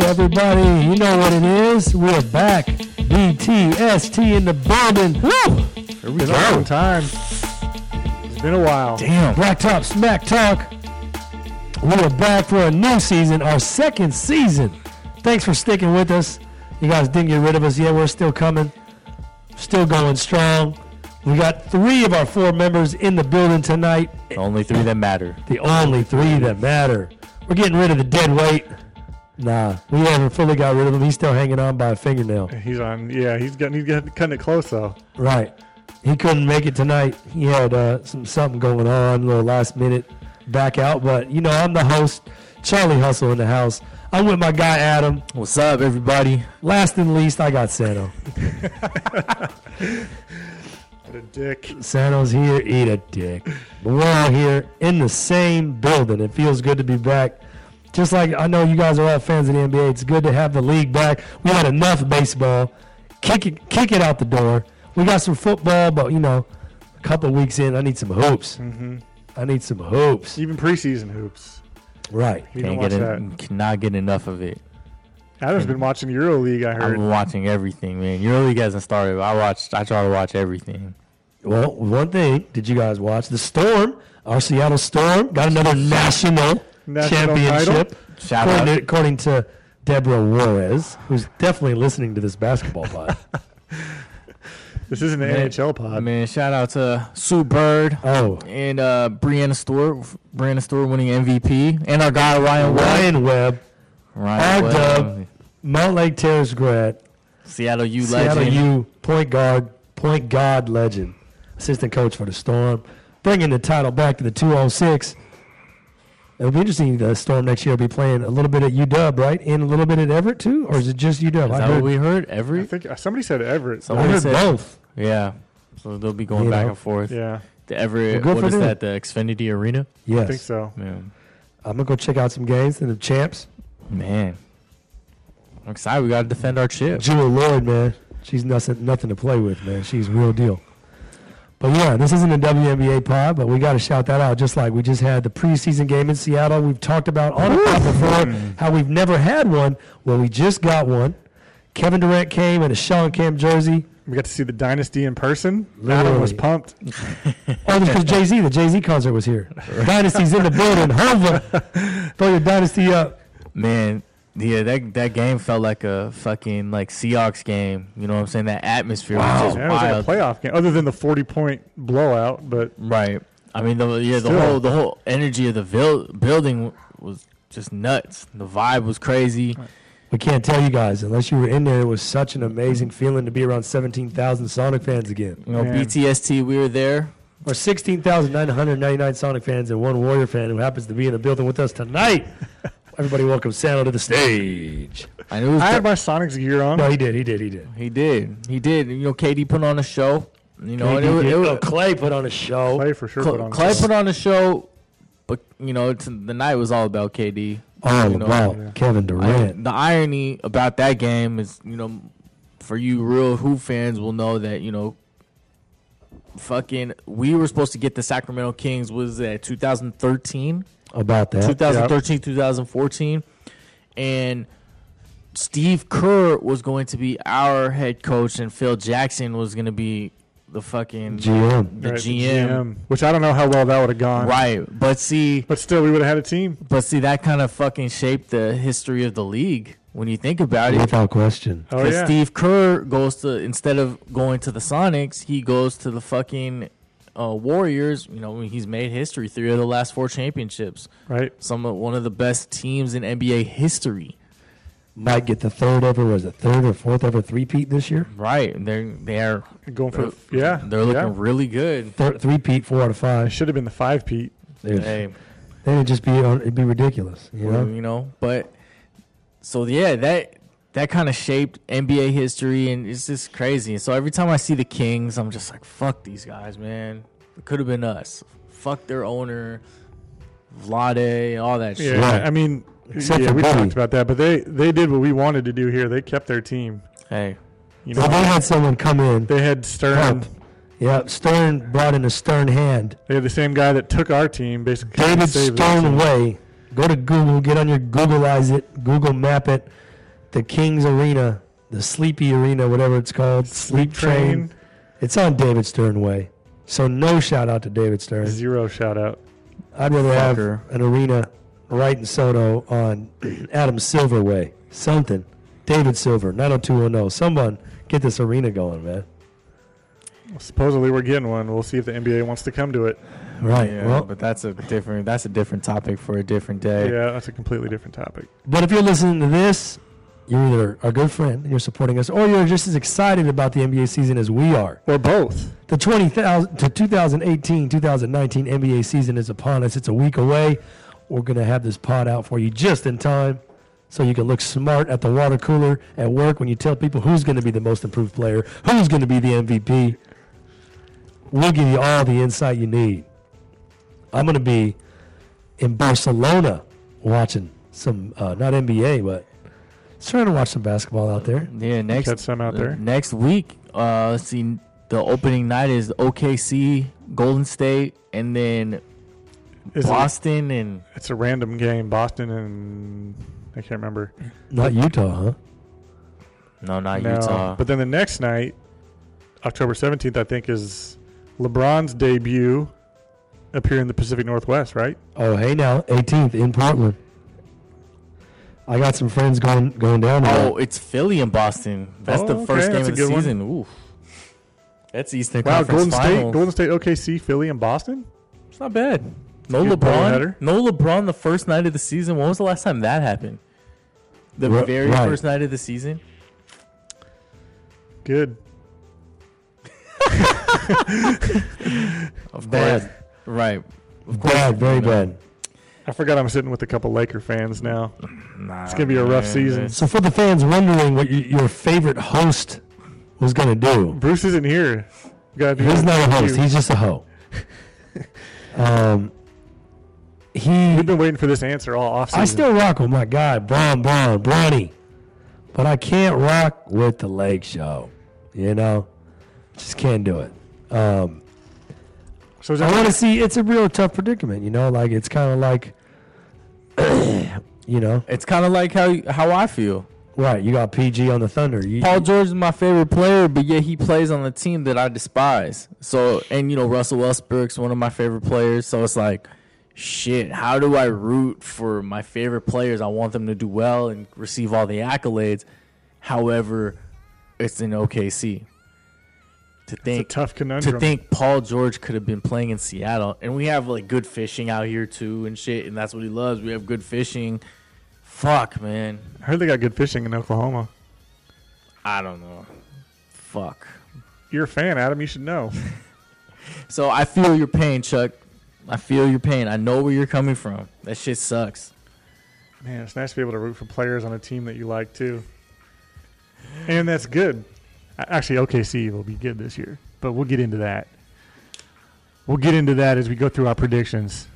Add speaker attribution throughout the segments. Speaker 1: everybody. You know what it is. We're back. BTST in the building. Woo!
Speaker 2: Here we go.
Speaker 1: long
Speaker 2: time. It's been a while.
Speaker 1: Damn. Black Top Smack Talk. We are back for a new season, our second season. Thanks for sticking with us. You guys didn't get rid of us yet. We're still coming, still going strong. We got three of our four members in the building tonight.
Speaker 2: Only three that matter.
Speaker 1: The only three that matter. We're getting rid of the dead weight. Nah, we haven't fully got rid of him. He's still hanging on by a fingernail.
Speaker 3: He's on. Yeah, he's getting he's getting, cutting it close though.
Speaker 1: Right. He couldn't make it tonight. He had uh, some something going on, a little last minute back out. But you know, I'm the host, Charlie Hustle in the house. I'm with my guy Adam.
Speaker 2: What's up, everybody?
Speaker 1: Last and least, I got Sano.
Speaker 3: What a dick.
Speaker 1: Sano's here, eat a dick. But we're all here in the same building. It feels good to be back. Just like I know you guys are all fans of the NBA, it's good to have the league back. We had enough baseball. Kick it, kick it out the door. We got some football, but you know, a couple weeks in, I need some hoops. I need some hoops.
Speaker 3: Even preseason hoops.
Speaker 1: Right.
Speaker 3: We didn't
Speaker 2: Can't
Speaker 3: watch
Speaker 2: get
Speaker 3: that.
Speaker 2: en- cannot get enough of it.
Speaker 3: Adam's been watching EuroLeague. I
Speaker 2: I've
Speaker 3: heard.
Speaker 2: been watching everything, man. EuroLeague hasn't started. but I watched. I try to watch everything.
Speaker 1: Well, one thing did you guys watch? The Storm, our Seattle Storm, got another national,
Speaker 3: National
Speaker 1: championship.
Speaker 2: Shout
Speaker 1: according,
Speaker 2: out.
Speaker 1: To, according to Deborah Juarez, who's definitely listening to this basketball pod.
Speaker 3: This isn't an
Speaker 2: Man,
Speaker 3: NHL pod.
Speaker 2: uh, Man, shout out to Sue Bird
Speaker 1: Oh,
Speaker 2: and uh, Brianna Stewart. Brianna Stewart winning MVP, and our guy Ryan White.
Speaker 1: Ryan Webb,
Speaker 2: Ryan
Speaker 1: Our
Speaker 2: Webb.
Speaker 1: dub. Mount Lake Terrace grad,
Speaker 2: Seattle U
Speaker 1: Seattle
Speaker 2: legend.
Speaker 1: U point guard, point guard legend, assistant coach for the Storm, bringing the title back to the 206. It'll be interesting. The Storm next year will be playing a little bit at UW, right? And a little bit at Everett too, or is it just UW?
Speaker 2: Is
Speaker 1: I
Speaker 2: that what
Speaker 1: heard-
Speaker 2: we heard?
Speaker 3: I
Speaker 2: Every
Speaker 3: think somebody said Everett.
Speaker 1: I
Speaker 2: Somebody-
Speaker 1: heard
Speaker 2: said-
Speaker 1: both.
Speaker 2: yeah. So they'll be going
Speaker 1: You
Speaker 2: back
Speaker 1: know.
Speaker 2: and forth.
Speaker 3: yeah,
Speaker 2: The Everett.
Speaker 1: Well, good
Speaker 2: what
Speaker 1: for
Speaker 2: is
Speaker 1: them.
Speaker 2: that? The Xfinity Arena.
Speaker 1: Yes.
Speaker 3: I think so.
Speaker 2: Man.
Speaker 1: I'm gonna go check out some games and the champs.
Speaker 2: Man. I'm excited. We got to defend our chip.
Speaker 1: Jewel Lloyd, man, she's nothing nothing to play with, man. She's real deal. But yeah, this isn't a WNBA pod, but we got to shout that out. Just like we just had the preseason game in Seattle, we've talked about on the pod before how we've never had one. Well, we just got one. Kevin Durant came in a Sean Camp jersey.
Speaker 3: We got to see the dynasty in person.
Speaker 1: Literally.
Speaker 3: Adam was pumped.
Speaker 1: Oh, because Jay Z, the Jay Z concert was here. Dynasty's in the building. Hova, throw your dynasty up.
Speaker 2: Man, yeah, that that game felt like a fucking like Seahawks game. You know what I'm saying? That atmosphere was just
Speaker 3: Yeah, it was like a
Speaker 2: wild.
Speaker 3: playoff game, other than the forty-point blowout. But
Speaker 2: right. I mean, the yeah, the
Speaker 3: Still.
Speaker 2: whole the whole energy of the vil- building was just nuts. The vibe was crazy.
Speaker 1: We can't tell you guys unless you were in there. It was such an amazing feeling to be around 17,000 Sonic fans again,
Speaker 2: You know,
Speaker 3: Man.
Speaker 2: BTST, we were there.
Speaker 1: or 16,999 Sonic fans and one Warrior fan who happens to be in the building with us tonight. Everybody, welcome Sano to the stage.
Speaker 2: And it was
Speaker 3: I had my Sonics gear on.
Speaker 1: No, he did. He did. He did.
Speaker 2: he did. He did. You know, KD put on a show. You know, and it,
Speaker 1: He
Speaker 2: was-
Speaker 1: did.
Speaker 2: it
Speaker 1: Oh,
Speaker 2: was,
Speaker 1: Clay put on a show.
Speaker 3: Clay for sure. put
Speaker 2: Cl-
Speaker 3: on
Speaker 2: Clay
Speaker 3: a show.
Speaker 2: put on a show, but you know, it's, the night was all about KD.
Speaker 1: All
Speaker 3: Oh,
Speaker 2: you know,
Speaker 1: about
Speaker 3: yeah.
Speaker 1: Kevin
Speaker 2: I,
Speaker 1: Durant.
Speaker 2: the irony about that game is, you know, for you real Who fans will know that, you know, fucking we were supposed to get the Sacramento Kings was that 2013,
Speaker 1: about that.
Speaker 2: 2013, 2014, and Steve Kerr was going to be our head coach and Phil Jackson was going to be the fucking
Speaker 1: GM.
Speaker 2: the
Speaker 3: Right,
Speaker 2: GM.
Speaker 3: which I don't know how well that would have gone.
Speaker 2: Right, but see,
Speaker 3: But still, we would have had a team.
Speaker 2: but see, that kind of fucking shaped the history of the league when you think about it.
Speaker 1: Without question.
Speaker 3: Oh
Speaker 2: Because
Speaker 3: yeah.
Speaker 2: Steve Kerr goes to instead of going to the Sonics, he goes to the fucking uh, Warriors. You know, he's made history three of the last four championships.
Speaker 3: Right.
Speaker 2: Some of, one of the best teams in NBA history.
Speaker 1: Might get the third ever. Was it third or fourth ever three-peat this year?
Speaker 2: Right, and they're they're
Speaker 3: Going for
Speaker 2: Uh,
Speaker 3: yeah.
Speaker 2: they're looking
Speaker 3: Yeah.
Speaker 2: really good.
Speaker 1: Third, three-peat, four out of five.
Speaker 3: Should have been the five Pete.
Speaker 1: Dude,
Speaker 2: Hey,
Speaker 1: Then it'd just be, it'd be ridiculous. You know?
Speaker 2: you know, but so yeah, that that kind of shaped NBA history, and it's just crazy. And so every time I see the Kings, I'm just like, fuck these guys, man. It could have been us. Fuck their owner, Vlade, all that shit.
Speaker 3: Yeah, I mean,
Speaker 1: Except
Speaker 3: yeah,
Speaker 1: for
Speaker 3: we
Speaker 1: Bobby.
Speaker 3: talked about that, but they they did what we wanted to do here. They kept their team.
Speaker 2: Hey,
Speaker 3: You
Speaker 1: Well, they
Speaker 3: know,
Speaker 1: had someone come in.
Speaker 3: they had Stern.
Speaker 1: Help. Yep, Stern brought in a stern hand.
Speaker 3: They had the same guy that took our team, basically.
Speaker 1: David
Speaker 3: saved their
Speaker 1: Stern
Speaker 3: team.
Speaker 1: way. Go to Google. Get on your Googleize it. Google map it. the Kings Arena, the Sleepy Arena, whatever it's called, Sleep Train. It's on David Stern Way. So no shout out to David Stern.
Speaker 3: Zero shout out.
Speaker 1: I'd rather have
Speaker 2: Fucker.
Speaker 1: an arena right in Soto on Adam Silver Way. Something. David Silver, 90210. Someone get this arena going, man.
Speaker 3: Supposedly we're getting one. We'll see if the NBA wants to come to it.
Speaker 1: Right.
Speaker 2: Yeah,
Speaker 1: well, but,
Speaker 2: but that's a different that's a different topic for a different day.
Speaker 3: Yeah, that's a completely different topic.
Speaker 1: if you're listening to this, you're either our good friend, you're supporting us, or you're just as excited about the NBA season as we are.
Speaker 3: Or both.
Speaker 1: The 20,000 to 2018 2019 NBA season is upon us. It's a week away. We're going to have this pod out for you just in time so you can look smart at the water cooler at work when you tell people who's going to be the most improved player, who's going to be the MVP. We'll give you all the insight you need. I'm going to be in Barcelona watching some, uh, not NBA, but trying to watch some basketball out there.
Speaker 2: Yeah, next
Speaker 3: Catch some out
Speaker 2: uh,
Speaker 3: there.
Speaker 2: Next week, uh, let's see. The opening night is OKC, Golden State, and then
Speaker 3: Is it-
Speaker 2: Boston, and
Speaker 3: it's a random game. Boston and I can't remember.
Speaker 1: Not Utah, huh?
Speaker 2: no, not
Speaker 3: No.
Speaker 2: Utah.
Speaker 3: But then the next night, October 17th, I think, is LeBron's debut up here in the Pacific Northwest, right?
Speaker 1: Oh, hey now, 18th in Portland. I got some friends going going down there.
Speaker 2: oh, it's Philly and Boston. That's the
Speaker 3: Oh,
Speaker 2: first
Speaker 3: okay,
Speaker 2: game
Speaker 3: that's
Speaker 2: of
Speaker 3: a
Speaker 2: the
Speaker 3: good one.
Speaker 2: season. Ooh, that's Eastern
Speaker 3: Wow,
Speaker 2: Conference
Speaker 3: Golden State,
Speaker 2: Finals.
Speaker 3: Golden State, OKC, Philly, and Boston.
Speaker 2: It's not bad. No
Speaker 3: Good
Speaker 2: LeBron.
Speaker 3: doubleheader.
Speaker 2: No LeBron. The first night of the season. When was the last time that happened? The
Speaker 1: Ri-
Speaker 2: very
Speaker 1: right.
Speaker 2: first night of the season.
Speaker 3: Good.
Speaker 2: Of
Speaker 1: Bad.
Speaker 2: course. Right. Of course.
Speaker 1: bad, very
Speaker 2: you know.
Speaker 1: bad.
Speaker 3: I forgot I'm sitting with a couple Laker fans now.
Speaker 2: Nah,
Speaker 3: It's gonna be a rough season.
Speaker 1: So for the fans wondering what y- your favorite host was going to do,
Speaker 3: Bruce isn't here. We gotta do
Speaker 1: he's not a host.
Speaker 3: you.
Speaker 1: He's just a hoe. um, he.
Speaker 3: We've been waiting for this answer all offseason.
Speaker 1: I still rock with my guy, Braun, Braun, Brawny, but I can't rock with the Lake Show. You know, just can't do it. Um,
Speaker 3: So is
Speaker 1: I
Speaker 3: that-
Speaker 1: want to see. It's a real tough predicament, you know. Like it's kind of like, you know,
Speaker 2: It's kind of like how how I feel.
Speaker 1: right? You got PG on the Thunder. You,
Speaker 2: Paul George is my favorite player, but yet he plays on a team that I despise. So, and you know Russell Westbrook's one of my favorite players. So it's like, shit. How do I root for my favorite players? I want them to do well and receive all the accolades. However, it's in OKC. To
Speaker 3: it's a
Speaker 2: think
Speaker 3: tough conundrum.
Speaker 2: to think Paul George could have been playing in Seattle, and we have like good fishing out here too and shit, and that's what he loves. We have good fishing. Fuck, man.
Speaker 3: I heard they got good fishing in Oklahoma.
Speaker 2: I don't know. Fuck.
Speaker 3: You're a fan, Adam. You should know.
Speaker 2: So I feel your pain, Chuck. I feel your pain. I know where you're coming from. That shit sucks.
Speaker 3: Man, it's nice to be able to root for players on a team that you like too. And that's good. A- Actually, OKC will be good this year, but we'll get into that. We'll get into that as we go through our predictions.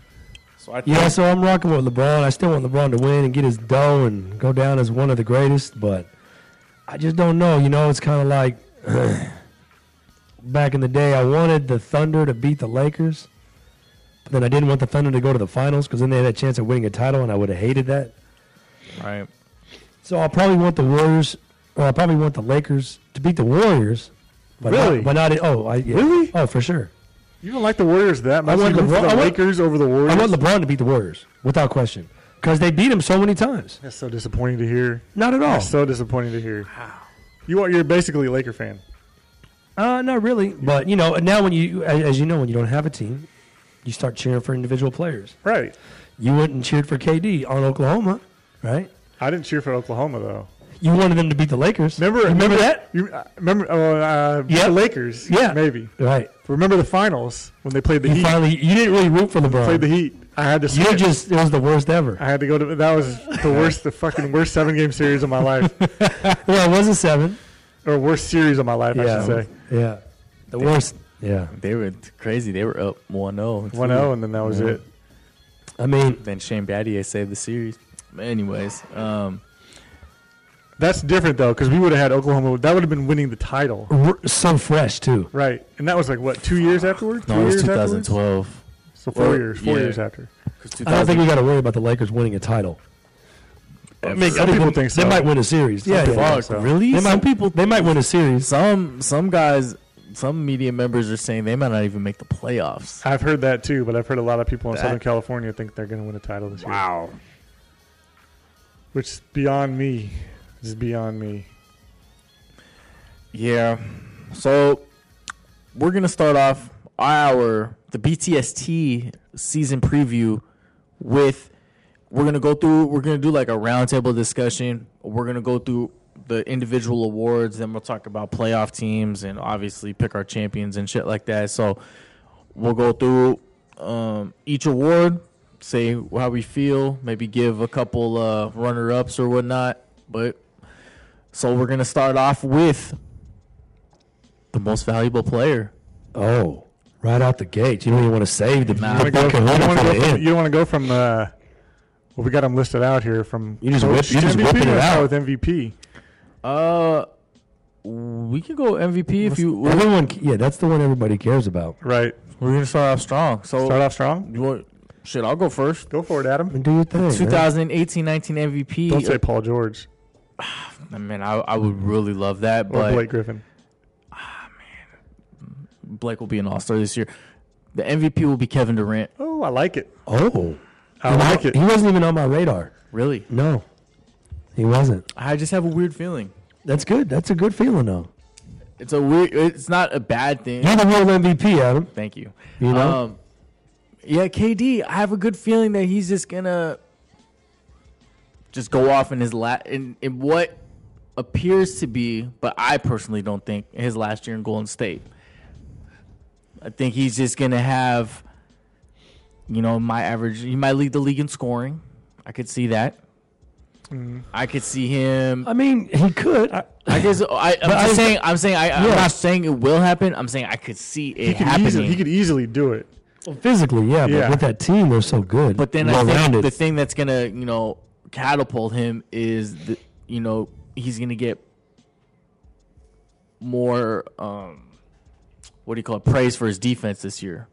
Speaker 2: So I think
Speaker 1: yeah. So I'm rocking with LeBron. I still want LeBron to win and get his dough and go down as one of the greatest. But I just don't know. You know, it's kind of like back in the day. I wanted the Thunder to beat the Lakers, but then I didn't want the Thunder to go to the finals because then they had a chance of winning a title, and I would have hated that.
Speaker 2: right.
Speaker 1: So I'll probably want the Warriors, or I'll probably want the Lakers to beat the Warriors. But
Speaker 3: Really?
Speaker 1: Not, but not. Oh, I, yeah.
Speaker 3: Really?
Speaker 1: Oh, for sure.
Speaker 3: You don't like the Warriors that much?
Speaker 1: I want
Speaker 3: You root for
Speaker 1: LeBron-
Speaker 3: the
Speaker 1: I want-
Speaker 3: Lakers over the Warriors.
Speaker 1: I want LeBron to beat the Warriors without question because they beat him so many times.
Speaker 3: That's so disappointing to hear.
Speaker 1: Not at all.
Speaker 3: That's so disappointing to hear. You are you're basically a Laker fan.
Speaker 1: Uh, not really. But you know, now when you, as as you know, when you don't have a team, you start cheering for individual players.
Speaker 3: Right.
Speaker 1: You went and cheered for KD on Oklahoma, right?
Speaker 3: I didn't cheer for Oklahoma though.
Speaker 1: You wanted them to beat the Lakers.
Speaker 3: Remember
Speaker 1: You remember that?
Speaker 3: You uh, remember oh, uh,
Speaker 1: Yeah.
Speaker 3: the Lakers?
Speaker 1: Yeah.
Speaker 3: Maybe.
Speaker 1: Right.
Speaker 3: Remember the finals when they played the
Speaker 1: You
Speaker 3: Heat?
Speaker 1: finally, you didn't really root for
Speaker 3: played the
Speaker 1: LeBron.
Speaker 3: Heat. I had to.
Speaker 1: Um, You
Speaker 3: skip.
Speaker 1: just, it was the worst ever.
Speaker 3: I had to go to. That was the worst, the fucking worst seven game series of my life,
Speaker 1: Well, it was a seven.
Speaker 3: or worst series of my life, I
Speaker 1: Yeah.
Speaker 3: should say.
Speaker 1: Yeah. The worst. Yeah.
Speaker 2: They were crazy. They were up 1-0.
Speaker 3: One zero, and then that was
Speaker 2: Yeah.
Speaker 3: it.
Speaker 1: I mean,
Speaker 2: Then Shane Battier saved the series. Anyways, um,
Speaker 3: That's different though, because we would have had Oklahoma. That would have been winning the title,
Speaker 1: r- so fresh too.
Speaker 3: right? And that was like what two years afterward?
Speaker 2: no,
Speaker 3: Three
Speaker 2: it was
Speaker 3: years afterwards?
Speaker 2: 2012.
Speaker 3: So four
Speaker 2: Well,
Speaker 3: years, four
Speaker 2: yeah.
Speaker 3: years after.
Speaker 1: I don't think we got to worry about the Lakers winning a title. I mean,
Speaker 3: Some
Speaker 1: I
Speaker 3: people
Speaker 1: they-
Speaker 3: think
Speaker 1: They
Speaker 3: so.
Speaker 1: might win a series.
Speaker 3: Some
Speaker 1: yeah,
Speaker 3: people
Speaker 1: yeah.
Speaker 3: think so.
Speaker 2: really?
Speaker 1: They
Speaker 2: Some
Speaker 1: might, people, they might win a series.
Speaker 2: Some some guys, some media members are saying they might not even make the playoffs.
Speaker 3: I've heard that too, but I've heard a lot of people in
Speaker 2: That-
Speaker 3: Southern California think they're going to win a title this year, which is beyond me. This is beyond me.
Speaker 2: Yeah. So we're gonna start off our the BTST season preview with we're gonna go through we're gonna do like a roundtable discussion. We're gonna go through the individual awards, then we'll talk about playoff teams and obviously pick our champions and shit like that. So we'll go through um, each award, say how we feel, maybe give a couple uh, runner ups or whatnot. But so we're gonna start off with the most valuable player.
Speaker 1: Oh, right out the gate. You don't even want to save the,
Speaker 2: Nah.
Speaker 1: the
Speaker 3: You don't
Speaker 1: fucking
Speaker 3: want
Speaker 1: winner
Speaker 3: to
Speaker 1: from
Speaker 3: go
Speaker 1: the
Speaker 3: from,
Speaker 1: end.
Speaker 3: you don't want to go from the. Well, we got them listed out here from.
Speaker 1: You just
Speaker 3: coach
Speaker 1: whip- you
Speaker 3: to
Speaker 1: just
Speaker 3: MVP.
Speaker 1: whipping it
Speaker 3: Let's
Speaker 1: out.
Speaker 3: start with MVP.
Speaker 2: Uh, we could go MVP if you. We're
Speaker 1: Everyone, yeah, that's the one everybody cares about.
Speaker 3: Right.
Speaker 2: gonna start off strong. So
Speaker 3: Start off strong.
Speaker 2: you want, shit, I'll go first.
Speaker 3: Go for it, Adam.
Speaker 1: And do your thing. man.
Speaker 2: 2018-19 MVP.
Speaker 3: Don't say Paul George
Speaker 2: I mean, Uh, I, I would really love that,
Speaker 3: or
Speaker 2: but
Speaker 3: Blake
Speaker 2: Blake.
Speaker 3: Griffin.
Speaker 2: will be an All Star this year. The MVP will be Kevin Durant.
Speaker 3: Oh, I like it.
Speaker 1: Oh,
Speaker 3: I like it.
Speaker 1: He wasn't even on my radar.
Speaker 2: Really,
Speaker 1: No, he wasn't.
Speaker 2: I just have a weird feeling.
Speaker 1: That's good. That's a good feeling, though.
Speaker 2: It's a weird. It's not a bad thing.
Speaker 1: You're the real MVP, Adam.
Speaker 2: Thank you.
Speaker 1: You know?
Speaker 2: Um, yeah, KD. I have a good feeling that he's just gonna just go off in his last in, in what appears to be, but I personally don't think his last year in Golden State. I think he's just gonna have, you know, my average. He might lead the league in scoring. I could see that.
Speaker 3: Mm-hmm.
Speaker 2: I could see him.
Speaker 3: Uh,
Speaker 1: I mean, he could.
Speaker 2: I guess I, I'm
Speaker 1: I-
Speaker 2: just saying. I'm saying. I,
Speaker 1: Yeah.
Speaker 2: I'm not saying it will happen. I'm saying I could see it
Speaker 3: He could,
Speaker 2: happening.
Speaker 3: easily, he could easily do it.
Speaker 1: physically, yeah, but
Speaker 3: Yeah.
Speaker 1: with that team, they're so good.
Speaker 2: But then I think
Speaker 1: Well-rounded.
Speaker 2: the thing that's gonna, you know, catapult him is the, you know, he's gonna get more, um, what do you call it, praise for his defense this year.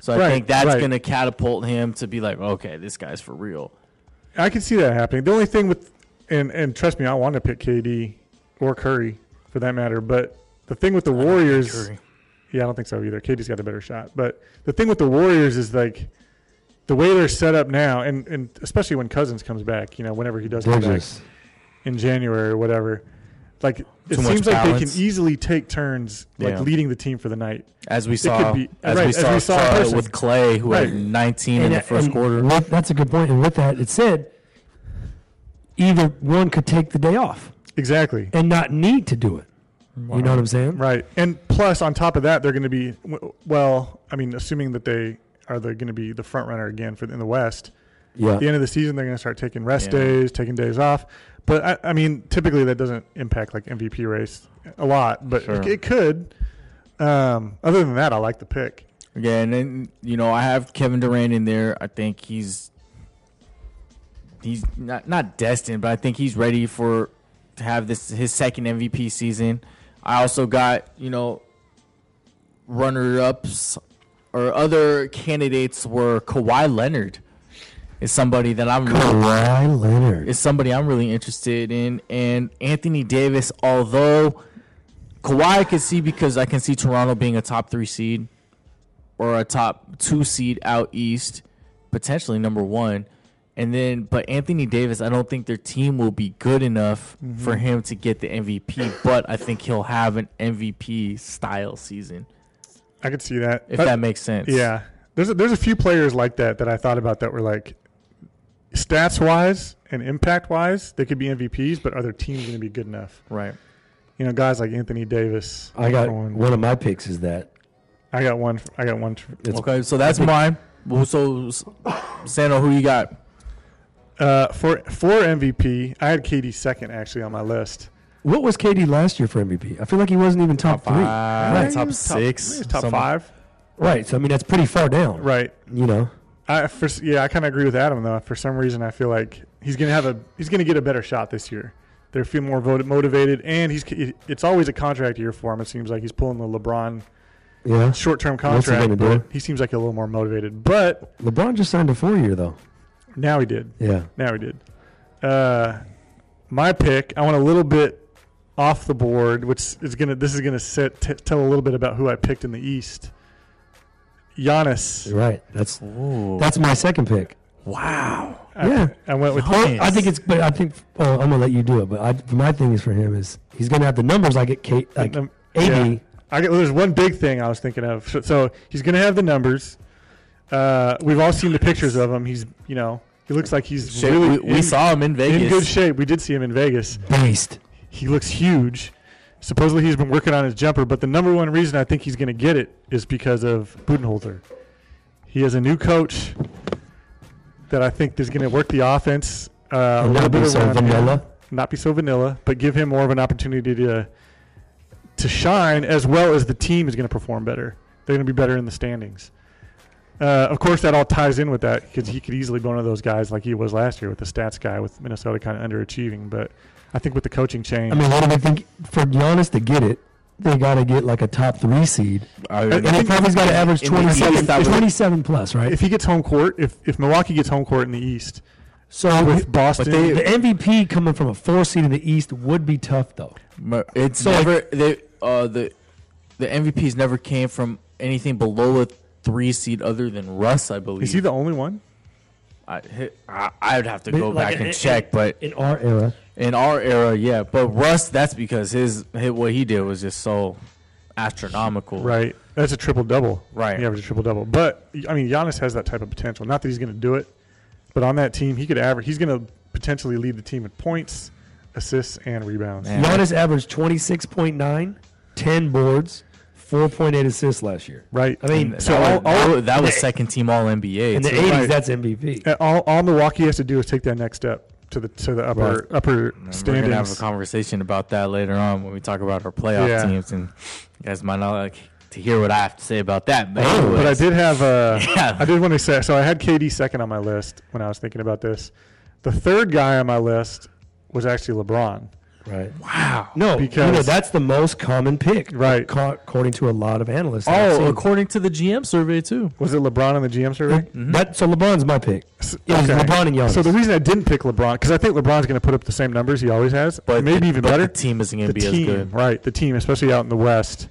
Speaker 2: So I
Speaker 3: Right,
Speaker 2: think that's
Speaker 3: right.
Speaker 2: gonna catapult him to be like, okay, this guy's for real.
Speaker 3: I can see that happening. The only thing with and and trust me, I want to pick KD or Curry for that matter. But the thing with the Warriors, yeah, I don't think so either. KD's got a better shot. But the thing with the Warriors is like the way they're set up now, and and especially when Cousins comes back, you know, whenever he does come back
Speaker 1: Gorgeous.
Speaker 3: in January or whatever. Like it
Speaker 2: Too much
Speaker 3: seems like they can
Speaker 2: balance.
Speaker 3: easily take turns like
Speaker 2: Yeah.
Speaker 3: leading the team for the night.
Speaker 2: As we saw,
Speaker 3: be-
Speaker 2: as,
Speaker 3: right,
Speaker 2: we saw
Speaker 3: in
Speaker 2: Clay
Speaker 3: person.
Speaker 2: with Clay, who
Speaker 3: Right.
Speaker 2: had 19 in the first
Speaker 1: and
Speaker 2: quarter.
Speaker 1: with- that's a good point. And with that, it said either one could take the day off
Speaker 3: Exactly.
Speaker 1: and not need to do it. You know what I'm saying?
Speaker 3: Right. And plus, on top of that, they're going to be well. I mean, assuming that they are they going to be the front runner again for in the West.
Speaker 1: Yeah.
Speaker 3: At the end of the season, they're going to start taking rest
Speaker 2: Yeah.
Speaker 3: days, taking days off. But I, I mean, typically that doesn't impact like MVP race a lot, but
Speaker 2: Sure.
Speaker 3: it, it could. Um, other than that, I like the pick.
Speaker 2: Yeah, and then you know I have Kevin Durant in there. I think he's he's not not destined, but I think he's ready for to have this his second MVP season. I also got you know runner ups or other candidates were Kawhi Leonard is somebody that I'm really,
Speaker 1: Kawhi Leonard.
Speaker 2: is somebody I'm really interested in, and Anthony Davis. Although Kawhi, I can see because I can see Toronto being a top three seed or a top two seed out east, potentially number one. And then, but Anthony Davis, I don't think their team will be good enough
Speaker 3: Mm-hmm.
Speaker 2: for him to get the MVP. But I think he'll have an MVP style season,
Speaker 3: I could see that.
Speaker 2: if
Speaker 3: But-
Speaker 2: that makes sense.
Speaker 3: yeah, there's a, there's a few players like that that I thought about that were like stats wise and impact wise, they could be MVPs, but are their teams going to be good enough?
Speaker 2: right.
Speaker 3: you know, guys like Anthony Davis.
Speaker 1: I got
Speaker 3: One.
Speaker 1: one of my picks is that.
Speaker 3: I got one. I got one.
Speaker 1: It's-
Speaker 2: okay, so that's mine. Well, So, S- Sano, who you got?
Speaker 3: Uh, for for MVP, I had KD second actually on my list.
Speaker 1: What was KD last year for MVP? I feel like he wasn't even Uh, top, three.
Speaker 2: five,
Speaker 1: Right.
Speaker 2: top
Speaker 3: He was
Speaker 2: six,
Speaker 3: he was top
Speaker 2: some-
Speaker 3: five,
Speaker 1: Right. So I mean, that's pretty far down.
Speaker 3: right?
Speaker 1: You know.
Speaker 3: I for, yeah, I kind of agree with Adam though. For some reason, I feel like he's gonna have a he's gonna get a better shot this year. They feel more voted, motivated, and he's it's always a contract year for him. It seems like he's pulling the LeBron
Speaker 1: Yeah.
Speaker 3: short term
Speaker 1: What's he
Speaker 3: contract.
Speaker 1: gonna do?
Speaker 3: but He seems like a little more motivated, but
Speaker 1: LeBron just signed a four year though.
Speaker 3: now he did.
Speaker 1: Yeah.
Speaker 3: Now he did. Uh, my pick. I went a little bit off the board, which is gonna. This is gonna set, t- tell a little bit about who I picked in the East. Giannis.
Speaker 1: You're right. That's
Speaker 2: Ooh.
Speaker 1: that's my second pick.
Speaker 2: wow.
Speaker 3: I-
Speaker 1: Yeah.
Speaker 3: I, went with.
Speaker 1: Well,
Speaker 2: Yes.
Speaker 1: I think it's, but I think oh, I'm gonna let you do it. But I, my thing is for him is he's gonna have the numbers like at Kate, like
Speaker 3: Um,
Speaker 1: AD.
Speaker 3: yeah. I got, there's one big thing I was thinking of. So, so he's going to have the numbers. Uh, we've all seen the pictures of him. He's, you know, he looks like he's
Speaker 2: Shit,
Speaker 3: really
Speaker 2: we, we
Speaker 3: in,
Speaker 2: saw him in Vegas.
Speaker 3: in good shape. We did see him in Vegas.
Speaker 1: Beast.
Speaker 3: He looks huge. Supposedly he's been working on his jumper, but the number one reason I think he's going to get it is because of Budenholzer. He has a new coach that I think is going to work the offense uh, a
Speaker 1: And
Speaker 3: little
Speaker 1: not be
Speaker 3: bit
Speaker 1: so
Speaker 3: around him
Speaker 1: vanilla.
Speaker 3: not be so vanilla, but give him more of an opportunity to to shine as well as the team is going to perform better. They're going to be better in the standings. Uh, of course, that all ties in with that because he could easily be one of those guys like he was last year with the stats guy with Minnesota kind of underachieving. But I think with the coaching change,
Speaker 1: I mean, what do we think for Giannis to get it? They got to get like a top three seed,
Speaker 2: I
Speaker 1: and they probably's got to average
Speaker 2: In the East,
Speaker 1: 27,
Speaker 2: I would-
Speaker 1: 27 plus, right?
Speaker 3: if he gets home court, if if Milwaukee gets home court in the East
Speaker 1: So
Speaker 3: with Boston,
Speaker 2: they-
Speaker 1: the MVP coming from a four seed in the East would be tough, though.
Speaker 2: Mer- It's
Speaker 1: So,
Speaker 2: never they, uh, the the MVPs never came from anything below a three seed other than Russ, I believe.
Speaker 3: is he the only one?
Speaker 2: I, hi- I I would have to go
Speaker 1: Like,
Speaker 2: back
Speaker 1: in-
Speaker 2: and check, but
Speaker 1: In our era,
Speaker 2: in our era, yeah. But Russ, that's because his, his what he did was just so astronomical.
Speaker 3: Right, that's a triple double.
Speaker 2: Right.
Speaker 3: he averaged a triple double. But I mean, Giannis has that type of potential. Not that he's going to do it, but on that team, he could average. He's going to potentially lead the team in points, assists, and rebounds.
Speaker 2: Man.
Speaker 1: Giannis averaged 26.9, 10 boards, 4.8 assists last year.
Speaker 3: Right.
Speaker 1: I mean,
Speaker 2: And
Speaker 1: so all,
Speaker 2: that, was, that
Speaker 1: all,
Speaker 2: was- that was
Speaker 1: the-
Speaker 2: second team All NBA.
Speaker 1: in the
Speaker 2: too.
Speaker 1: 80s,
Speaker 3: right. Uh,
Speaker 1: that's MVP.
Speaker 3: And all, all Milwaukee has to do is take that next step to the to the upper
Speaker 1: Right.
Speaker 3: upper
Speaker 2: We're gonna have a
Speaker 3: standings.
Speaker 2: conversation about that later on when we talk about our playoff
Speaker 3: Yeah.
Speaker 2: teams, and you guys might not like to hear what I have to say about that. But,
Speaker 1: Oh,
Speaker 3: But I
Speaker 2: anyways.
Speaker 3: did have uh,
Speaker 2: Yeah.
Speaker 3: I did want to say so I had KD second on my list when I was thinking about this. The third guy on my list was actually LeBron.
Speaker 1: Right.
Speaker 2: wow.
Speaker 1: No,
Speaker 3: Because-
Speaker 1: you know, that's the most common pick,
Speaker 3: Right.
Speaker 1: ca- according to a lot of analysts. that I've
Speaker 2: Oh,
Speaker 1: seen.
Speaker 2: according to the GM survey too.
Speaker 3: Was it LeBron on the GM survey?
Speaker 1: That, so LeBron's my pick.
Speaker 3: S-
Speaker 1: It was
Speaker 3: okay.
Speaker 1: LeBron and Giannis.
Speaker 3: So the reason I didn't pick LeBron because I think LeBron's going to put up the same numbers he always has, but maybe even
Speaker 2: but
Speaker 3: better.
Speaker 2: The team isn't going to
Speaker 3: The
Speaker 2: be
Speaker 3: team,
Speaker 2: as good.
Speaker 3: right? The team, especially out in the West.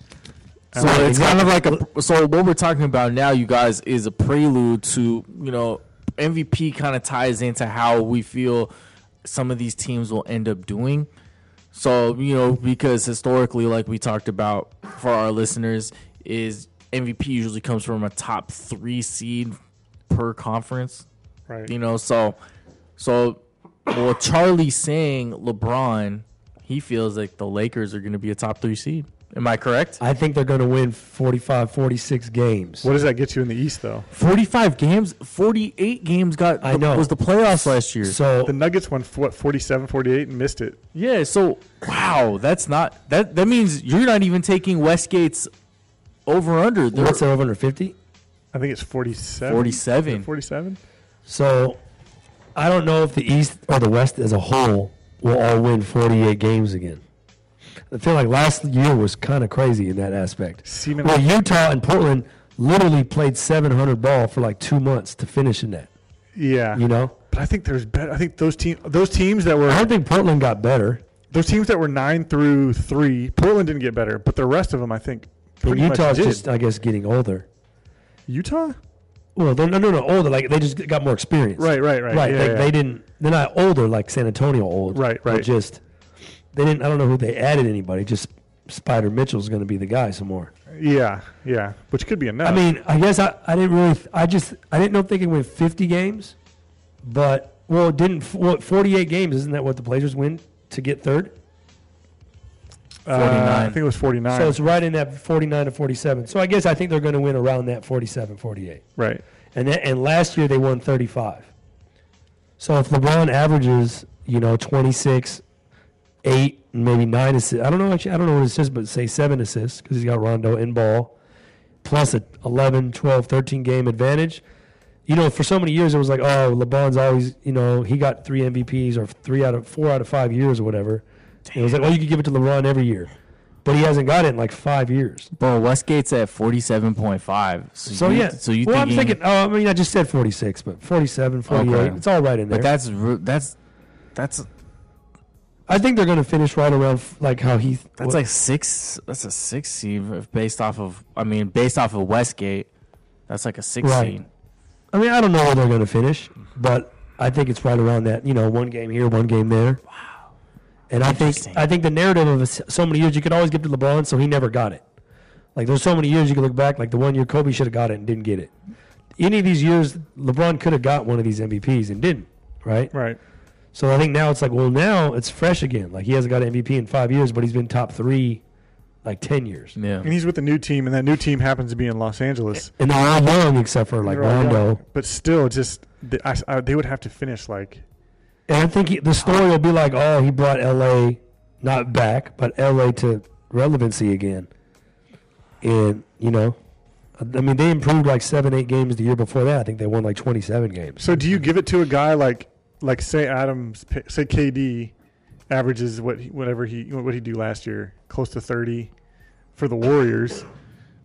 Speaker 2: So
Speaker 3: Uh,
Speaker 2: it's kind of like a. So what we're talking about now, you guys, is a prelude to you know MVP kind of ties into how we feel some of these teams will end up doing. So you know because historically, like we talked about for our listeners, is MVP usually comes from a top three seed per conference.
Speaker 3: right.
Speaker 2: You know, so so well Charlie saying LeBron, he feels like the Lakers are gonna be a top three seed. Am I correct?
Speaker 1: I think they're going to win 45, 46 games.
Speaker 3: What does that get you in the East, though?
Speaker 2: Forty five games, forty eight games got
Speaker 1: I know.
Speaker 2: was the playoffs last year.
Speaker 1: So
Speaker 3: The Nuggets won what 47, 48 and missed it.
Speaker 2: yeah, so wow, that's not that that means you're not even taking Westgate's over under. They're
Speaker 1: what's that over under 50?
Speaker 3: I think it's forty-seven.
Speaker 2: 47.
Speaker 3: Forty-seven.
Speaker 1: So I don't know if the East or the West as a whole will all win 48 games again. I feel like last year was kind of crazy in that aspect.
Speaker 3: Seeming-
Speaker 1: Well, Utah and Portland literally played 700 ball for like two months to finish in that.
Speaker 3: Yeah.
Speaker 1: You know,
Speaker 3: But I think there's better. I think those team, those teams that
Speaker 1: I
Speaker 3: were
Speaker 1: don't think Portland got better.
Speaker 3: those teams that were nine through three, Portland didn't get better, but the rest of them, I think,
Speaker 1: But
Speaker 3: pretty much
Speaker 1: Utah's
Speaker 3: did.
Speaker 1: just, I guess, getting older.
Speaker 3: Utah.
Speaker 1: Well, they're no, no, no, older. Like they just got more experience.
Speaker 3: Right, right, right.
Speaker 1: Right.
Speaker 3: Yeah,
Speaker 1: they,
Speaker 3: yeah.
Speaker 1: they didn't. They're not older like San Antonio old.
Speaker 3: Right,
Speaker 1: They're
Speaker 3: right.
Speaker 1: just they didn't. I don't know who they added anybody. Just Spider Mitchell's going to be the guy some more.
Speaker 3: Yeah, yeah. Which could be enough.
Speaker 1: I mean, I guess I, I didn't really. I just I didn't know if they could win 50 games, but well, it didn't well, 48 games? Isn't that what the Blazers win to get third?
Speaker 3: Uh,
Speaker 2: 49.
Speaker 3: I think it was forty-nine.
Speaker 1: So it's right in that 49 to 47. So I guess I think they're going to win around that 47, 48.
Speaker 3: right.
Speaker 1: And that, and last year they won 35. So if LeBron averages, you know, 26, 8, maybe 9 assists. I don't know actually, I don't know what assists, but say 7 assists cuz he's got Rondo in ball plus a 11, 12, 13 game advantage. You know, for so many years it was like, oh, LeBron's always, you know, he got 3 MVPs or 3 out of 4 out of 5 years or whatever. And it was like, well, you could give it to LeBron every year. But he hasn't got it in like 5 years.
Speaker 2: Bro, Westgate's at forty seven point five.
Speaker 1: So
Speaker 2: you,
Speaker 1: yeah.
Speaker 2: so you
Speaker 1: well,
Speaker 2: thinking,
Speaker 1: I'm thinking. Oh, I mean, I just said 46, but 47, 48.
Speaker 2: Okay.
Speaker 1: It's all right in there.
Speaker 2: But that's ru- that's That's
Speaker 1: I think they're going to finish right around f- like how he.
Speaker 2: that's like six. That's a six seed if based off of. I mean, based off of Westgate, that's like a six
Speaker 1: Right.
Speaker 2: seed.
Speaker 1: I mean, I don't know where they're going to finish,
Speaker 2: Mm-hmm.
Speaker 1: but I think it's right around that. You know, one game here, one game there. Wow. And I think
Speaker 2: Interesting.
Speaker 1: I think the narrative of s- so many years you could always get to LeBron, so he never got it. Like there's so many years you can look back, like the one year Kobe should have got it and didn't get it. Any of these years, LeBron could have got one of these MVPs and didn't, right?
Speaker 3: Right.
Speaker 1: So I think now it's like, well, now it's fresh again. Like he hasn't got an MVP in five years, but he's been top three, like ten years.
Speaker 2: Yeah.
Speaker 3: And he's with the new team, and that new team happens to be in Los Angeles.
Speaker 1: And they're all young except for like
Speaker 3: They're all young.
Speaker 1: Rondo.
Speaker 3: But still, just the, I, I- they would have to finish like
Speaker 1: And I think he, the story will be like, oh, he brought LA not back, but LA to relevancy again. And you know, I mean, they improved like seven, eight games the year before that. I think they won like twenty-seven games.
Speaker 3: So do you give it to a guy like like say Adams say KD averages what he, whatever he what he do last year close to 30 for the Warriors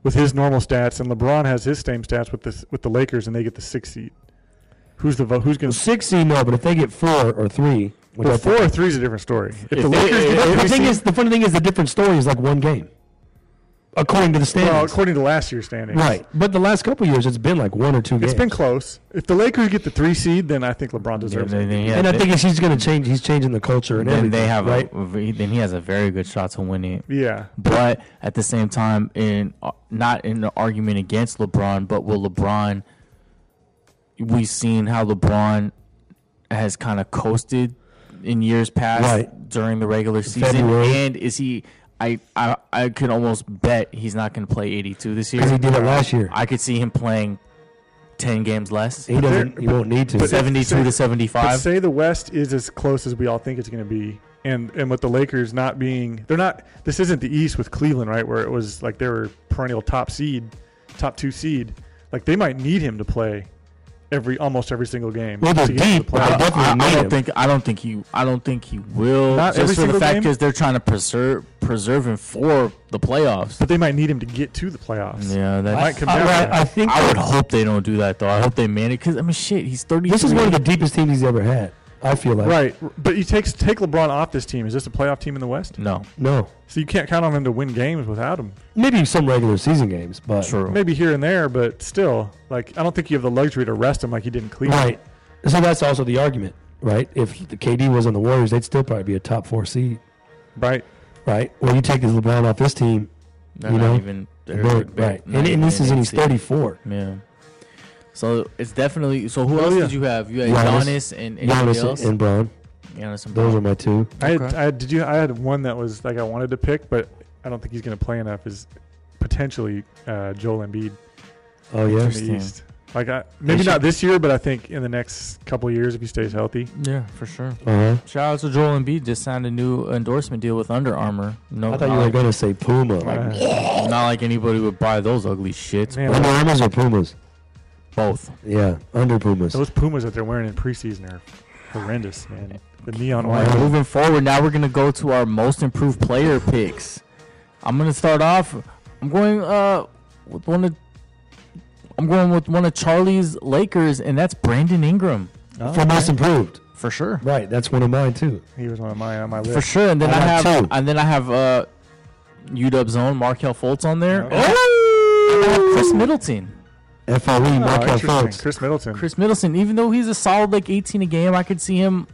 Speaker 3: with his normal stats and LeBron has his same stats with the with the Lakers and they get the 6 seed. Who's the vote? Who's going to
Speaker 1: Six seed, no, but if they get four or three, which I
Speaker 3: well,
Speaker 1: think-
Speaker 3: four or three is a different story. If,
Speaker 2: If
Speaker 3: the
Speaker 2: they-
Speaker 3: Lakers
Speaker 2: if-
Speaker 3: get
Speaker 2: if
Speaker 3: the
Speaker 1: the
Speaker 3: three
Speaker 1: thing
Speaker 3: seed-
Speaker 1: is, the funny thing is, the different story is like one game, according to the
Speaker 3: well,
Speaker 1: standings.
Speaker 3: according to last year's standings,
Speaker 1: right, but the last couple years, it's been like one or two
Speaker 3: It's
Speaker 1: games.
Speaker 3: been close. If the Lakers get the three seed, then I think LeBron deserves
Speaker 2: Then-
Speaker 3: it.
Speaker 2: then- yeah,
Speaker 1: and I
Speaker 2: they-
Speaker 1: think if he's going to change, he's changing the culture and
Speaker 2: then
Speaker 1: everything.
Speaker 2: they have
Speaker 1: right.
Speaker 2: a, then he has a very good shot to win it.
Speaker 3: Yeah,
Speaker 2: But at the same time, in uh, not in the argument against LeBron, but will LeBron? We've seen how LeBron has kind of coasted in years past
Speaker 1: Right.
Speaker 2: during the regular season,
Speaker 1: February.
Speaker 2: and is he? I, I I can almost bet he's not going to play 82 this year.
Speaker 1: because he did it last year.
Speaker 2: I could see him playing 10 games less,
Speaker 1: He doesn't. He won't need to.
Speaker 3: but-
Speaker 2: 72 to
Speaker 3: But
Speaker 2: 75.
Speaker 3: say the West is as close as we all think it's going to be, and and with the Lakers not being, they're not. This isn't the East with Cleveland, right? Where it was like they were perennial top seed, top two seed. Like they might need him to play every almost every single game.
Speaker 1: Well, they're
Speaker 3: to get to
Speaker 1: deep,
Speaker 3: the
Speaker 1: but
Speaker 2: I,
Speaker 1: they
Speaker 3: playoffs.
Speaker 1: definitely
Speaker 2: I- I
Speaker 1: need
Speaker 2: don't
Speaker 1: him.
Speaker 2: think I don't think he I don't think he will
Speaker 3: Not every
Speaker 2: just for the
Speaker 3: single
Speaker 2: fact
Speaker 3: game?
Speaker 2: because they're trying to preserve preserve him for the playoffs.
Speaker 3: But they might need him to get to the playoffs.
Speaker 2: Yeah,
Speaker 3: Might
Speaker 2: that's,
Speaker 3: come
Speaker 2: I,
Speaker 3: down to
Speaker 1: Uh, I,
Speaker 3: that.
Speaker 1: I think
Speaker 2: I would hope they don't do that though. I hope they manage because I mean shit, he's thirty.
Speaker 1: this is one of the deepest teams he's ever had. I feel like
Speaker 3: Right, but you take take LeBron off this team. Is this a playoff team in the West?
Speaker 2: no
Speaker 1: No,
Speaker 3: So you can't count on him to win games without him.
Speaker 1: maybe some regular season games, but
Speaker 2: true.
Speaker 3: Maybe here and there, but still, like I don't think you have the luxury to rest him like you did in Cleveland.
Speaker 1: right. So that's also the argument, right? If the KD was on the Warriors, they'd still probably be a top four seed,
Speaker 3: right.
Speaker 1: right? Or you take this LeBron off this team,
Speaker 2: They're
Speaker 1: you
Speaker 2: not
Speaker 1: know,
Speaker 2: even they're
Speaker 1: right?
Speaker 2: not
Speaker 1: right.
Speaker 2: even
Speaker 1: And, and this
Speaker 2: in
Speaker 1: is and he's
Speaker 2: eighth seed.
Speaker 1: thirty four.
Speaker 2: Yeah. So it's definitely so. Who
Speaker 3: Oh,
Speaker 2: else
Speaker 3: yeah.
Speaker 2: did you have? You had
Speaker 1: Giannis.
Speaker 2: Giannis, and anybody else.
Speaker 1: Giannis and Brown,
Speaker 2: Giannis and
Speaker 1: those
Speaker 2: Brown.
Speaker 1: are my two.
Speaker 3: I had,
Speaker 2: Okay.
Speaker 3: I had, did you? I had one that was like I wanted to pick, but I don't think he's going to play enough. Is potentially uh, Joel Embiid
Speaker 1: Oh
Speaker 3: in
Speaker 1: yeah,
Speaker 3: the
Speaker 2: Interesting.
Speaker 3: East. Like I, maybe
Speaker 2: should-
Speaker 3: not this year, but I think in the next couple of years, if he stays healthy,
Speaker 2: yeah, for sure.
Speaker 1: uh huh.
Speaker 2: Shout out to Joel Embiid. Just signed a new endorsement deal with Under Armour. No,
Speaker 1: I thought you
Speaker 2: not
Speaker 1: were
Speaker 2: like-
Speaker 1: gonna say Puma.
Speaker 3: Uh,
Speaker 2: Not like anybody would buy those ugly shits.
Speaker 3: Man,
Speaker 1: Under Armours or Pumas?
Speaker 2: Both.
Speaker 1: Yeah, under Pumas.
Speaker 3: those Pumas that they're wearing in preseason are horrendous, man. The neon
Speaker 2: All right,
Speaker 3: white.
Speaker 2: moving forward, now we're gonna go to our most improved player picks. I'm gonna start off. I'm going uh with one of. I'm going with one of Charlie's Lakers, and that's Brandon Ingram
Speaker 3: Oh,
Speaker 1: For most improved,
Speaker 2: for sure.
Speaker 1: right? That's one of mine too.
Speaker 3: He was one of my on my
Speaker 2: For
Speaker 3: list.
Speaker 2: sure, and then
Speaker 1: I
Speaker 2: I,
Speaker 1: got
Speaker 2: have
Speaker 1: two.
Speaker 2: and then I have uh UW's own Markel Fultz on there.
Speaker 1: Oh!
Speaker 3: Okay.
Speaker 2: And I have Chris Middleton.
Speaker 1: FRE,
Speaker 3: Oh,
Speaker 1: Markel
Speaker 3: interesting.
Speaker 1: Fultz.
Speaker 3: Chris Middleton.
Speaker 2: Chris Middleton, even though he's a solid like 18 a game, I could see him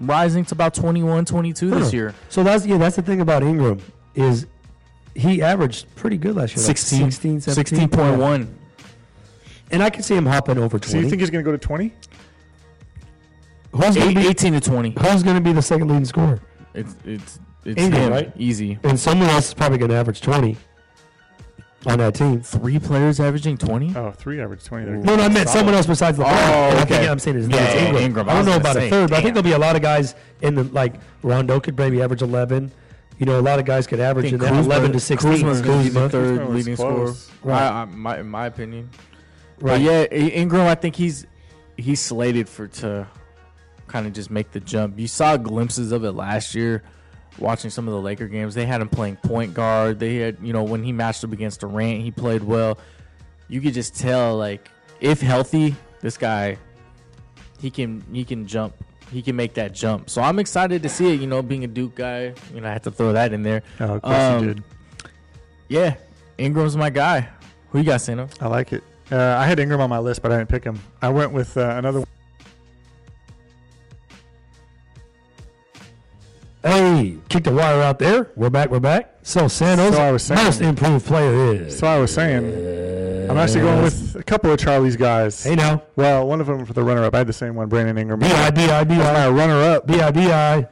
Speaker 2: rising to about 21, 22 this
Speaker 1: Huh.
Speaker 2: year.
Speaker 1: So that's yeah, that's the thing about Ingram is he averaged pretty good last year. like
Speaker 2: 16,
Speaker 1: 16 17.
Speaker 2: 16.1.
Speaker 1: And I can see him hopping over
Speaker 3: So you
Speaker 1: 20.
Speaker 3: think he's going to go to twenty?
Speaker 1: who's going
Speaker 2: Eight-
Speaker 1: to be
Speaker 2: 18 to 20.
Speaker 1: who's going to be the second leading scorer?
Speaker 2: It's it's it's
Speaker 1: Ingram,
Speaker 2: him.
Speaker 1: right?
Speaker 2: Easy.
Speaker 1: And someone else is probably going to average 20 on that team.
Speaker 2: Three players averaging 20?
Speaker 3: Oh, three average twenty. There.
Speaker 1: No, no, I meant
Speaker 2: Solid.
Speaker 1: someone else besides LeBron.
Speaker 2: Oh,
Speaker 1: And I
Speaker 2: okay.
Speaker 1: think I'm saying his name
Speaker 2: Yeah,
Speaker 1: is
Speaker 2: yeah,
Speaker 1: Ingram.
Speaker 2: Ingram.
Speaker 1: I
Speaker 2: I was
Speaker 1: don't know
Speaker 2: gonna
Speaker 1: about
Speaker 2: say,
Speaker 1: a third, but I think
Speaker 2: damn.
Speaker 1: there'll be a lot of guys in the like Rondo could maybe average 11. You know, a lot of guys could
Speaker 2: I
Speaker 1: average
Speaker 2: think
Speaker 1: in that
Speaker 2: Kuzma-
Speaker 1: 11 to 16.
Speaker 2: Kuzma's gonna be the
Speaker 1: Kuzma.
Speaker 2: third
Speaker 3: Kuzma was
Speaker 2: leading scorer.
Speaker 3: close.
Speaker 1: Right.
Speaker 2: I, I, my, in my opinion. But
Speaker 1: Right.
Speaker 2: yeah, I- Ingram, I think he's he's slated for to kind of just make the jump. You saw glimpses of it last year, watching some of the Laker games. They had him playing point guard. They had you know when he matched up against Durant, he played well. You could just tell like if healthy, this guy he can he can jump he can make that jump. So I'm excited to see it. You know, being a Duke guy, you know, I have to throw that in there.
Speaker 3: Oh, of course
Speaker 2: Um,
Speaker 3: you did.
Speaker 2: Yeah, Ingram's my guy. Who you got, Sano?
Speaker 3: I like it. Uh, I had Ingram on my list, but I didn't pick him. I went with uh, another.
Speaker 1: Hey, kick the wire out there. We're back. We're back. So Santos,
Speaker 3: So I was saying-
Speaker 1: most improved player is.
Speaker 3: So I was saying, I'm actually going with a couple of Charlie's guys.
Speaker 1: Hey now,
Speaker 3: Well, one of them for the runner-up. I had the same one, Brandon Ingram.
Speaker 1: B I B I B
Speaker 3: That's
Speaker 1: I
Speaker 3: my runner-up.
Speaker 1: B I B I.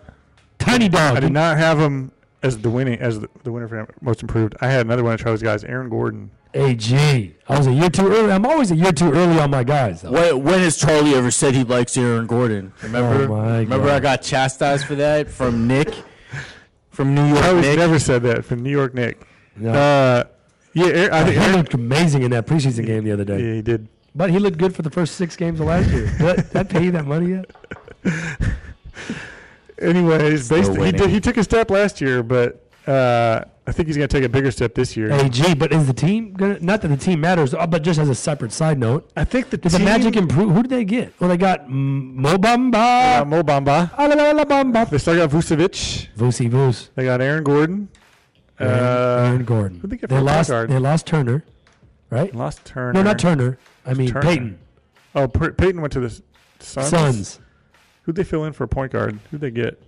Speaker 1: Tiny dog.
Speaker 3: I did not have him as the winning as the, the winner for most improved. I had another one of Charlie's guys, Aaron Gordon.
Speaker 1: Hey G, I was a year too early. I'm always a year too early on my guys. Though.
Speaker 2: When, when has Charlie ever said he likes Aaron Gordon? Remember?
Speaker 1: Oh, my
Speaker 2: Remember,
Speaker 1: God.
Speaker 2: I got chastised for that from Nick, from New York.
Speaker 3: Charlie's
Speaker 2: Nick.
Speaker 3: never said that from New York Nick.
Speaker 1: No.
Speaker 3: Uh, yeah, Aaron, I
Speaker 1: he
Speaker 3: think Aaron,
Speaker 1: looked amazing in that preseason game the other day.
Speaker 3: yeah, he did.
Speaker 1: But he looked good for the first six games of last year. Did I- did I pay you that money yet?
Speaker 3: Anyways, based, he,
Speaker 2: winning.
Speaker 3: did, he took a step last year, but uh, I think he's going to take a bigger step this year.
Speaker 1: Hey G, but is the team gonna? Not that the team matters, uh, but just as a separate side note,
Speaker 3: I think the
Speaker 1: did the
Speaker 3: team-
Speaker 1: Magic improve? Who did they get? Well, they got mm,
Speaker 3: Uh,
Speaker 1: Mobamba.
Speaker 3: Mo Bamba.
Speaker 1: Ah, Alalabamba.
Speaker 3: They still got Vucevic.
Speaker 1: Vusi Vus.
Speaker 3: They got Aaron Gordon.
Speaker 1: Aaron, Aaron
Speaker 3: uh,
Speaker 1: Gordon.
Speaker 3: who'd they
Speaker 1: They,
Speaker 3: get for a point
Speaker 1: lost.
Speaker 3: guard?
Speaker 1: They lost Turner, right?
Speaker 3: lost Turner.
Speaker 1: No, not Turner. I mean
Speaker 3: Turner.
Speaker 1: Peyton.
Speaker 3: Oh, Per- Peyton went to the S- Suns.
Speaker 1: Suns.
Speaker 3: Who'd they fill in for point guard? Who'd they get?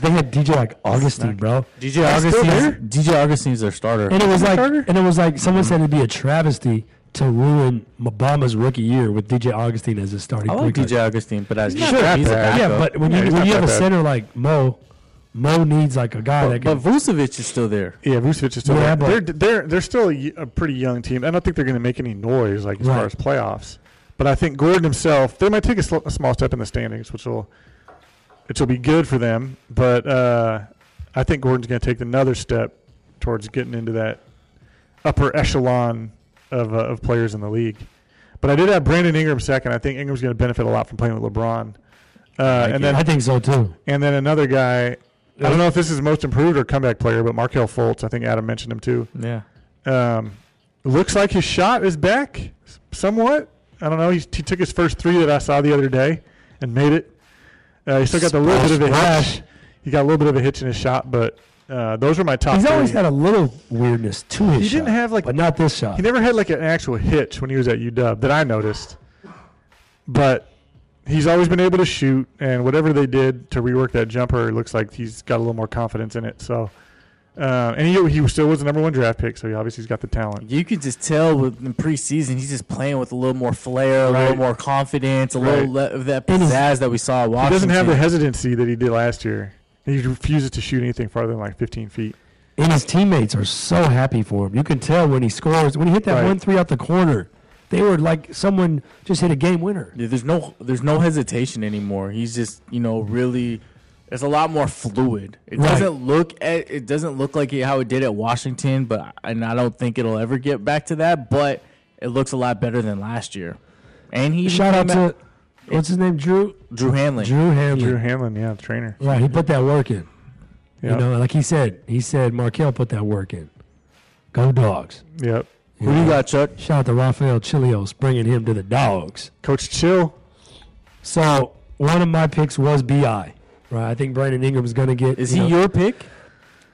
Speaker 1: They had DJ like Augustine,
Speaker 3: Snack.
Speaker 1: bro.
Speaker 2: DJ
Speaker 3: That's still there?
Speaker 2: Augustine's DJ Augustine's their starter.
Speaker 1: And it was like,
Speaker 3: Carter?
Speaker 1: and it was like someone said it'd be a travesty to ruin Mobama's rookie year with DJ Augustine as his starting
Speaker 2: I like
Speaker 1: point guard.
Speaker 2: DJ Augustine, but as
Speaker 3: He's not that
Speaker 2: he's a
Speaker 3: bad.
Speaker 2: backup.
Speaker 1: Yeah, but when
Speaker 3: Yeah,
Speaker 1: you
Speaker 3: he's
Speaker 1: when
Speaker 3: not
Speaker 1: you have
Speaker 3: that
Speaker 1: a
Speaker 3: bad.
Speaker 1: center like Mo, Mo needs like a guy
Speaker 2: but,
Speaker 1: that can.
Speaker 2: but Vucevic is still there.
Speaker 3: Yeah, Vucevic is still
Speaker 1: Yeah,
Speaker 3: there.
Speaker 1: but-
Speaker 3: They're, they're, they're still a, y- a pretty young team. I don't think they're going to make any noise like as
Speaker 1: Right.
Speaker 3: far as playoffs. But I think Gordon himself, they might take a, sl- a small step in the standings, which will which will be good for them. But uh, I think Gordon's going to take another step towards getting into that upper echelon of, uh, of players in the league. But I did have Brandon Ingram second. I think Ingram's going to benefit a lot from playing with LeBron. Uh,
Speaker 2: like
Speaker 3: and
Speaker 2: it.
Speaker 3: then
Speaker 1: I think so too.
Speaker 3: and then another guy, I don't know if this is most improved or comeback player, but Markel Fultz, I think Adam mentioned him too.
Speaker 2: Yeah.
Speaker 3: Um, looks like his shot is back somewhat. I don't know. He, he took his first three that I saw the other day and made it. Uh, he still got the little bit of a
Speaker 1: Splash.
Speaker 3: hitch. He got a little bit of a hitch in his shot, but uh, those are my top.
Speaker 1: He's
Speaker 3: three.
Speaker 1: always had a little weirdness to his
Speaker 3: He
Speaker 1: shot,
Speaker 3: didn't have, like-
Speaker 1: but not this shot.
Speaker 3: He never had like an actual hitch when he was at UW that I noticed. But he's always been able to shoot, and whatever they did to rework that jumper, it looks like he's got a little more confidence in it. So, uh, and he, he still was the number one draft pick, so he obviously has got the talent.
Speaker 2: You could just tell with in preseason he's just playing with a little more flair, a little
Speaker 3: Right.
Speaker 2: more confidence, a little
Speaker 3: Right.
Speaker 2: le- of that
Speaker 1: And he's-
Speaker 2: pizzazz that we saw at
Speaker 3: He
Speaker 2: Washington.
Speaker 3: doesn't have the hesitancy that he did last year. He refuses to shoot anything farther than like 15 feet.
Speaker 1: and his teammates are so happy for him. You can tell when he scores, when he hit that
Speaker 3: Right.
Speaker 1: one three out the corner, they were like someone just hit a game winner.
Speaker 2: Yeah, there's no there's no hesitation anymore. He's just you know really. It's a lot more fluid. It
Speaker 1: Right.
Speaker 2: doesn't look at, it doesn't look like it, how it did at Washington, but and I don't think it'll ever get back to that. But it looks a lot better than last year. And he
Speaker 1: Shout out to what's his name, Drew
Speaker 2: Drew Hanley.
Speaker 1: Drew Hanley.
Speaker 3: Drew Hanlon, yeah, the trainer.
Speaker 1: Right, he put that work in.
Speaker 3: Yep.
Speaker 1: You know, like he said, he said Markel put that work in. Go dogs.
Speaker 3: Yep.
Speaker 2: Who do you got, Chuck?
Speaker 1: Shout out to Rafael Chilios bringing him to the dogs.
Speaker 3: Coach Chill.
Speaker 1: So one of my picks was Bi. Right, I think Brandon Ingram's gonna get.
Speaker 2: Is
Speaker 1: you
Speaker 2: he
Speaker 1: Know,
Speaker 2: your pick?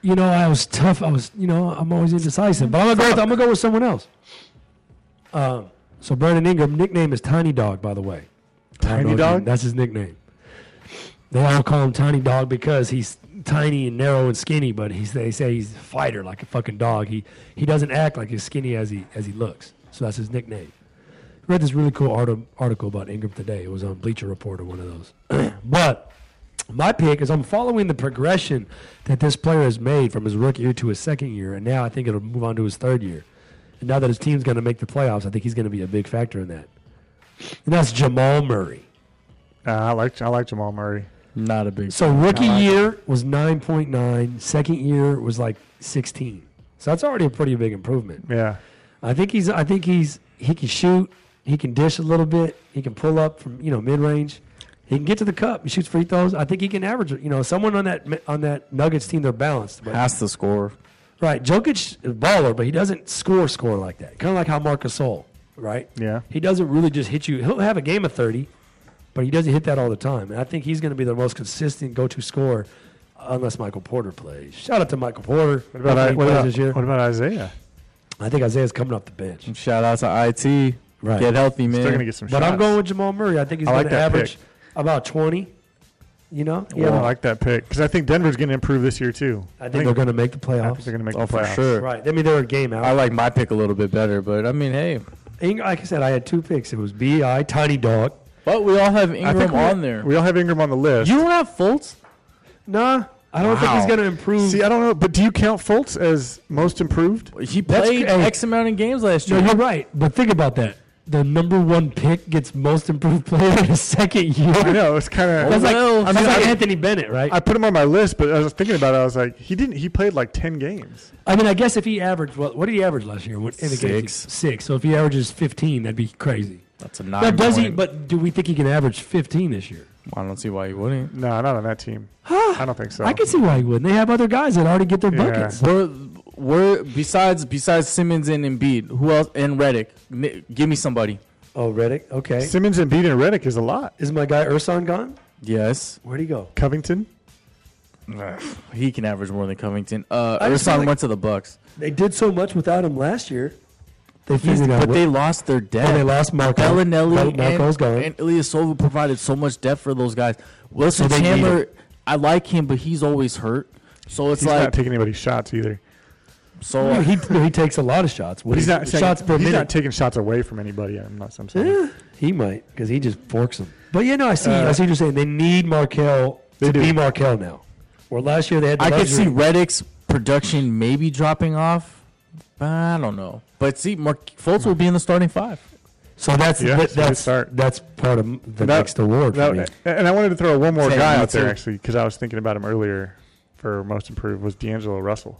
Speaker 1: you know, I was tough. I was, you know, I'm always indecisive. But I'm gonna go. With, I'm gonna go with someone else. Um, so Brandon Ingram, nickname is Tiny Dog, by the way. I don't
Speaker 3: Tiny
Speaker 1: know if you-
Speaker 3: Dog?
Speaker 1: That's his nickname. They all call him Tiny Dog because he's tiny and narrow and skinny, but he's, they say he's a fighter like a fucking dog. He he doesn't act like as skinny as he as he looks. So that's his nickname. Read this really cool art- article about Ingram today. It was on Bleacher Report or one of those. but my pick is I'm following the progression that this player has made from his rookie year to his second year, and now I think it'll move on to his third year. And now that his team's going to make the playoffs, I think he's going to be a big factor in that. And that's Jamal Murray.
Speaker 3: Uh, I like I like Jamal Murray.
Speaker 2: Not a big.
Speaker 1: So rookie
Speaker 2: I like
Speaker 1: year was 9.9, second year was like 16. So that's already a pretty big improvement.
Speaker 3: Yeah.
Speaker 1: I think he's. I think he's. He can shoot. He can dish a little bit. He can pull up from you know mid range. He can get to the cup. He shoots free throws. I think he can average. You know, someone on that on that Nuggets team, they're balanced. But,
Speaker 2: Has to score.
Speaker 1: right, Jokic is a baller, but he doesn't score score like that. Kind of like how Marcus Sol, right?
Speaker 3: Yeah.
Speaker 1: He doesn't really just hit you. He'll have a game of thirty, but he doesn't hit that all the time. And I think he's going to be the most consistent go-to scorer unless Michael Porter plays. Shout out to Michael Porter.
Speaker 3: What about,
Speaker 1: Hopefully
Speaker 3: I,
Speaker 1: he
Speaker 3: what,
Speaker 1: plays
Speaker 3: about,
Speaker 1: this year?
Speaker 3: what about Isaiah?
Speaker 1: I think Isaiah's coming off the bench.
Speaker 2: And shout out to IT.
Speaker 1: Right.
Speaker 2: Get healthy, man.
Speaker 3: Still gonna get some
Speaker 1: But
Speaker 3: shots.
Speaker 1: I'm going with Jamal Murray. I think he's
Speaker 3: I like
Speaker 1: going to
Speaker 3: that
Speaker 1: average
Speaker 3: pick.
Speaker 1: about 20. You know,
Speaker 3: Yeah,
Speaker 1: yeah.
Speaker 3: I like that pick because I think Denver's going to improve this year too.
Speaker 1: I think they're going to make the
Speaker 3: I think
Speaker 1: playoffs.
Speaker 3: they're going to make
Speaker 2: oh,
Speaker 3: the
Speaker 2: for
Speaker 3: playoffs.
Speaker 2: sure.
Speaker 1: Right. I mean, they're a game
Speaker 2: I
Speaker 1: out.
Speaker 2: like my pick a little bit better, but I mean, hey.
Speaker 1: Ing- Like I said, I had two picks. It was Bi Tiny Dog.
Speaker 2: But we all have
Speaker 3: I
Speaker 2: Ingram
Speaker 3: we-
Speaker 2: on there.
Speaker 3: We all have Ingram on the list.
Speaker 2: you don't have Fultz?
Speaker 1: Nah, I don't think
Speaker 2: Wow.
Speaker 1: he's going to improve.
Speaker 3: See, I don't know, but do you count Fultz as most improved?
Speaker 2: He
Speaker 1: That's
Speaker 2: played
Speaker 1: cra- hey.
Speaker 2: X amount of games last
Speaker 1: no,
Speaker 2: year.
Speaker 1: you're right. But think about that. The number one pick gets most improved player in his second year.
Speaker 3: I know it's kind of.
Speaker 1: That's like,
Speaker 2: Well,
Speaker 1: that's
Speaker 2: I mean,
Speaker 1: like
Speaker 2: I-
Speaker 1: Anthony Bennett, right?
Speaker 3: I put him on my list, but I was thinking about it. I was like, he didn't. He played like ten games.
Speaker 1: I mean, I guess if he averaged, well, what did he average last year? What, in the games?
Speaker 2: Six.
Speaker 1: Six. So if he averages 15, that'd be crazy.
Speaker 2: That's a
Speaker 1: Now,
Speaker 2: nine.
Speaker 1: does he?
Speaker 2: point.
Speaker 1: But do we think he can average 15 this year?
Speaker 2: I don't see why he wouldn't.
Speaker 3: No, not on that team. I don't think so.
Speaker 1: I can see why he wouldn't. They have other guys that already get their
Speaker 3: Yeah.
Speaker 1: buckets.
Speaker 2: We're, we're besides besides Simmons and Embiid, who else? And Reddick. N- give me somebody.
Speaker 1: Oh, Reddick. Okay.
Speaker 3: Simmons and Beat and Reddick is a lot.
Speaker 1: Is my guy Urson gone?
Speaker 2: Yes,
Speaker 1: Where'd he go?
Speaker 3: Covington.
Speaker 2: he can average more than Covington. Uh,
Speaker 1: I just feel
Speaker 2: Ersan
Speaker 1: like-
Speaker 2: went to the Bucks,
Speaker 1: They did so much without him last year. They
Speaker 2: He's-
Speaker 1: figured out.
Speaker 2: but
Speaker 1: what-
Speaker 2: they lost their depth.
Speaker 1: Oh, they lost Marco.
Speaker 2: Bellinelli
Speaker 1: Marco's
Speaker 2: and,
Speaker 1: gone.
Speaker 2: and Ilyasova provided so much depth for those guys. Wilson
Speaker 1: So they need
Speaker 2: Chandler, I like him, but he's always hurt. So it's
Speaker 3: He's not
Speaker 2: like
Speaker 3: taking anybody's shots either.
Speaker 1: No,
Speaker 2: so.
Speaker 1: he, no, he takes a lot of shots. What
Speaker 3: He's
Speaker 1: do you-
Speaker 3: not
Speaker 1: shots per
Speaker 3: he's
Speaker 1: minute.
Speaker 3: not taking shots away from anybody. I'm not. I'm sorry.
Speaker 1: Eh, he might because he just forks Uh, them. But yeah, no, I see. I see what you're saying. They need Markel to
Speaker 3: They do.
Speaker 1: be Markel now. Where last year they had. The
Speaker 2: I could
Speaker 1: luxury-
Speaker 2: see Reddick's production maybe dropping off. but I don't know. But see, Mark Fultz will be in the starting five.
Speaker 1: So that's
Speaker 3: Yeah,
Speaker 1: that,
Speaker 3: so they
Speaker 1: that's
Speaker 3: start.
Speaker 1: that's part of the
Speaker 3: That-
Speaker 1: next award for
Speaker 3: that-
Speaker 1: me.
Speaker 3: And I wanted to throw one more
Speaker 2: Same,
Speaker 3: guy
Speaker 2: me
Speaker 3: out there
Speaker 2: too.
Speaker 3: actually because I was thinking about him earlier for most improved was D'Angelo Russell.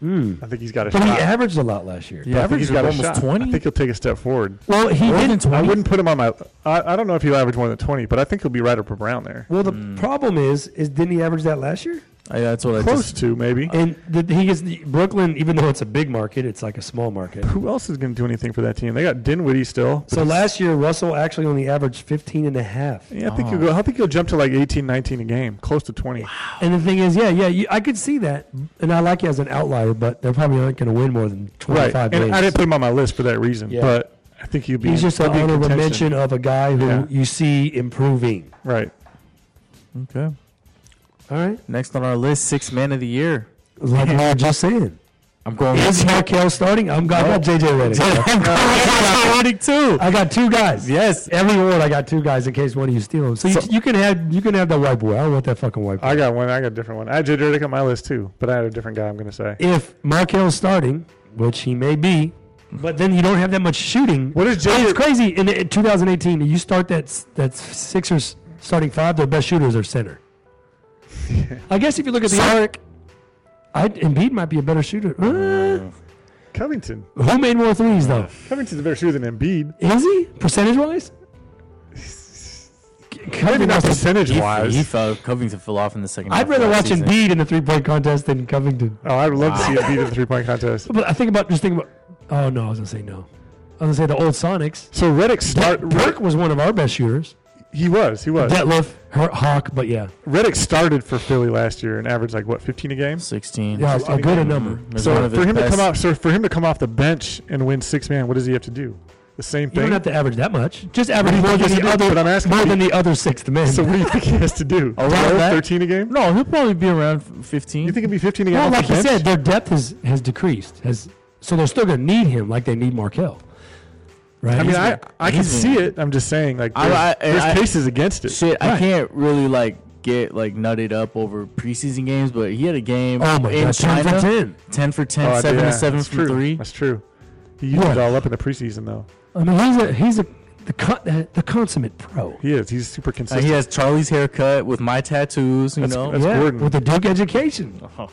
Speaker 1: Hmm.
Speaker 3: I think he's got a
Speaker 1: But he
Speaker 3: shot.
Speaker 1: averaged a lot last year.
Speaker 2: Yeah.
Speaker 3: But I think he's
Speaker 2: averaged
Speaker 3: got a
Speaker 2: almost
Speaker 3: shot.
Speaker 2: 20?
Speaker 3: I think he'll take a step forward.
Speaker 1: Well, he
Speaker 2: More
Speaker 1: didn't.
Speaker 2: than
Speaker 3: I
Speaker 2: 20?
Speaker 3: wouldn't put him on my. I, I don't know if he'll average more than twenty, but I think he'll be right up around there.
Speaker 1: Well, the problem is, is didn't he average that last year?
Speaker 2: I, that's what I
Speaker 3: Close
Speaker 2: just.
Speaker 3: to maybe.
Speaker 1: And the, he is Brooklyn, even though it's a big market, it's like a small market.
Speaker 3: Who else is going to do anything for that team? They got Dinwiddie still.
Speaker 1: So last year, Russell actually only averaged 15 and a half.
Speaker 3: yeah, I think
Speaker 2: Oh.
Speaker 3: he'll go. I think he'll jump to like 18, 19 a game, close to twenty.
Speaker 1: And the thing is, yeah, yeah, you, I could see that. And I like you as an outlier, but they probably aren't going to win more than
Speaker 3: Right,
Speaker 1: 25
Speaker 3: and
Speaker 1: games.
Speaker 3: I didn't put him on my list for that reason.
Speaker 1: Yeah.
Speaker 3: But I think he'll be.
Speaker 1: He's just an
Speaker 3: he'll be in
Speaker 1: honorable
Speaker 3: contention.
Speaker 1: mention of a guy who
Speaker 3: Yeah.
Speaker 1: you see improving.
Speaker 3: Right.
Speaker 2: Okay.
Speaker 1: All right?
Speaker 2: Next on our list, six man of the year.
Speaker 1: Like we were just saying.
Speaker 2: I'm going.
Speaker 1: Is
Speaker 2: with
Speaker 1: Markel starting? I'm, I got JJ Redick.
Speaker 2: I'm going with Reddick too.
Speaker 1: I got two guys.
Speaker 2: Yes.
Speaker 1: Every award, I got two guys in case one of you steal them. So, you, you can have you can have that white boy. I don't want that fucking white boy.
Speaker 3: I got one. I got a different one. I had J. Redick on my list too, but I had a different guy. I'm going to say.
Speaker 1: if Markel's starting, which he may be, but then you don't have that much shooting.
Speaker 3: What is
Speaker 1: It's
Speaker 3: J.
Speaker 1: crazy. In, in 2018, you start that s- that Sixers starting five. Their best shooters are center. I guess if you look at the arc, I Embiid might be a better shooter. Uh,
Speaker 3: Covington?
Speaker 1: who made more threes though?
Speaker 3: Covington's a better shooter than Embiid.
Speaker 1: Is he percentage wise?
Speaker 3: Maybe not percentage
Speaker 2: He,
Speaker 3: wise.
Speaker 2: he fell. Covington fell off in the second. half
Speaker 1: I'd
Speaker 2: of
Speaker 1: rather
Speaker 2: that
Speaker 1: watch
Speaker 2: season.
Speaker 1: Embiid in the three point contest than Covington.
Speaker 3: Oh, I would love to see Embiid in the three point contest.
Speaker 1: But I think about just think about. Oh no, I was gonna say no. I was gonna say the old Sonics.
Speaker 3: So Reddick start.
Speaker 1: Burke was one of our best shooters.
Speaker 3: He was. He was.
Speaker 1: Detlef, Her- Hawk, but yeah,
Speaker 3: Reddick started for Philly last year and averaged like what 15 a game.
Speaker 2: Sixteen.
Speaker 1: yeah, a good a number.
Speaker 2: Mhm. Is one
Speaker 3: So
Speaker 2: of
Speaker 3: for
Speaker 2: his
Speaker 3: him to
Speaker 2: best.
Speaker 3: come off, so for him to come off the bench and win six man, what does he have to do? The same
Speaker 1: You don't
Speaker 3: thing.
Speaker 1: have to average that much. Just average
Speaker 3: What do
Speaker 1: more
Speaker 3: you
Speaker 1: than
Speaker 3: think
Speaker 1: the
Speaker 3: he did?
Speaker 1: other.
Speaker 3: But I'm asking
Speaker 1: more
Speaker 3: what
Speaker 1: than the other sixth man.
Speaker 3: so what do you think he has to do?
Speaker 2: Around
Speaker 3: 12,
Speaker 2: that.
Speaker 3: 13 a game?
Speaker 2: No, he'll probably be around f- fifteen.
Speaker 3: You think it'd be 15 a game?
Speaker 1: no,
Speaker 3: off
Speaker 1: like
Speaker 3: the
Speaker 1: you
Speaker 3: bench?
Speaker 1: said, their depth has has decreased. Has so they're still gonna need him like they need Markel. Right.
Speaker 3: I mean, I, I can
Speaker 2: he's
Speaker 3: see it. I'm just saying, like,
Speaker 2: I-
Speaker 3: there's,
Speaker 2: I- and
Speaker 3: there's
Speaker 2: I-
Speaker 3: cases against it.
Speaker 2: Shit, I
Speaker 1: Right.
Speaker 2: can't really like get like nutted up over preseason games, but he had a game
Speaker 1: oh my
Speaker 2: in
Speaker 1: god,
Speaker 2: China.
Speaker 1: ten for ten.
Speaker 2: 10 for 10,
Speaker 3: Oh, I-
Speaker 2: 7
Speaker 3: yeah,
Speaker 2: and 7
Speaker 3: that's
Speaker 2: from
Speaker 3: true.
Speaker 2: 3.
Speaker 3: That's true. He used
Speaker 1: Yeah.
Speaker 3: it all up in the preseason, though.
Speaker 1: I mean, he's a he's a the con- the consummate pro.
Speaker 3: He is. He's super
Speaker 2: Uh, he
Speaker 3: consistent.
Speaker 2: has Charlie's haircut with my tattoos, you
Speaker 3: That's-
Speaker 2: know.
Speaker 3: that's-
Speaker 1: yeah,
Speaker 3: Gordon.
Speaker 1: with a Duke education
Speaker 2: Oh,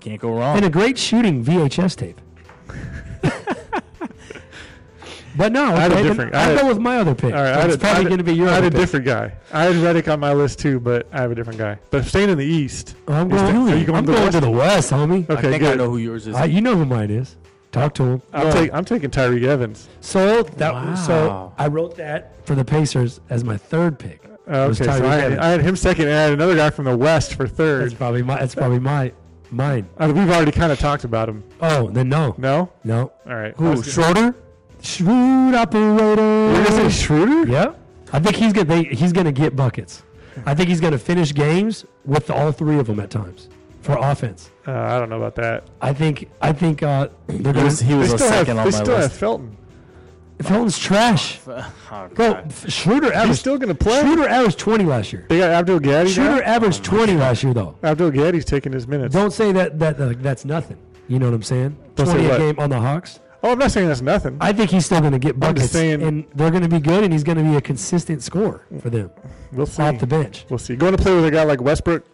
Speaker 2: can't go wrong.
Speaker 1: and a great shooting VHS tape. but no,
Speaker 3: had
Speaker 1: okay,
Speaker 3: a
Speaker 1: then
Speaker 3: different- I
Speaker 1: I'll
Speaker 3: had-
Speaker 1: go with my other pick.
Speaker 3: all right, I
Speaker 1: It's
Speaker 3: had, a- I
Speaker 1: probably
Speaker 3: had a-
Speaker 1: going to be your
Speaker 3: I had
Speaker 1: other
Speaker 3: a
Speaker 1: pick.
Speaker 3: different guy. I had Reddick on my list too, but I have a different guy. But staying in the East,
Speaker 1: I'm
Speaker 3: Is
Speaker 1: going,
Speaker 3: that- are you going
Speaker 1: I'm
Speaker 3: to the
Speaker 1: going to the West, homie.
Speaker 2: I
Speaker 3: okay,
Speaker 2: think I
Speaker 3: good.
Speaker 2: know who yours is.
Speaker 1: I, you know who mine is. Talk to him.
Speaker 3: I'm, take, I'm taking Tyreek Evans.
Speaker 1: So that so
Speaker 2: Wow.
Speaker 1: I wrote that for the Pacers as my third pick.
Speaker 3: Uh,
Speaker 1: was
Speaker 3: okay, so
Speaker 1: Tyreek
Speaker 3: I,
Speaker 1: Evans.
Speaker 3: I had him second, and I had another guy from the West for
Speaker 1: that's
Speaker 3: third.
Speaker 1: probably my that's probably my mine.
Speaker 3: Uh, we've already kind of talked about him.
Speaker 1: Oh, then no,
Speaker 3: No?
Speaker 1: no.
Speaker 3: All right. I
Speaker 1: Who
Speaker 3: was gonna-
Speaker 1: Schroeder? Shrewd operator.
Speaker 3: You're going to say Schroeder?
Speaker 1: Yeah, I think he's gonna they, he's gonna get buckets. I think he's gonna finish games with all three of them at times for offense.
Speaker 3: Uh, I don't know about that.
Speaker 1: I think I think uh, they're
Speaker 2: He
Speaker 1: gonna.
Speaker 2: was, he was
Speaker 3: they
Speaker 2: a
Speaker 3: still, have,
Speaker 2: second
Speaker 3: they
Speaker 2: on my
Speaker 3: still have
Speaker 2: list.
Speaker 3: Felton.
Speaker 1: Felton's trash.
Speaker 2: Oh,
Speaker 1: Bro,
Speaker 2: God.
Speaker 1: F- Schroeder
Speaker 3: He's
Speaker 1: averaged
Speaker 3: still going to play.
Speaker 1: Schroeder averaged twenty last year.
Speaker 3: They got Abdul Gaddy
Speaker 1: Schroeder
Speaker 3: now.
Speaker 1: averaged
Speaker 2: Oh,
Speaker 1: twenty last year though.
Speaker 3: Abdul Gaddy's taking his minutes.
Speaker 1: Don't say that that like, that's nothing. You know what I'm saying?
Speaker 3: Don't say
Speaker 1: Twenty a
Speaker 3: what?
Speaker 1: game on the Hawks.
Speaker 3: Oh, I'm not saying that's nothing.
Speaker 1: I think he's still going to get
Speaker 3: I'm just
Speaker 1: buckets,
Speaker 3: saying-
Speaker 1: and they're going to be good, and he's going to be a consistent scorer for them
Speaker 3: we'll see.
Speaker 1: off the bench.
Speaker 3: We'll see. Going to play with a guy like Westbrook.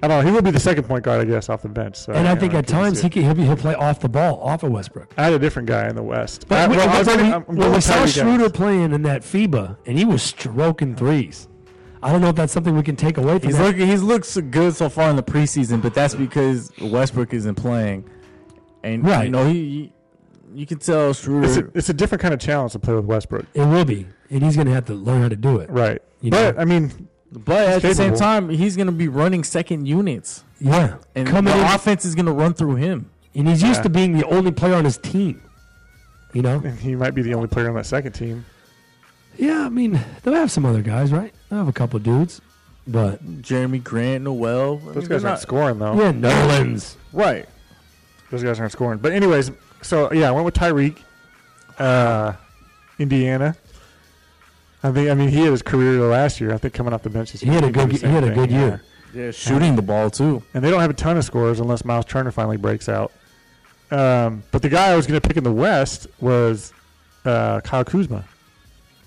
Speaker 3: I don't know. He will be the second point guard, I guess, off the bench. So,
Speaker 1: And I
Speaker 3: you
Speaker 1: think
Speaker 3: know,
Speaker 1: at
Speaker 3: keep us
Speaker 1: times
Speaker 3: here.
Speaker 1: he can, he'll, be, he'll play off the ball, off of Westbrook.
Speaker 3: I had a different guy in the West. I,
Speaker 1: But we,
Speaker 3: well, I
Speaker 1: but
Speaker 3: was
Speaker 1: when
Speaker 3: gonna-
Speaker 1: we-
Speaker 3: I'm- I'm
Speaker 1: when
Speaker 3: going
Speaker 1: we
Speaker 3: with
Speaker 1: saw
Speaker 3: Tyreek
Speaker 1: Schroeder
Speaker 3: Evans.
Speaker 1: playing in that FIBA, and he was stroking threes. I don't know if that's something we can take away from
Speaker 2: He's
Speaker 1: that.
Speaker 2: looking. He's looked so good so far in the preseason, but that's because Westbrook isn't playing, and
Speaker 1: Right.
Speaker 2: you know he, he- you can tell
Speaker 3: It's
Speaker 2: Schroeder.
Speaker 3: a, it's a different kind of challenge to play with Westbrook.
Speaker 1: it will be, and he's going to have to learn how to do it.
Speaker 3: Right.
Speaker 1: You
Speaker 3: but,
Speaker 1: know.
Speaker 3: I mean,
Speaker 2: but at the same
Speaker 3: capable.
Speaker 2: time, he's going to be running second units,
Speaker 1: Yeah,
Speaker 2: and
Speaker 1: coming
Speaker 2: the
Speaker 1: in,
Speaker 2: offense is going to run through him.
Speaker 1: and he's used
Speaker 3: Yeah.
Speaker 1: to being the only player on his team. You know,
Speaker 3: he might be the only player on that second team.
Speaker 1: Yeah, I mean, they'll have some other guys, right? They'll have a couple dudes. But
Speaker 2: Jeremy Grant, Noel. I mean,
Speaker 3: Those
Speaker 2: they're
Speaker 3: guys aren't scoring, though.
Speaker 1: yeah, Nolan's.
Speaker 2: right.
Speaker 3: Those guys aren't scoring. But anyways, so yeah, I went with Tyreek, uh, Indiana. I think I mean he had his career last year. I think coming off the bench, he's
Speaker 1: He had a
Speaker 3: gonna
Speaker 1: good
Speaker 3: do the
Speaker 1: he had a
Speaker 3: same
Speaker 1: good
Speaker 3: thing,
Speaker 1: year.
Speaker 3: yeah.
Speaker 2: Yeah, shooting the ball too.
Speaker 3: And they don't have a ton of scores unless Miles Turner finally breaks out. Um, but the guy I was going to pick in the West was uh, Kyle Kuzma,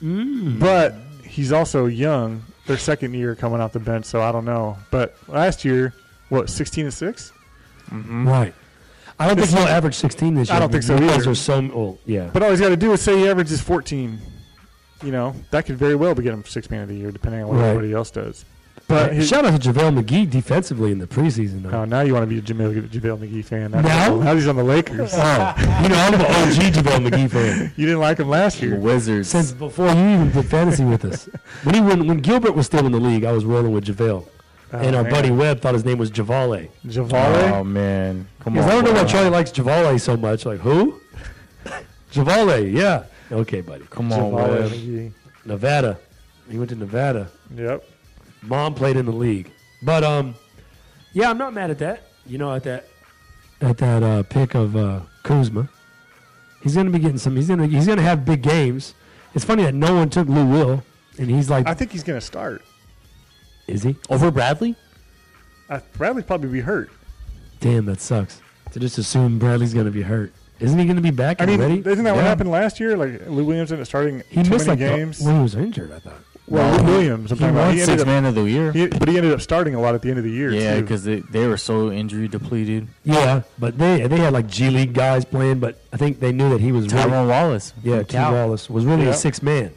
Speaker 3: but he's also young. Their second year coming off the bench, so I don't know. But last year, what sixteen and six?
Speaker 1: Right. Mm-hmm. I don't think
Speaker 3: It's-
Speaker 1: he'll average 16 this year.
Speaker 3: I don't think so
Speaker 1: The Bulls
Speaker 3: either.
Speaker 1: Are so well, yeah.
Speaker 3: But all he's got to do is say he averages 14. You know, that could very well be getting him six man of the year, depending on what
Speaker 1: Right.
Speaker 3: everybody else does. But
Speaker 1: Hey,
Speaker 3: his,
Speaker 1: shout out to JaVale McGee defensively in the preseason.
Speaker 3: oh,
Speaker 1: Though.
Speaker 3: now you want to be a JaVale, JaVale McGee fan. Now,
Speaker 1: Now?
Speaker 3: now he's on the Lakers. Oh.
Speaker 1: you know, I'm an OG JaVale McGee fan.
Speaker 3: You didn't like him last year.
Speaker 2: Wizards.
Speaker 1: Since before you even did fantasy with us. When, he, when, when Gilbert was still in the league, I was rolling with JaVale.
Speaker 3: Oh,
Speaker 1: and our
Speaker 3: man.
Speaker 1: buddy Webb thought his name was JaVale.
Speaker 3: JaVale?
Speaker 2: oh man, come on.
Speaker 1: Because I don't know why
Speaker 2: bro.
Speaker 1: Charlie likes Javale so much. Like who? Javale, yeah. Okay, buddy.
Speaker 2: Come on,
Speaker 3: JaVale
Speaker 2: Webb.
Speaker 3: McGee.
Speaker 1: Nevada. He went to Nevada.
Speaker 3: Yep.
Speaker 1: Mom played in the league. But um yeah, I'm not mad at that. You know, at that at that uh, pick of uh, Kuzma. He's gonna be getting some he's gonna he's gonna have big games. It's funny that no one took Lou Will and he's like
Speaker 3: I think he's going to start.
Speaker 1: Is he?
Speaker 2: Over Bradley?
Speaker 3: I, Bradley'd probably be hurt.
Speaker 1: Damn, that sucks. To just assume Bradley's gonna be hurt. Isn't he gonna be back
Speaker 3: I mean,
Speaker 1: already?
Speaker 3: isn't that what
Speaker 1: Yeah.
Speaker 3: happened last year? Like, Lou Williams ended up starting
Speaker 1: He
Speaker 3: too
Speaker 1: missed
Speaker 3: many
Speaker 1: like the-
Speaker 3: games.
Speaker 1: when he was injured, I thought.
Speaker 3: well, Lou Williams. I'm
Speaker 2: He
Speaker 3: talking about.
Speaker 2: won
Speaker 3: He
Speaker 2: six
Speaker 3: ended up,
Speaker 2: man of the year.
Speaker 3: he, but he ended up starting a lot at the end of the year.
Speaker 2: Yeah,
Speaker 3: too.
Speaker 2: because they, they were so injury depleted.
Speaker 1: Yeah, but they they had like G League guys playing, but I think they knew that he was really,
Speaker 2: Tyrone Wallace.
Speaker 1: yeah,
Speaker 2: from
Speaker 1: T
Speaker 2: Cal.
Speaker 1: Wallace was really
Speaker 3: Yeah.
Speaker 1: a six man,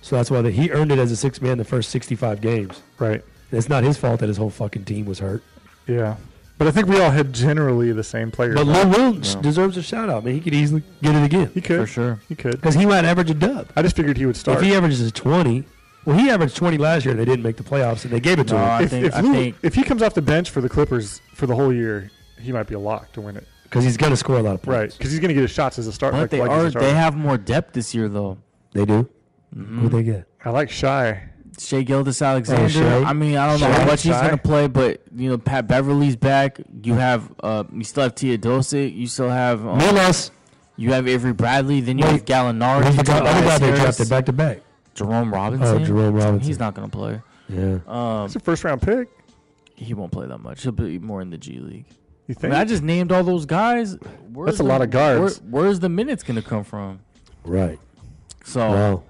Speaker 1: so that's why the, he earned it as a six man the first sixty five games.
Speaker 3: Right.
Speaker 1: And it's not his fault that his whole fucking team was hurt.
Speaker 3: Yeah. But I think we all had generally the same player.
Speaker 1: But Lou Williams
Speaker 2: Yeah.
Speaker 1: deserves a shout out. Man, he could easily get it again
Speaker 3: he could.
Speaker 2: For sure.
Speaker 3: He could.
Speaker 1: because he might average a dub.
Speaker 3: I just figured he would start.
Speaker 1: If he averages a twenty, well, he averaged twenty last year. and They didn't make the playoffs, and they gave it to
Speaker 2: No,
Speaker 1: him.
Speaker 2: I
Speaker 3: if,
Speaker 2: think-
Speaker 3: if
Speaker 2: I
Speaker 3: Lou-
Speaker 2: think-
Speaker 3: if he comes off the bench for the Clippers for the whole year, he might be a lock to win it.
Speaker 1: because he's gonna score a lot of points.
Speaker 3: Right. Because he's going to get his shots as a start.
Speaker 2: But
Speaker 3: like,
Speaker 2: they
Speaker 3: like as a
Speaker 2: are
Speaker 3: starter.
Speaker 2: they have more depth this year though.
Speaker 1: They do. Who they Oh, get?
Speaker 3: I like Shy.
Speaker 2: Shea Gildas Alexander.
Speaker 1: Shea.
Speaker 2: I mean, I don't know
Speaker 3: Shea.
Speaker 2: how much he's
Speaker 3: Shea.
Speaker 2: gonna play, but you know, Pat Beverly's back. You have uh you still have Tia Dosic, you still have
Speaker 1: Oh.
Speaker 2: um,
Speaker 1: Milos.
Speaker 2: you have Avery Bradley, then you
Speaker 1: Wait.
Speaker 2: have Gallinari,
Speaker 1: Who's the guy- other guy
Speaker 2: Tobias
Speaker 1: they
Speaker 2: Harris,
Speaker 1: drafted back to back?
Speaker 2: Jerome Robinson.
Speaker 1: Oh, Jerome Robinson.
Speaker 2: He's not gonna play.
Speaker 1: Yeah.
Speaker 2: Um
Speaker 3: It's a first round pick.
Speaker 2: he won't play that much. He'll be more in the G League.
Speaker 3: You
Speaker 2: I
Speaker 3: think?
Speaker 2: mean, I just named all those guys. Where's
Speaker 3: That's a lot of guards.
Speaker 2: where- where's the minutes gonna come from?
Speaker 1: Right.
Speaker 2: So
Speaker 1: Wow.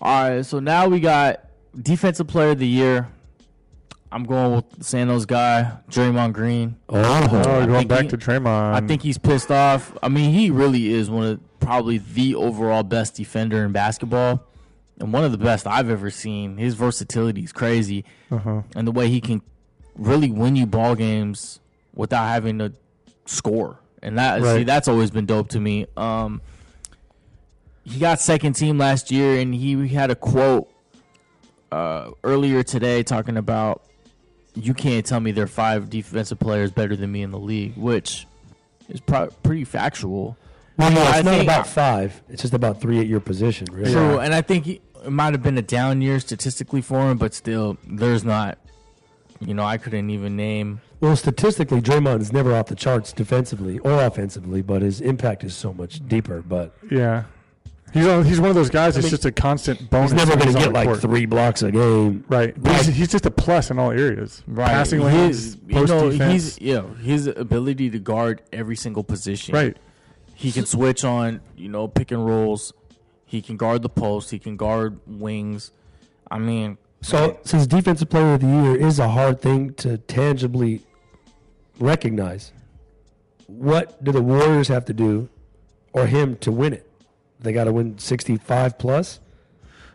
Speaker 2: All right, so now we got defensive player of the year. I'm going with Santos guy, Draymond Green.
Speaker 1: Oh.
Speaker 3: oh,
Speaker 2: I
Speaker 3: going
Speaker 2: think
Speaker 3: back
Speaker 2: he-
Speaker 3: to Draymond.
Speaker 2: I think he's pissed off. I mean, he really is one of probably the overall best defender in basketball and one of the best I've ever seen. His versatility is crazy
Speaker 3: Uh-huh.
Speaker 2: and the way he can really win you ball games without having to score and that see
Speaker 1: Right.
Speaker 2: that's always been dope to me. Um, he got second team last year, and he had a quote uh, earlier today talking about you can't tell me there are five defensive players better than me in the league, which is pro- pretty factual.
Speaker 1: Well, no,
Speaker 2: I
Speaker 1: it's not
Speaker 2: think-
Speaker 1: about five. It's just about three at your position, really.
Speaker 2: True, and I think he, it might have been a down year statistically for him, but still, there's not. You know, I couldn't even name.
Speaker 1: Well, statistically, Draymond is never off the charts defensively or offensively, but his impact is so much deeper. But
Speaker 3: Yeah. He's on, he's one of those guys that's
Speaker 1: mean,
Speaker 3: just a constant bonus.
Speaker 1: he's never
Speaker 3: when
Speaker 1: going to
Speaker 3: on
Speaker 1: get
Speaker 3: the
Speaker 1: like
Speaker 3: court.
Speaker 1: three blocks a game.
Speaker 3: Right. But He's, he's just a plus in all areas.
Speaker 2: Right,
Speaker 3: Passing
Speaker 2: he
Speaker 3: lanes,
Speaker 2: is-
Speaker 3: post
Speaker 2: you know,
Speaker 3: defense.
Speaker 2: he's you know, his ability to guard every single position.
Speaker 3: Right.
Speaker 2: He can switch on, you know, pick and rolls. He can guard the post. He can guard wings. I mean,
Speaker 1: So, since Defensive Player of the Year is a hard thing to tangibly recognize, what do the Warriors have to do or him to win it? They got to win 65 plus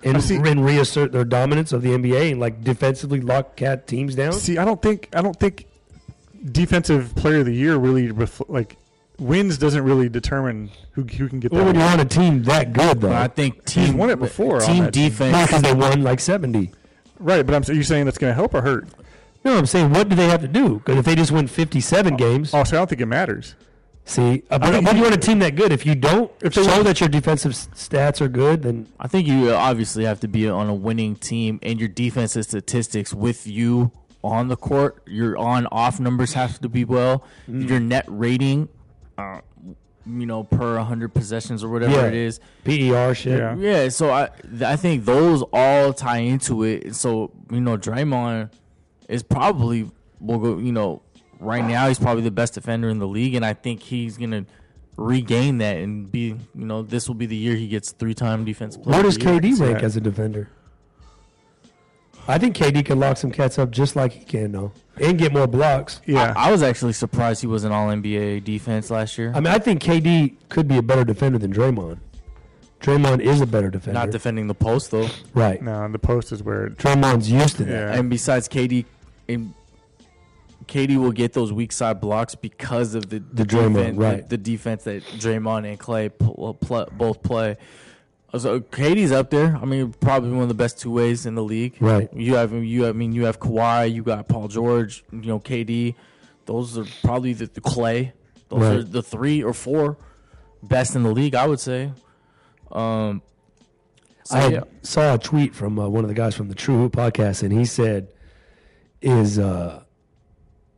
Speaker 3: I
Speaker 1: and,
Speaker 3: see-
Speaker 1: and reassert their dominance of the NBA and like defensively lock cat teams down.
Speaker 3: See, I don't think I don't think defensive player of the year really refl- like wins doesn't really determine who who can get
Speaker 1: Well,
Speaker 3: that.
Speaker 1: when you're on a team that good,
Speaker 2: but
Speaker 1: though,
Speaker 2: I
Speaker 1: not
Speaker 2: think team
Speaker 3: won it before on
Speaker 2: Team
Speaker 3: that team.
Speaker 2: defense.
Speaker 1: because they won like 70.
Speaker 3: Right, but I'm so you're saying that's going to help or hurt?
Speaker 1: No, I'm saying, what do they have to do? Because if they just win 57 games,
Speaker 3: Also, I don't think it matters.
Speaker 1: see, uh, but
Speaker 3: Oh. think
Speaker 1: when
Speaker 3: you-
Speaker 1: you're on a team that good, if you don't
Speaker 3: If they
Speaker 1: show
Speaker 3: win-
Speaker 1: that your defensive s- stats are good, then
Speaker 2: I think you obviously have to be on a winning team, and your defensive statistics with you on the court, your on off numbers have to be well.
Speaker 3: Mm.
Speaker 2: Your net rating, uh, you know, per 100 possessions or whatever
Speaker 1: Yeah.
Speaker 2: it is.
Speaker 1: PER shit.
Speaker 3: Yeah.
Speaker 2: Yeah, so I th- I think those all tie into it. So you know, Draymond is probably will go. You know, right now he's probably the best defender in the league, and I think he's gonna regain that and be. You know, this will be the year he gets three time defense player.
Speaker 1: Where
Speaker 2: of
Speaker 1: does
Speaker 2: the year.
Speaker 1: KD rank
Speaker 3: that.
Speaker 1: as a defender? I think KD can lock some cats up just like he can, though, and get more blocks.
Speaker 3: Yeah,
Speaker 2: I, I was actually surprised he was an All NBA defense last year.
Speaker 1: I mean, I think KD could be a better defender than Draymond. Draymond is a better defender.
Speaker 2: Not defending the post though,
Speaker 1: right.
Speaker 3: no, the post is where. It,
Speaker 1: Draymond's used to that.
Speaker 3: yeah,
Speaker 2: and besides KD, and KD will get those weak side blocks because of the
Speaker 1: The Draymond,
Speaker 2: defense,
Speaker 1: right.
Speaker 2: The, defense that Draymond and Clay pl- pl- both play. So KD's up there. I mean, probably one of the best two ways in the league.
Speaker 1: Right.
Speaker 2: You have you. I mean, you have Kawhi. You got Paul George. You know KD. Those are probably the, the Clay. Those
Speaker 1: Right.
Speaker 2: are the three or four best in the league. I would say. Um. so,
Speaker 1: I
Speaker 2: yeah.
Speaker 1: saw a tweet from uh, one of the guys from the True Hoop podcast, and he said, "Is uh,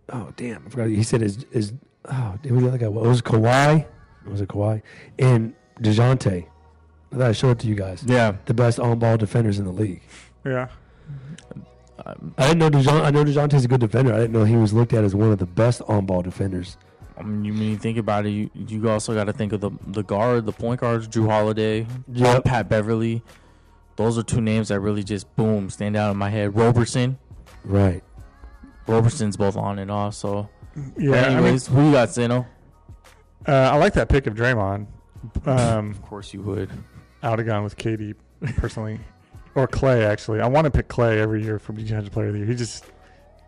Speaker 1: oh damn, I forgot." He said, "Is is oh, who was the other guy? Well, it was Kawhi. Was it Kawhi and Dejounte?" I thought I showed it to you guys.
Speaker 2: Yeah.
Speaker 1: The best on-ball defenders in the league.
Speaker 3: yeah.
Speaker 1: I didn't know Dejounte. I know Dejounte's a good defender. I didn't know he was looked at as one of the best on-ball defenders.
Speaker 2: I mean, you, when you think about it, you, you also got to think of the the guard, the point guards, Drew Holiday, um,
Speaker 1: Yep.
Speaker 2: Pat Beverly. Those are two names that really just boom stand out in my head. Roberson,
Speaker 1: Right.
Speaker 2: Roberson's both on and off. So,
Speaker 3: Yeah,
Speaker 2: But
Speaker 3: I mean,
Speaker 2: anyways, who you got, Zeno?
Speaker 3: uh, I like that pick of Draymond. Um,
Speaker 2: Of course you would.
Speaker 3: I would have gone with KD personally, or Clay actually. I want to pick Clay every year for defensive player of the year. He just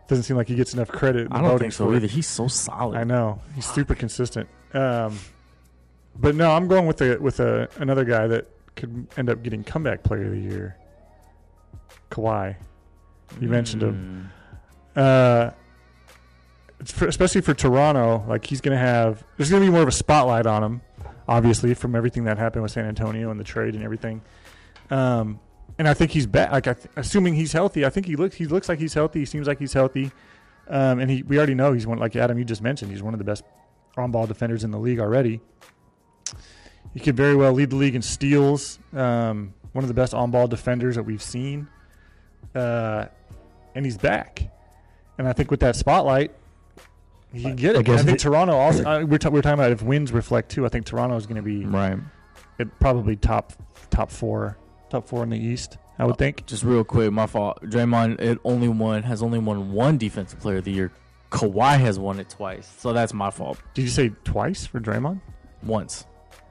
Speaker 3: doesn't seem like he gets enough credit. in the
Speaker 2: I don't
Speaker 3: voting
Speaker 2: think so
Speaker 3: for it.
Speaker 2: either. He's so solid.
Speaker 3: I know he's super consistent. Um, but no, I'm going with a with a another guy that could end up getting comeback player of the year. Kawhi, you mentioned him. Uh, it's for, especially for Toronto, like he's going to have there's going to be more of a spotlight on him, obviously from everything that happened with San Antonio and the trade and everything. Um, and I think he's back. Like I th- assuming he's healthy, I think he looks he looks like he's healthy. He seems like he's healthy. Um, and he we already know he's one like Adam you just mentioned he's one of the best on ball defenders in the league already. He could very well lead the league in steals. Um, one of the best on ball defenders that we've seen. Uh, and he's back. And I think with that spotlight, he can get it.
Speaker 1: I
Speaker 3: I,
Speaker 1: guess
Speaker 3: think
Speaker 1: it-
Speaker 3: Toronto also. I, we're, ta- we're talking about if wins reflect too. I think Toronto is going to be
Speaker 2: Mm, Right.
Speaker 3: at probably top top four, top four in the East. I
Speaker 2: Oh.
Speaker 3: would think.
Speaker 2: Just real quick, my fault. Draymond it only won has only won one defensive player of the year. Kawhi has won it twice, so that's my fault.
Speaker 3: Did you say twice for Draymond?
Speaker 2: Once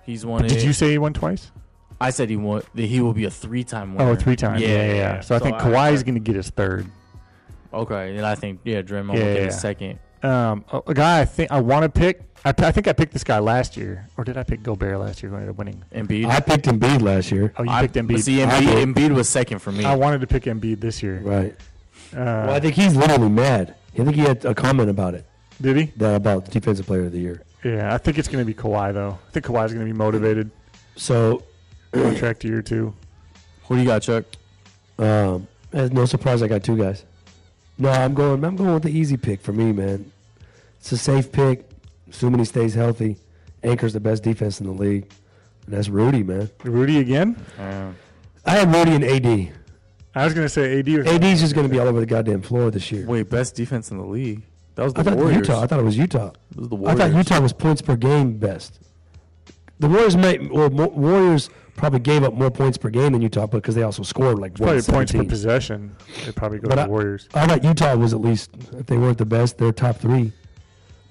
Speaker 2: he's won
Speaker 3: But
Speaker 2: it.
Speaker 3: did you say he won twice?
Speaker 2: I said he won. That he will be a three-time winner.
Speaker 3: Oh, three times.
Speaker 2: Yeah, yeah, yeah.
Speaker 3: So, I think
Speaker 2: So I-
Speaker 3: Kawhi's going to get his third.
Speaker 2: Okay, and I think yeah, Draymond
Speaker 3: Yeah,
Speaker 2: will get
Speaker 3: yeah,
Speaker 2: a
Speaker 3: yeah.
Speaker 2: second.
Speaker 3: Um, a, a guy I think I want to pick. I, I think I picked this guy last year, or did I pick Gobert last year who ended up winning?
Speaker 2: Embiid.
Speaker 1: I picked Embiid last year.
Speaker 3: Oh, you
Speaker 2: I-
Speaker 3: picked
Speaker 2: but
Speaker 3: Embiid.
Speaker 2: See,
Speaker 1: I
Speaker 2: Embiid,
Speaker 1: did.
Speaker 2: Embiid was second for me.
Speaker 3: I wanted to pick Embiid this year.
Speaker 1: Right.
Speaker 3: Uh,
Speaker 1: Well, I think he's literally mad. I think he had a comment about it,
Speaker 3: did he?
Speaker 1: that about defensive player of the year.
Speaker 3: Yeah, I think it's going to be Kawhi though. I think Kawhi's going to be motivated.
Speaker 1: So,
Speaker 3: Contract year two.
Speaker 2: what do you got, Chuck?
Speaker 1: um, that's no surprise I got two guys. No, I'm going. I'm going with the easy pick for me, man. It's a safe pick, assuming he stays healthy. Anchor's the best defense in the league, and that's Rudy, man.
Speaker 3: Rudy again?
Speaker 1: I had Rudy and AD.
Speaker 3: I was going to say AD. was-
Speaker 1: AD's just going to be all over the goddamn floor this year.
Speaker 2: Wait, best defense in the league. That was the
Speaker 1: I thought
Speaker 2: Warriors.
Speaker 1: Utah. I thought it was Utah.
Speaker 2: It was the
Speaker 1: I
Speaker 2: Warriors.
Speaker 1: thought Utah was points per game best. The Warriors made well, Mo- Warriors probably gave up more points per game than Utah because they also scored like
Speaker 3: probably points per
Speaker 1: 117.
Speaker 3: possession. They probably go
Speaker 1: But
Speaker 3: to
Speaker 1: I-
Speaker 3: the Warriors.
Speaker 1: I thought Utah was at least if they weren't the best, they're top three.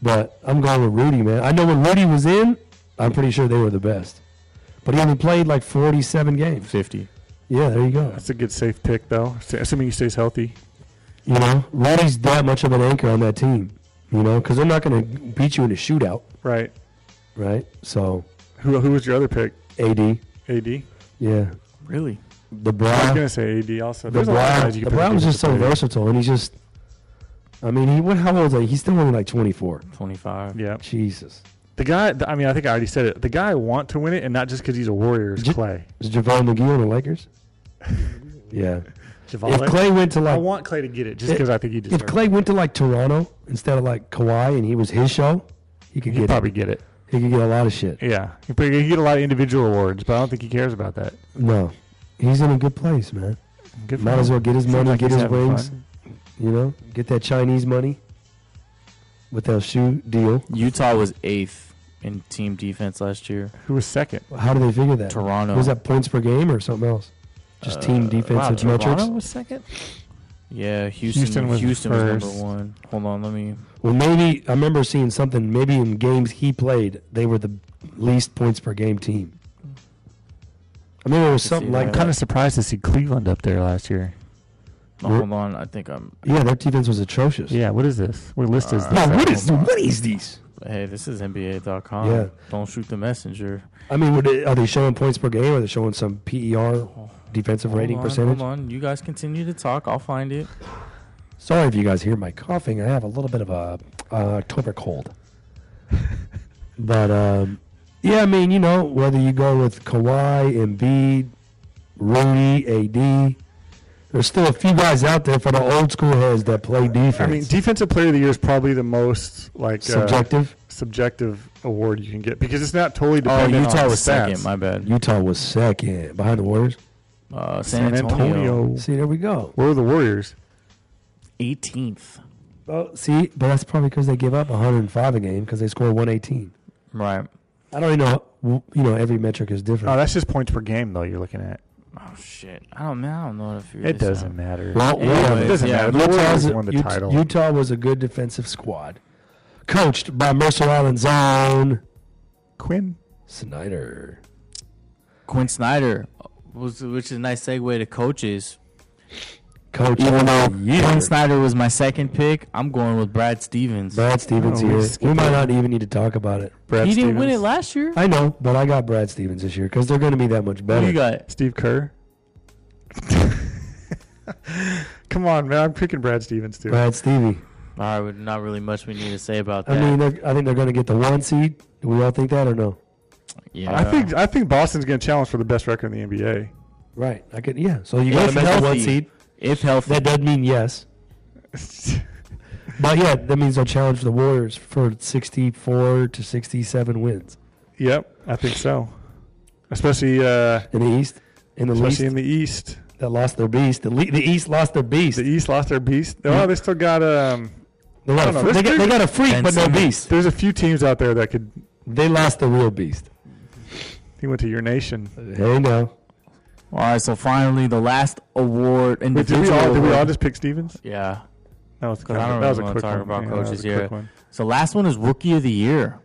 Speaker 1: But I'm going with Rudy, man. I know when Rudy was in, I'm pretty sure they were the best. But he only played like 47 games.
Speaker 2: fifty.
Speaker 1: Yeah, there you go.
Speaker 3: That's a good safe pick though, assuming he stays healthy.
Speaker 1: You know, Rudy's that much of an anchor on that team. You know, because they're not going to beat you in a shootout,
Speaker 3: Right.
Speaker 1: right? So
Speaker 3: Who who was your other pick?
Speaker 1: AD,
Speaker 3: AD.
Speaker 1: yeah,
Speaker 2: Really?
Speaker 1: the
Speaker 3: I was
Speaker 1: Brown.
Speaker 3: gonna say AD also.
Speaker 1: Uh, The
Speaker 3: There's a lot of
Speaker 1: Brown,
Speaker 3: guys you
Speaker 1: the
Speaker 3: could pick
Speaker 1: Brown was
Speaker 3: against
Speaker 1: just so
Speaker 3: the Blazers.
Speaker 1: versatile, and he's just. I mean, he what? How old is he? He's still only like 24.
Speaker 2: Twenty-five.
Speaker 3: Yeah,
Speaker 1: Jesus,
Speaker 3: the guy. I mean, I think I already said it. The guy I want to win it, and not just because he's a Warrior, is
Speaker 1: J-
Speaker 3: Clay.
Speaker 1: is Javon McGee on the Lakers? Yeah. If
Speaker 3: Javale.
Speaker 1: Clay went to
Speaker 3: I
Speaker 1: like,
Speaker 3: want Clay to get it just
Speaker 1: If-
Speaker 3: because I think he deserves.
Speaker 1: if Clay went to like Toronto instead of like Kawhi, and he was his show, he
Speaker 3: it.
Speaker 1: could
Speaker 3: he
Speaker 1: get
Speaker 3: probably
Speaker 1: it.
Speaker 3: get it.
Speaker 1: he could get a lot of shit.
Speaker 3: Yeah, he probably he get a lot of individual awards, but I don't think he cares about that.
Speaker 1: No, he's in a good place, man.
Speaker 3: Good for
Speaker 1: Might
Speaker 3: him.
Speaker 1: as well get his
Speaker 3: Seems
Speaker 1: money,
Speaker 3: like
Speaker 1: get
Speaker 3: he's
Speaker 1: his
Speaker 3: having
Speaker 1: wings.
Speaker 3: fun.
Speaker 1: You know, get that Chinese money with that shoe deal.
Speaker 2: Utah was eighth in team defense last year.
Speaker 3: Who was second?
Speaker 1: How do they figure that?
Speaker 2: Toronto.
Speaker 1: Was that points per game or something else? Just team
Speaker 2: Uh,
Speaker 1: defensive
Speaker 3: wow,
Speaker 1: metrics.
Speaker 3: Toronto was second.
Speaker 2: Yeah, Houston.
Speaker 3: Houston
Speaker 2: Houston
Speaker 3: was
Speaker 2: was,
Speaker 3: first.
Speaker 2: number one. Hold on, let me.
Speaker 1: Well, maybe I remember seeing something. Maybe in games he played, they were the least points per game team. I mean, it was
Speaker 2: I see
Speaker 1: something like
Speaker 2: that.
Speaker 1: that.
Speaker 3: Kind of surprised to see Cleveland up there last year.
Speaker 2: no,
Speaker 1: We're-
Speaker 2: hold on, I think I'm.
Speaker 1: Yeah, their defense was atrocious.
Speaker 3: Yeah, what is this? What list is
Speaker 2: Uh,
Speaker 3: this?
Speaker 1: No,
Speaker 2: Wow,
Speaker 1: what is what is these?
Speaker 2: Hey, this is NBA.com.
Speaker 1: Yeah.
Speaker 2: Don't shoot the messenger.
Speaker 1: I mean, would they- are they showing points per game? Or are they showing some PER defensive
Speaker 2: Hold
Speaker 1: rating
Speaker 2: on,
Speaker 1: percentage?
Speaker 2: Hold on, you guys continue to talk. I'll find it.
Speaker 1: Sorry if you guys hear my coughing. I have a little bit of a uh, October cold. but um, yeah, I mean, you know, whether you go with Kawhi, Embiid, Rudy, AD, there's still a few guys out there for the old school heads that play defense.
Speaker 3: I mean, defensive player of the year is probably the most like uh,
Speaker 1: Subjective.
Speaker 3: subjective award you can get because it's not totally
Speaker 2: Oh,
Speaker 3: dependent
Speaker 2: Utah
Speaker 3: on
Speaker 2: was
Speaker 3: stats.
Speaker 2: second. My bad.
Speaker 1: Utah was second behind the Warriors.
Speaker 2: Uh, San, Antonio,
Speaker 1: See, there we go.
Speaker 3: Where are the Warriors?
Speaker 2: 18th.
Speaker 1: Well, see, but that's probably because they give up 105 a game because they score 118.
Speaker 2: Right.
Speaker 1: I don't even know. You know, every metric is different.
Speaker 3: Oh, that's just points per game though. You're looking at.
Speaker 2: Oh shit. I don't know. I don't know if you're.
Speaker 3: It doesn't matter.
Speaker 1: Well,
Speaker 2: Anyway,
Speaker 1: well,
Speaker 2: it
Speaker 3: doesn't matter.
Speaker 2: yeah,
Speaker 3: The
Speaker 1: Utah's
Speaker 3: Warriors
Speaker 1: a-
Speaker 3: won the
Speaker 1: Ut-
Speaker 3: title.
Speaker 1: Utah was a good defensive squad, coached by Mercer Island's own
Speaker 3: Quinn.
Speaker 1: Snyder.
Speaker 2: Quinn Snyder, was, which is a nice segue to coaches.
Speaker 1: Coach,
Speaker 2: Even though
Speaker 1: of the year.
Speaker 2: Quinn Snyder was my second pick, I'm going with Brad Stevens.
Speaker 1: Brad Stevens
Speaker 3: Oh, we
Speaker 1: here.
Speaker 3: skipped
Speaker 1: We might
Speaker 3: that.
Speaker 1: not even need to talk about it.
Speaker 3: Brad
Speaker 2: he didn't win it
Speaker 3: Stevens.
Speaker 2: last year.
Speaker 1: I know, but I got Brad Stevens this year because they're going to be that much
Speaker 2: Who you
Speaker 1: better.
Speaker 2: got?
Speaker 3: Steve Kerr. Come on, man. I'm picking Brad Stevens too.
Speaker 1: Brad Stevie.
Speaker 2: All right, well, not really much we need to say about
Speaker 1: I
Speaker 2: that.
Speaker 1: mean, they're- I think they're going to get the one seed. Do we all think that or no?
Speaker 2: yeah.
Speaker 3: I think I think Boston's going to challenge for the best record in the NBA.
Speaker 1: Right. I could. Yeah. So you
Speaker 2: If
Speaker 1: got to make the one
Speaker 2: healthy.
Speaker 1: seed.
Speaker 2: if healthy,
Speaker 1: That does mean yes, but yeah, that means they'll challenge the Warriors for 64 to 67 wins.
Speaker 3: yep, I think so. Especially uh,
Speaker 1: in the East, in the
Speaker 3: especially
Speaker 1: least
Speaker 3: in the East.
Speaker 1: that lost their beast. The, le- the East lost their beast.
Speaker 3: The East lost their beast. Oh, they still got um.
Speaker 1: they, got
Speaker 3: I don't
Speaker 1: a,
Speaker 3: know.
Speaker 1: they, got, they got a freak,
Speaker 2: Ben
Speaker 1: but no
Speaker 2: Simmons.
Speaker 1: beast.
Speaker 3: There's a few teams out there that could.
Speaker 1: They lost the real beast.
Speaker 3: He went to your nation.
Speaker 1: Hey, no.
Speaker 2: All right, so finally the last award
Speaker 3: Wait, did
Speaker 2: individual.
Speaker 3: we all did we all
Speaker 2: award.
Speaker 3: just pick Stevens?
Speaker 2: yeah.
Speaker 3: That was, that
Speaker 2: I don't
Speaker 3: that was
Speaker 2: really
Speaker 3: a
Speaker 2: wanna
Speaker 3: quick
Speaker 2: talk
Speaker 3: one.
Speaker 2: about
Speaker 3: Yeah, that was
Speaker 2: coaches
Speaker 3: a quick
Speaker 2: yet.
Speaker 3: one.
Speaker 2: So last one is rookie of the year.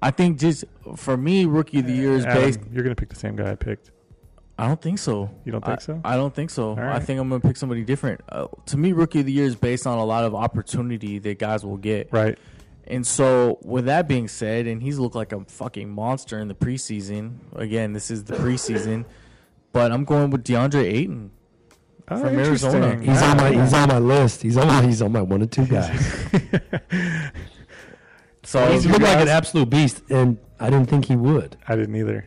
Speaker 2: I think just for me, rookie of the year is
Speaker 3: Uh, Adam,
Speaker 2: based.
Speaker 3: You're gonna pick the same guy I picked.
Speaker 2: I don't think so.
Speaker 3: You don't think
Speaker 2: I-
Speaker 3: so?
Speaker 2: I don't think so. I
Speaker 3: right.
Speaker 2: think I'm gonna pick somebody different. Uh, to me, rookie of the year is based on a lot of opportunity that guys will get.
Speaker 3: Right.
Speaker 2: And so, with that being said, and he's looked like a fucking monster in the preseason. Again, this is the preseason, but I'm going with DeAndre Ayton.
Speaker 3: Oh,
Speaker 2: From Arizona.
Speaker 3: interesting.
Speaker 1: He's on my he's on my list. He's on my he's on my one and two guys.
Speaker 2: So
Speaker 1: He's looked like an absolute beast, and I didn't think he would.
Speaker 3: I didn't either.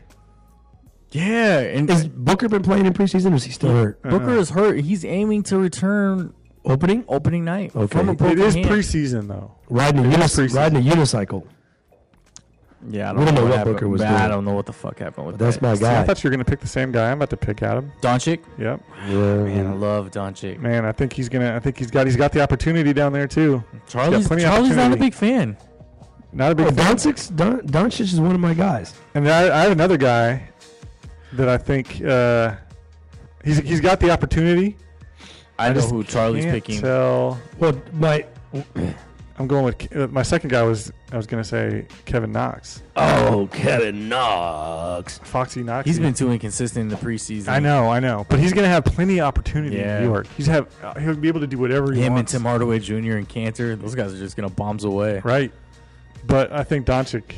Speaker 2: yeah, and
Speaker 1: Has Booker been playing in preseason, or is he still hurt?
Speaker 2: Booker is hurt. He's aiming to return
Speaker 1: Opening,
Speaker 2: opening night.
Speaker 1: Okay.
Speaker 2: from a
Speaker 1: It
Speaker 2: broken
Speaker 3: it is
Speaker 2: hand.
Speaker 3: preseason though.
Speaker 1: riding a,
Speaker 3: It is
Speaker 1: unicy-
Speaker 3: preseason.
Speaker 1: riding a unicycle.
Speaker 2: Yeah, I
Speaker 1: We
Speaker 2: don't, know, what Booker was. I
Speaker 1: doing.
Speaker 2: don't know what the fuck happened with
Speaker 1: But that's
Speaker 2: that.
Speaker 1: my
Speaker 3: See, I
Speaker 1: guy.
Speaker 3: thought you were gonna pick the same guy. I'm about to pick Adam.
Speaker 2: Doncic.
Speaker 3: Yep.
Speaker 1: Yeah,
Speaker 2: Man, I love Doncic.
Speaker 3: Man, I think he's gonna. I think he's got. He's got the opportunity down there too.
Speaker 2: Charlie's,
Speaker 3: plenty of
Speaker 2: Charlie's not a
Speaker 3: opportunity.
Speaker 2: big fan.
Speaker 3: Not a big.
Speaker 1: Oh,
Speaker 3: fan.
Speaker 1: Doncic's, Don, Doncic is one of my guys.
Speaker 3: And I, I have another guy that I think uh, he's he's got the opportunity.
Speaker 2: I, know
Speaker 3: just
Speaker 2: who Charlie's
Speaker 3: Can't
Speaker 2: Oh, picking.
Speaker 3: Tell.
Speaker 1: Well, my
Speaker 3: I'm going with Ke- uh, my second guy was I was gonna say Kevin Knox,
Speaker 1: oh Kevin Knox.
Speaker 3: Foxy Knox.
Speaker 2: He's been too inconsistent in the preseason.
Speaker 3: I know, I know, but he's gonna have plenty of opportunity
Speaker 2: Yeah.
Speaker 3: in New York. He's have uh, he'll be able to do whatever he
Speaker 2: Him and
Speaker 3: wants.
Speaker 2: Tim Hardaway Jr. and Cantor, those guys are just gonna bombs away.
Speaker 3: Right. But I think Doncic,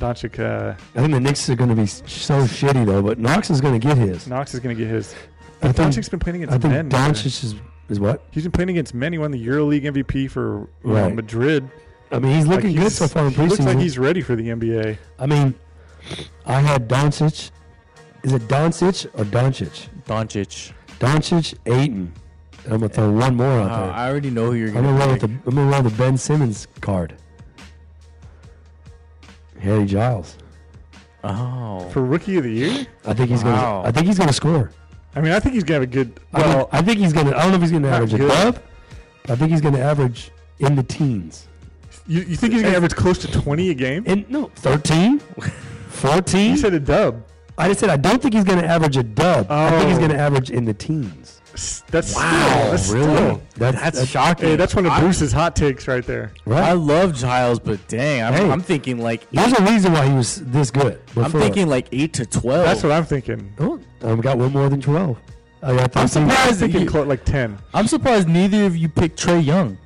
Speaker 3: Doncic, uh,
Speaker 1: I think the Knicks are going to be so shitty though, but Knox is going to get his.
Speaker 3: Knox is gonna get his.
Speaker 1: I think-
Speaker 3: Doncic's been playing against
Speaker 1: I think
Speaker 3: men. man.
Speaker 1: Doncic is is what?
Speaker 3: He's been playing against men. He won the EuroLeague MVP for you know,
Speaker 1: Right.
Speaker 3: Madrid.
Speaker 1: I mean, he's looking
Speaker 3: Like,
Speaker 1: good
Speaker 3: he's-
Speaker 1: so far in
Speaker 3: he looks
Speaker 1: preseason.
Speaker 3: like he's ready for the NBA.
Speaker 1: I mean, I had Doncic. Is it Doncic or Doncic?
Speaker 2: Doncic.
Speaker 1: Doncic, Aiton. I'm gonna throw one more
Speaker 2: Uh,
Speaker 1: out
Speaker 3: Oh,
Speaker 1: there.
Speaker 2: I already know who you're
Speaker 1: I'm
Speaker 2: gonna.
Speaker 1: gonna roll with
Speaker 2: pick.
Speaker 1: the I'm gonna roll the Ben Simmons card. Harry Giles.
Speaker 2: oh.
Speaker 3: For rookie of the year?
Speaker 1: I think he's
Speaker 2: Wow.
Speaker 1: gonna. I think he's gonna score.
Speaker 3: I mean, I think he's gonna have a good.
Speaker 1: I
Speaker 3: Well,
Speaker 1: think- I think he's gonna. I don't know if he's gonna
Speaker 3: Not
Speaker 1: average
Speaker 3: good.
Speaker 1: above. I think he's gonna average in the teens.
Speaker 3: you, you think he's gonna average close to twenty a game?
Speaker 1: In no 13, 14.
Speaker 3: He said a dub.
Speaker 1: I just said I don't think he's gonna average a dub. I think he's
Speaker 3: Oh.
Speaker 1: gonna average in the teens.
Speaker 3: S- That's
Speaker 2: Wow,
Speaker 3: still, that's
Speaker 2: really?
Speaker 3: still-
Speaker 1: That's,
Speaker 2: That's
Speaker 1: that's
Speaker 2: shocking.
Speaker 3: Hey, that's one of
Speaker 2: I-
Speaker 3: Bruce's hot takes right there.
Speaker 2: I
Speaker 1: right.
Speaker 2: love Giles, but dang, I'm,
Speaker 1: Hey.
Speaker 2: I'm thinking like
Speaker 1: There's a reason why he was this good. Before.
Speaker 2: I'm thinking like eight to twelve.
Speaker 3: That's what I'm thinking.
Speaker 1: Oh, I've got one more than twelve. Oh, I got
Speaker 2: I'm
Speaker 1: 13.
Speaker 2: surprised
Speaker 3: I'm thinking
Speaker 2: you-
Speaker 3: clo- like ten.
Speaker 2: I'm surprised neither of you picked Trey Young.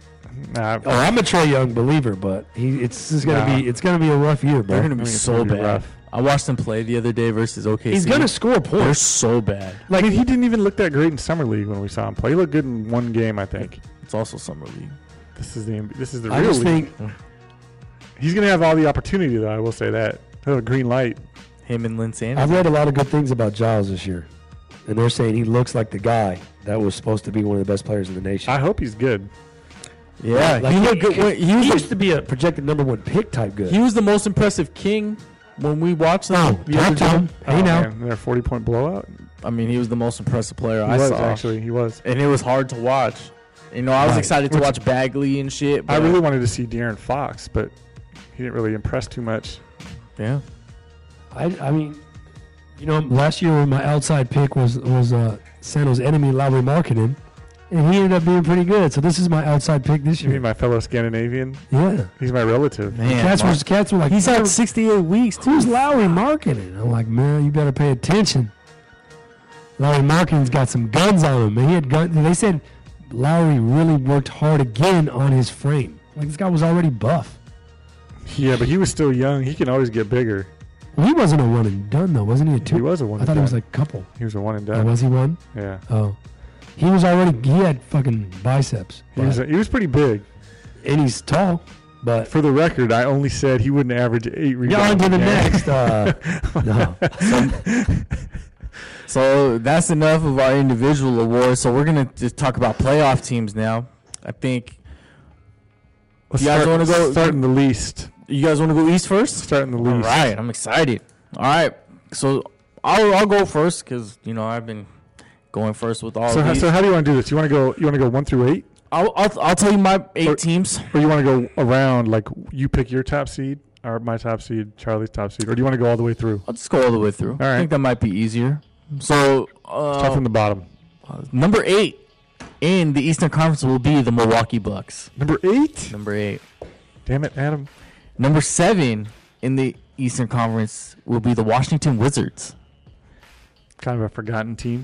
Speaker 3: Nah,
Speaker 1: Oh, I'm a Trey Young believer, but he it's just gonna
Speaker 3: Nah.
Speaker 1: be it's gonna be a rough year, bro.
Speaker 2: They're gonna be
Speaker 3: I mean, it's
Speaker 2: so
Speaker 3: gonna be
Speaker 2: bad.
Speaker 3: rough.
Speaker 2: I watched them play the other day versus OKC.
Speaker 1: he's gonna score
Speaker 2: They're
Speaker 1: points.
Speaker 2: so bad.
Speaker 3: Like I mean, he didn't even look that great in summer league when we saw him play. He looked good in one game, I think.
Speaker 2: It's also summer league.
Speaker 3: This is the NBA this is the
Speaker 1: I
Speaker 3: real
Speaker 1: just
Speaker 3: league.
Speaker 1: think
Speaker 3: He's gonna have all the opportunity though. I will say that. He'll have a green light.
Speaker 2: Him and Lynn Sanders.
Speaker 1: I've read a lot of good things about Giles this year, and they're saying he looks like the guy that was supposed to be one of the best players in the nation.
Speaker 3: I hope he's good.
Speaker 2: Yeah,
Speaker 1: Like,
Speaker 2: he
Speaker 1: he-
Speaker 2: looked good. when- He was
Speaker 1: he
Speaker 2: the-
Speaker 1: used to be a projected number one pick type good.
Speaker 2: He was the most impressive king when we watched him.
Speaker 1: oh,
Speaker 2: the
Speaker 1: talk
Speaker 2: other
Speaker 1: to
Speaker 2: day.
Speaker 1: him. Hey
Speaker 3: oh,
Speaker 1: now,
Speaker 3: man, their forty point blowout. He
Speaker 2: I mean, he was the most impressive player I
Speaker 3: was
Speaker 2: saw.
Speaker 3: actually. He was.
Speaker 2: And it was hard to watch. You know, I was
Speaker 1: Right.
Speaker 2: excited to watch Bagley and shit.
Speaker 3: I
Speaker 2: but-
Speaker 3: really wanted to see De'Aaron Fox, but he didn't really impress too much.
Speaker 2: yeah.
Speaker 1: I, I mean, you know, last year when my outside pick was was uh, San Jose's enemy Lowry Marketing, and he ended up being pretty good. So this is my outside pick this
Speaker 3: You mean
Speaker 1: year.
Speaker 3: my fellow Scandinavian?
Speaker 1: Yeah,
Speaker 3: He's my relative.
Speaker 2: Man,
Speaker 1: cats were cats were like
Speaker 2: he's had 68 weeks.
Speaker 1: Who's Lowry marketing? I'm like, man, you better pay attention. Lowry marketing's got some guns on him. Man. He had gun. They said Lowry really worked hard again on his frame. Like this guy was already buff.
Speaker 3: Yeah, but he was still young. He can always get bigger.
Speaker 1: Well, he wasn't a one and done though, wasn't he? A two.
Speaker 3: He was a one.
Speaker 1: I
Speaker 3: and
Speaker 1: thought he was
Speaker 3: done.
Speaker 1: like a couple.
Speaker 3: he was a one and
Speaker 1: Or
Speaker 3: done.
Speaker 1: was he one?
Speaker 3: Yeah,
Speaker 1: Oh, he was already. He had fucking biceps.
Speaker 3: he was.
Speaker 1: But-
Speaker 3: He was pretty big.
Speaker 1: and he's tall. But
Speaker 3: For the record, I only said he wouldn't average eight rebounds.
Speaker 1: yeah, on to
Speaker 3: a
Speaker 1: the
Speaker 3: game.
Speaker 1: next. Uh, no.
Speaker 2: So that's enough of our individual awards. So we're going to just talk about playoff teams now. I think
Speaker 3: Let's
Speaker 2: You guys
Speaker 3: start-
Speaker 2: wanna go-
Speaker 3: Start in the least.
Speaker 2: you guys want to go east first?
Speaker 3: Start in the
Speaker 2: All
Speaker 3: least.
Speaker 2: right, I'm excited. All right, so I'll, I'll go first because you know I've been going first with all
Speaker 3: So, how-
Speaker 2: these.
Speaker 3: so how do you want to do this? You want to go? You want to go one through eight,
Speaker 2: I'll, I'll I'll tell you my eight
Speaker 3: Or-
Speaker 2: teams.
Speaker 3: or you want to go around? Like you pick your top seed, or my top seed, Charlie's top seed, or do you want to go all the way through?
Speaker 2: I'll just go all the way through. All I
Speaker 3: right.
Speaker 2: think that might be easier. So
Speaker 3: Start
Speaker 2: uh,
Speaker 3: from the bottom.
Speaker 2: number eight in the Eastern Conference will be the Milwaukee Bucks.
Speaker 3: Number eight.
Speaker 2: Number eight.
Speaker 3: Damn it, Adam.
Speaker 2: Number seven in the Eastern Conference will be the Washington Wizards.
Speaker 3: kind of a forgotten team.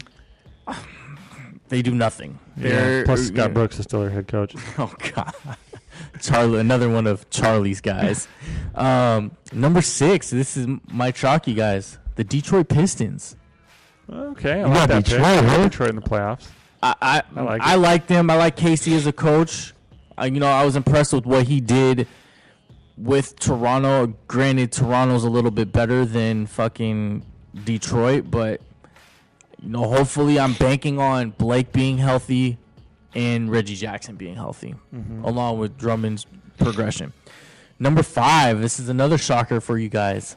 Speaker 2: They do nothing.
Speaker 3: uh, Yeah.
Speaker 2: They're-
Speaker 3: Plus, Scott Brooks is still their head coach.
Speaker 2: Oh God, Charlie, another one of Charlie's guys. Um, number six. This is my chalky guys. The Detroit Pistons.
Speaker 3: Okay,
Speaker 1: You
Speaker 3: I like
Speaker 1: got
Speaker 3: that pick.
Speaker 1: Detroit,
Speaker 3: I got
Speaker 1: huh?
Speaker 3: Detroit in the playoffs.
Speaker 2: I I,
Speaker 3: I
Speaker 2: I,
Speaker 3: like
Speaker 2: like,
Speaker 3: it.
Speaker 2: them. I like Casey as a coach. I, you know, I was impressed with what he did with Toronto. Granted, Toronto's a little bit better than fucking Detroit, but you know, hopefully, I'm banking on Blake being healthy and Reggie Jackson being healthy,
Speaker 3: Mm-hmm.
Speaker 2: along with Drummond's progression. Number five. This is another shocker for you guys.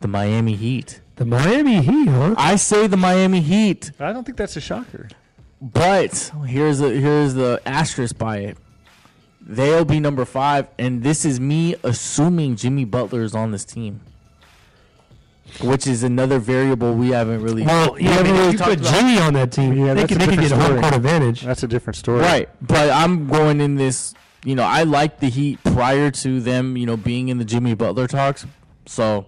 Speaker 2: The Miami Heat.
Speaker 1: The Miami Heat, huh?
Speaker 2: I say the Miami Heat
Speaker 3: I don't think that's a shocker.
Speaker 2: but here's the here's the asterisk by it. They'll be number five, and this is me assuming Jimmy Butler is on this team, which is another variable we haven't really.
Speaker 1: Well,
Speaker 2: we
Speaker 1: yeah,
Speaker 2: haven't
Speaker 1: but
Speaker 2: really
Speaker 1: if you
Speaker 2: talked
Speaker 1: put
Speaker 2: about.
Speaker 1: Jimmy on that team,
Speaker 3: Yeah,
Speaker 1: they
Speaker 3: that's
Speaker 1: can,
Speaker 3: a
Speaker 1: they can
Speaker 3: different
Speaker 1: get a home
Speaker 3: story.
Speaker 1: court advantage.
Speaker 3: That's a different story.
Speaker 2: Right, but I'm going in this. You know, I like the Heat prior to them. You know, being in the Jimmy Butler talks. So,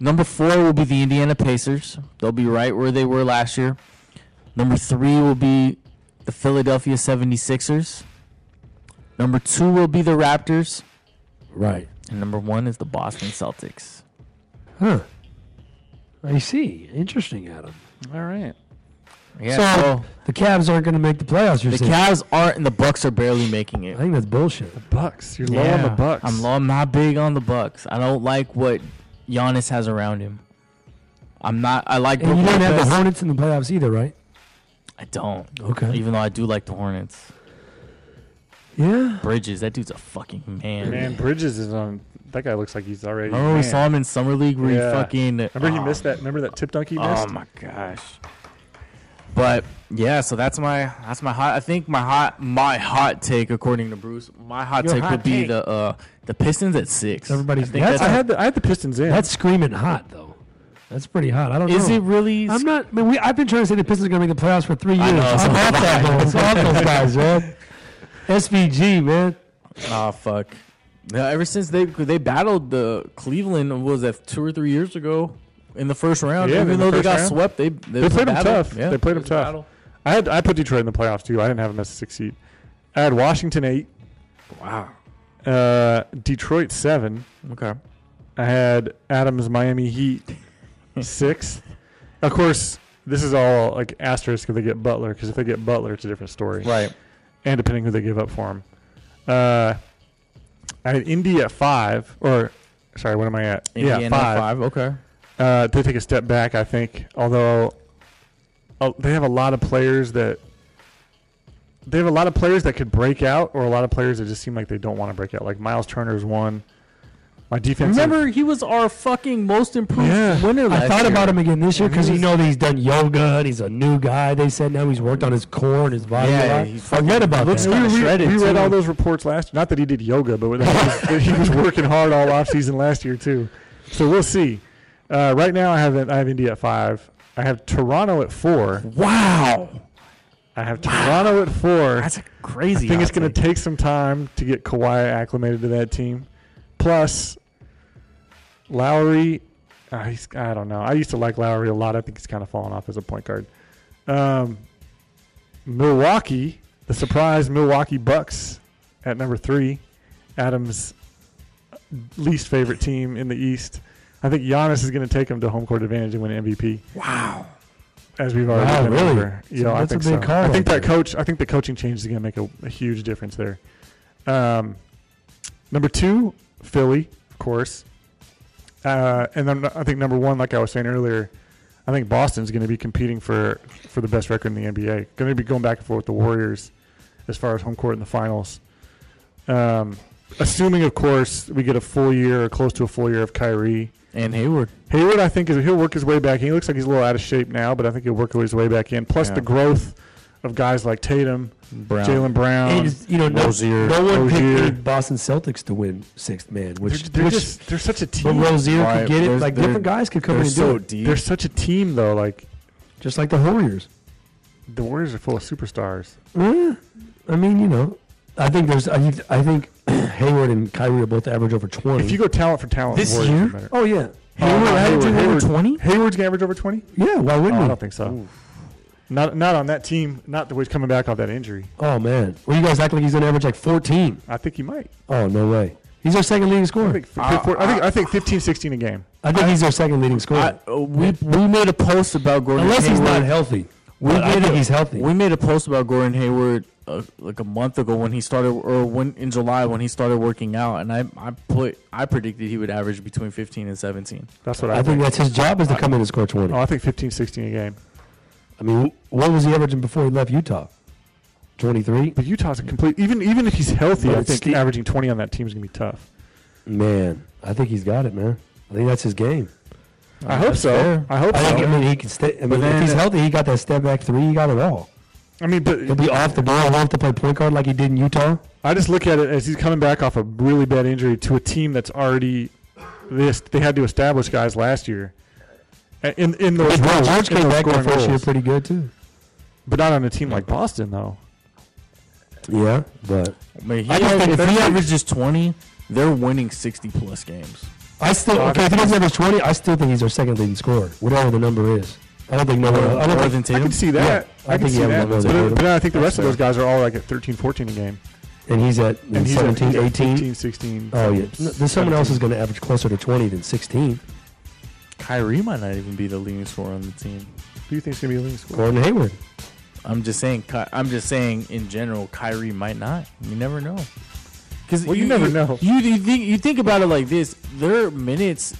Speaker 2: number four will be the Indiana Pacers. They'll be right where they were last year. Number three will be the Philadelphia 76ers. Number two will be the Raptors,
Speaker 1: Right.
Speaker 2: and number one is the Boston Celtics.
Speaker 1: Huh. I see. Interesting, Adam.
Speaker 3: All right.
Speaker 2: Yeah.
Speaker 1: so,
Speaker 2: So,
Speaker 1: the Cavs aren't going to make the playoffs. You're
Speaker 2: the
Speaker 1: saying.
Speaker 2: Cavs aren't, and the Bucks are barely making it.
Speaker 1: I think that's bullshit.
Speaker 3: Bucks. You're low on the Bucks.
Speaker 2: I'm low. I'm not big on the Bucks. I don't like what Giannis has around him. I'm not. I like.
Speaker 1: And you
Speaker 2: Brook
Speaker 1: don't have the
Speaker 2: Lopez.
Speaker 1: Hornets in the playoffs either, right?
Speaker 2: I don't.
Speaker 1: Okay.
Speaker 2: Even though I do like the Hornets.
Speaker 1: Yeah.
Speaker 2: Bridges, that dude's a fucking man.
Speaker 3: Man, Bridges is on. That guy looks like Oh, he's already.
Speaker 2: Remember we
Speaker 3: man.
Speaker 2: saw him in summer league where
Speaker 3: Yeah.
Speaker 2: he fucking.
Speaker 3: Remember he
Speaker 2: oh,
Speaker 3: missed that. Remember that tip dunk he missed.
Speaker 2: Oh my gosh. But yeah, so that's my that's my hot. I think my hot my hot take according to Bruce, my hot
Speaker 1: Your
Speaker 2: take
Speaker 1: hot
Speaker 2: would be
Speaker 1: take.
Speaker 2: the uh the Pistons at six.
Speaker 1: Everybody's-
Speaker 2: I think
Speaker 1: that's-
Speaker 2: that's,
Speaker 3: I had the I had the Pistons in.
Speaker 1: That's screaming hot, though. That's pretty hot. I don't
Speaker 2: is
Speaker 1: know.
Speaker 2: it really?
Speaker 1: I'm not. I mean, we, I've been trying to say the Pistons are going to make the playoffs for three years.
Speaker 2: I know, so
Speaker 1: I'm
Speaker 2: have
Speaker 1: off that
Speaker 2: I.
Speaker 1: though. It's off those guys, man. SVG, man.
Speaker 2: Ah, fuck. Yeah, ever since they they battled the Cleveland, what was that two or three years ago in the first round?
Speaker 3: Yeah, in
Speaker 2: even
Speaker 3: the
Speaker 2: though they
Speaker 3: first
Speaker 2: got
Speaker 3: round.
Speaker 2: swept, they they,
Speaker 3: They played 'em
Speaker 2: battled.
Speaker 3: tough. They played
Speaker 2: it
Speaker 3: 'em
Speaker 2: was a
Speaker 3: tough.
Speaker 2: battle.
Speaker 3: I had I put Detroit in the playoffs too. I didn't have them as a six seed. I had Washington eight,
Speaker 2: Wow.
Speaker 3: uh, Detroit seven.
Speaker 2: Okay.
Speaker 3: I had Adams Miami Heat sixth. Of course, this is all like asterisk if they get Butler because if they get Butler, it's a different story.
Speaker 2: Right.
Speaker 3: and depending who they give up for him. Uh, I had Indy at five, or sorry, what am I at? yeah,
Speaker 2: Indiana
Speaker 3: five.
Speaker 2: five. Okay.
Speaker 3: Uh, they take a step back, I think. Although uh, they have a lot of players that they have a lot of players that could break out, or a lot of players that just seem like they don't want to break out. Like Miles Turner is one. My defense.
Speaker 2: Remember, he was our fucking most improved
Speaker 3: Yeah.
Speaker 2: winner last
Speaker 1: I thought
Speaker 2: year.
Speaker 1: about him again this year because you
Speaker 3: he's-
Speaker 1: know that he's done yoga and he's a new guy. They said now he's worked on his core and his body.
Speaker 2: Yeah,
Speaker 1: a lot.
Speaker 2: he's
Speaker 1: I read
Speaker 2: fucking-
Speaker 1: about
Speaker 2: looks
Speaker 1: that.
Speaker 2: kinda
Speaker 3: we,
Speaker 2: shredded,
Speaker 3: we read
Speaker 2: too.
Speaker 3: all those reports last. Not that he did yoga, but that he, was, that he was working hard all off season last year too. So we'll see. Uh, right now, I have I have India at five. I have Toronto at four.
Speaker 2: Wow.
Speaker 3: I have Toronto at four.
Speaker 2: That's a crazy.
Speaker 3: I think it's
Speaker 2: hot
Speaker 3: going to
Speaker 2: take.
Speaker 3: take some time to get Kawhi acclimated to that team. Plus, Lowry, uh, he's, I don't know. I used to like Lowry a lot. I think he's kind of fallen off as a point guard. Um, Milwaukee, the surprise Milwaukee Bucks at number three, Adams' least favorite team in the East. I think Giannis is going to take him to home court advantage and win MVP
Speaker 2: Wow.
Speaker 3: as we've already
Speaker 1: Wow,
Speaker 3: been
Speaker 1: really?
Speaker 3: over. You
Speaker 1: So
Speaker 3: know, I
Speaker 1: that's a
Speaker 3: think
Speaker 1: big
Speaker 3: so.
Speaker 1: call
Speaker 3: I think
Speaker 1: right
Speaker 3: that coach. I think the coaching change is going to make a, a huge difference there. Um, number two, Philly, of course, uh, and then I think number one, like I was saying earlier, I think Boston's going to be competing for for the best record in the NBA. Going to be going back and forth with the Warriors as far as home court in the finals. Um, assuming, of course, we get a full year or close to a full year of Kyrie.
Speaker 2: And Hayward.
Speaker 3: Hayward, I think, is he'll work his way back. in. He looks like he's a little out of shape now, but I think he'll work his way back in. Plus
Speaker 2: Yeah.
Speaker 3: the growth of guys like Tatum,
Speaker 2: Brown.
Speaker 3: Jalen Brown.
Speaker 1: And, you know, no,
Speaker 2: Rozier.
Speaker 1: no one picked
Speaker 3: Rozier.
Speaker 1: any Boston Celtics to win sixth man,
Speaker 3: they're,
Speaker 1: which
Speaker 3: they're
Speaker 1: which
Speaker 3: just they're such a
Speaker 1: but
Speaker 3: team.
Speaker 1: Rozier
Speaker 2: Right,
Speaker 1: could get it.
Speaker 2: there's-
Speaker 1: Like
Speaker 2: they're-
Speaker 1: different guys could come in
Speaker 2: They're
Speaker 1: and
Speaker 2: so
Speaker 1: do it,
Speaker 2: deep.
Speaker 3: They're such a team though. Like
Speaker 1: just like the Warriors.
Speaker 3: the Warriors are full of superstars.
Speaker 1: Eh, I mean, you know, I think there's. I, I think Hayward and Kyrie are both average over twenty.
Speaker 3: If you go talent for talent,
Speaker 2: This
Speaker 3: Warriors are
Speaker 2: year?
Speaker 3: better.
Speaker 1: oh yeah,
Speaker 2: Hayward
Speaker 3: no,
Speaker 2: averaging
Speaker 3: Hayward,
Speaker 2: over
Speaker 3: Hayward.
Speaker 2: twenty.
Speaker 3: Hayward's gonna average over 20?
Speaker 1: Yeah, why
Speaker 3: No,
Speaker 1: wouldn't
Speaker 3: Oh, I
Speaker 1: he?
Speaker 3: don't think so. Not not on that team. Not the way he's coming back off that injury.
Speaker 1: Oh man, well you guys act like he's gonna average like 14.
Speaker 3: I think he might.
Speaker 1: Oh no way. He's our second leading
Speaker 3: I
Speaker 1: scorer.
Speaker 3: think, fi- four- I think I think 15, 16 a game.
Speaker 1: he's our second leading scorer.
Speaker 2: I, uh, we we made a post about Gordon.
Speaker 1: Unless he's
Speaker 2: Hayward.
Speaker 1: not healthy.
Speaker 2: We
Speaker 1: But I
Speaker 2: made
Speaker 1: think
Speaker 2: a-
Speaker 1: he's healthy.
Speaker 2: We made a post about Gordon Hayward uh, like a month ago when he started, or when in July when he started working out, and I, I put I predicted he would average between 15 and 17.
Speaker 3: That's what I,
Speaker 1: I think that's his job is to come in and score 20.
Speaker 3: Oh, I think 15, 16 a game.
Speaker 1: I mean, what was he averaging before he left Utah? 23?
Speaker 3: But Utah's a complete. Even even if he's healthy,
Speaker 1: But
Speaker 3: I
Speaker 1: it's
Speaker 3: think
Speaker 1: Steve-
Speaker 3: averaging 20 on that team is gonna be tough.
Speaker 1: Man, I think he's got it, man. I think that's his game.
Speaker 3: I hope so.
Speaker 2: fair.
Speaker 3: I hope
Speaker 1: Oh, I think,
Speaker 3: so.
Speaker 1: I mean, he can stay. I mean,
Speaker 2: then-
Speaker 1: if he's healthy, he got that step back three. He got it all.
Speaker 3: I mean, but
Speaker 1: He'll be off the ball. He'll have to play point guard like he did in Utah.
Speaker 3: I just look at it as he's coming back off a really bad injury to a team that's already this. They had to establish guys last year. A- In in those roles,
Speaker 1: George
Speaker 3: in
Speaker 1: came
Speaker 3: those
Speaker 1: back
Speaker 3: scoring
Speaker 1: that first year
Speaker 3: roles.
Speaker 1: pretty good, too.
Speaker 3: but not on a team like Boston though.
Speaker 1: Yeah, but
Speaker 2: I mean, he
Speaker 1: I just think
Speaker 2: aver- if
Speaker 1: that's-
Speaker 2: he averages 20, they're winning 60 plus games.
Speaker 1: I still,
Speaker 3: No, I
Speaker 1: okay, if he doesn't average 20, I still think he's our second leading scorer, whatever the number is. I don't think no one
Speaker 2: More,
Speaker 1: I don't
Speaker 2: more
Speaker 1: think,
Speaker 2: than
Speaker 3: I
Speaker 2: Tatum.
Speaker 3: can see that.
Speaker 1: Yeah, I
Speaker 3: I can
Speaker 1: think he
Speaker 3: see
Speaker 1: had
Speaker 3: that.
Speaker 1: levels
Speaker 3: But,
Speaker 1: that hit him.
Speaker 3: but I think the rest of
Speaker 2: That's
Speaker 3: those guys are all like at 13, 14 a game.
Speaker 1: And he's at
Speaker 3: And he's
Speaker 1: 17,
Speaker 3: at, he's at
Speaker 1: 18.
Speaker 3: 15, 16.
Speaker 1: Oh, yeah. No, There's someone else
Speaker 3: 17.
Speaker 1: who's going to average closer to 20 than 16.
Speaker 2: Kyrie might not even be the leading scorer on the team.
Speaker 3: Who do you think's gonna be the leading scorer?
Speaker 1: Gordon Hayward.
Speaker 2: I'm just saying. Ky- I'm just saying. In general, Kyrie might not. You never know. Because
Speaker 3: Well, you never know.
Speaker 2: You, you think you think about it like this: their minutes,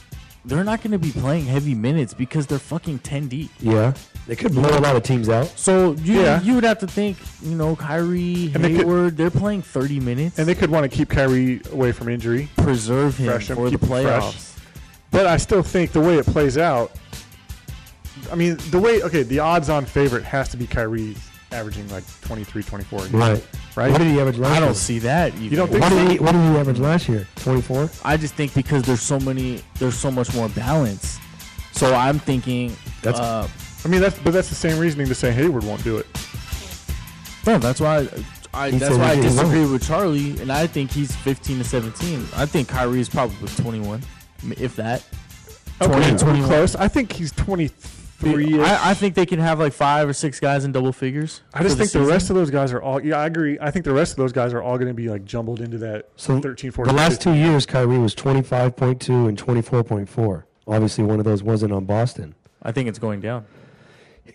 Speaker 2: they're not going to be playing heavy minutes because they're fucking ten deep.
Speaker 1: Yeah. They could blow a lot of teams out.
Speaker 2: So you
Speaker 3: Yeah.
Speaker 2: you would have to think, you know, Kyrie,
Speaker 3: And they could-
Speaker 2: Hayward, they are playing thirty minutes
Speaker 3: And they could want to keep Kyrie away from injury.
Speaker 2: preserve him
Speaker 3: Fresh him,
Speaker 2: for the
Speaker 3: keep him fresh.
Speaker 2: playoffs.
Speaker 3: But I still think the way it plays out, I mean, the way, okay, the odds on favorite has to be Kyrie's averaging like 23, 24. a game,
Speaker 1: Right.
Speaker 3: Right?
Speaker 1: What did he average last
Speaker 2: I
Speaker 1: year?
Speaker 2: don't see that. Even.
Speaker 3: don't think-
Speaker 1: What did, he, what did he average last year? 24?
Speaker 2: I just think because there's so many, there's so much more balance. So I'm thinking,
Speaker 1: That's-
Speaker 2: uh,
Speaker 3: I mean, that's but that's the same reasoning to say Hayward won't do it.
Speaker 2: no, that's why. I,
Speaker 1: He
Speaker 2: that's
Speaker 1: said
Speaker 2: why I
Speaker 1: he didn't
Speaker 2: disagree
Speaker 1: want
Speaker 2: with Charlie, and I think he's 15 to 17. I think Kyrie is probably 21, if that.
Speaker 3: Okay,
Speaker 2: 20, 21.
Speaker 3: close. I think he's 23.
Speaker 2: I, I think they can have like five or six guys in double figures.
Speaker 3: I just
Speaker 2: for
Speaker 3: think the rest
Speaker 2: season.
Speaker 3: of those guys are all. Yeah, I agree. I think the rest of those guys are all going to be like jumbled into that
Speaker 1: So
Speaker 3: 13, 14.
Speaker 1: The last two years, Kyrie was 25.2 and 24.4. Obviously, one of those wasn't on Boston.
Speaker 2: I think it's going down.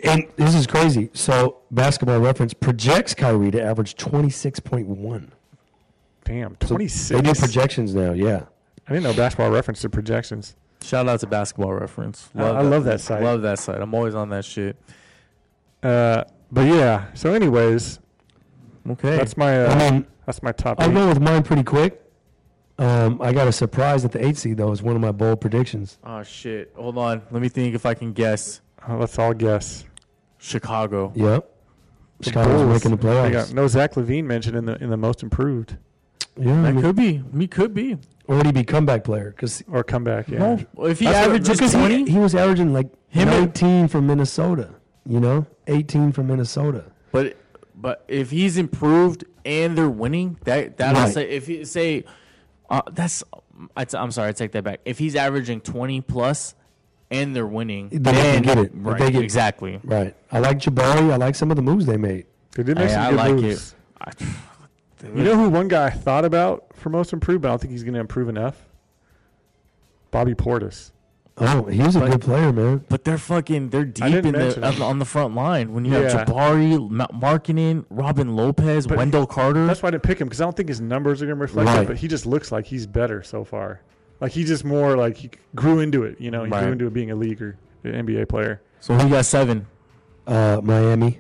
Speaker 1: And this is crazy. So, basketball reference projects Kyrie to average 26.1.
Speaker 3: Damn,
Speaker 1: So They do
Speaker 3: 26.
Speaker 1: projections now, yeah.
Speaker 3: I didn't know basketball reference to projections.
Speaker 2: Shout out to Basketball Reference.
Speaker 3: I- I love that site.
Speaker 2: Love that site. I'm always on that shit.
Speaker 3: Uh, but yeah. So, anyways,
Speaker 2: Okay.
Speaker 3: that's my uh,
Speaker 1: I mean,
Speaker 3: that's my top.
Speaker 1: I'll
Speaker 3: Eight.
Speaker 1: go with mine pretty quick. Um, I got a surprise at the eight seed though. Is one of my bold predictions.
Speaker 2: oh shit. Hold on. Let me think if I can guess.
Speaker 3: Uh, let's all guess.
Speaker 2: Chicago.
Speaker 1: Yep. Chicago's
Speaker 3: Bulls.
Speaker 1: making the
Speaker 3: They
Speaker 1: playoffs.
Speaker 3: got no Zach Levine mentioned in the in the most improved
Speaker 1: yeah, I
Speaker 2: That
Speaker 1: mean,
Speaker 2: could be. Me could be.
Speaker 1: or would he be comeback player? Because
Speaker 3: or comeback. Yeah.
Speaker 2: No. If he
Speaker 3: That's what-
Speaker 2: averages
Speaker 3: because
Speaker 1: he,
Speaker 2: 20,
Speaker 1: he was averaging like
Speaker 2: Him and-
Speaker 1: 19 from Minnesota. You know, 18 from Minnesota.
Speaker 2: but but if he's improved and they're winning, that that'll
Speaker 1: Right.
Speaker 2: say if you say uh, that's I t- I'm sorry, I take that back. If he's averaging 20 plus and they're winning,
Speaker 1: Then they
Speaker 2: then
Speaker 1: can get it. If
Speaker 2: Right,
Speaker 1: they get-
Speaker 2: exactly.
Speaker 1: Right. I like Jabari. I like some of the moves they made.
Speaker 3: They did make
Speaker 2: Hey,
Speaker 3: some
Speaker 2: I
Speaker 3: good
Speaker 2: like
Speaker 3: moves.
Speaker 2: I,
Speaker 3: You know who one guy I thought about for most improved, but I don't think he's going to improve enough. Bobby Portis.
Speaker 1: Oh, he was a
Speaker 2: But-
Speaker 1: good player, man.
Speaker 2: But they're fucking they're deep
Speaker 3: didn't
Speaker 2: in
Speaker 3: mention
Speaker 2: the
Speaker 3: it.
Speaker 2: on, on the front line when you
Speaker 3: Yeah.
Speaker 2: have Jabari, Ma- Markinen, Robin Lopez,
Speaker 3: But-
Speaker 2: Wendell Carter.
Speaker 3: That's why I didn't pick him because I don't think his numbers are going to reflect
Speaker 1: Right.
Speaker 3: it. But he just looks like he's better so far. Like he just more like he grew into it. You know, he
Speaker 2: Right.
Speaker 3: grew into it being a leaguer, an NBA player.
Speaker 2: so he got seven.
Speaker 1: Uh, Miami.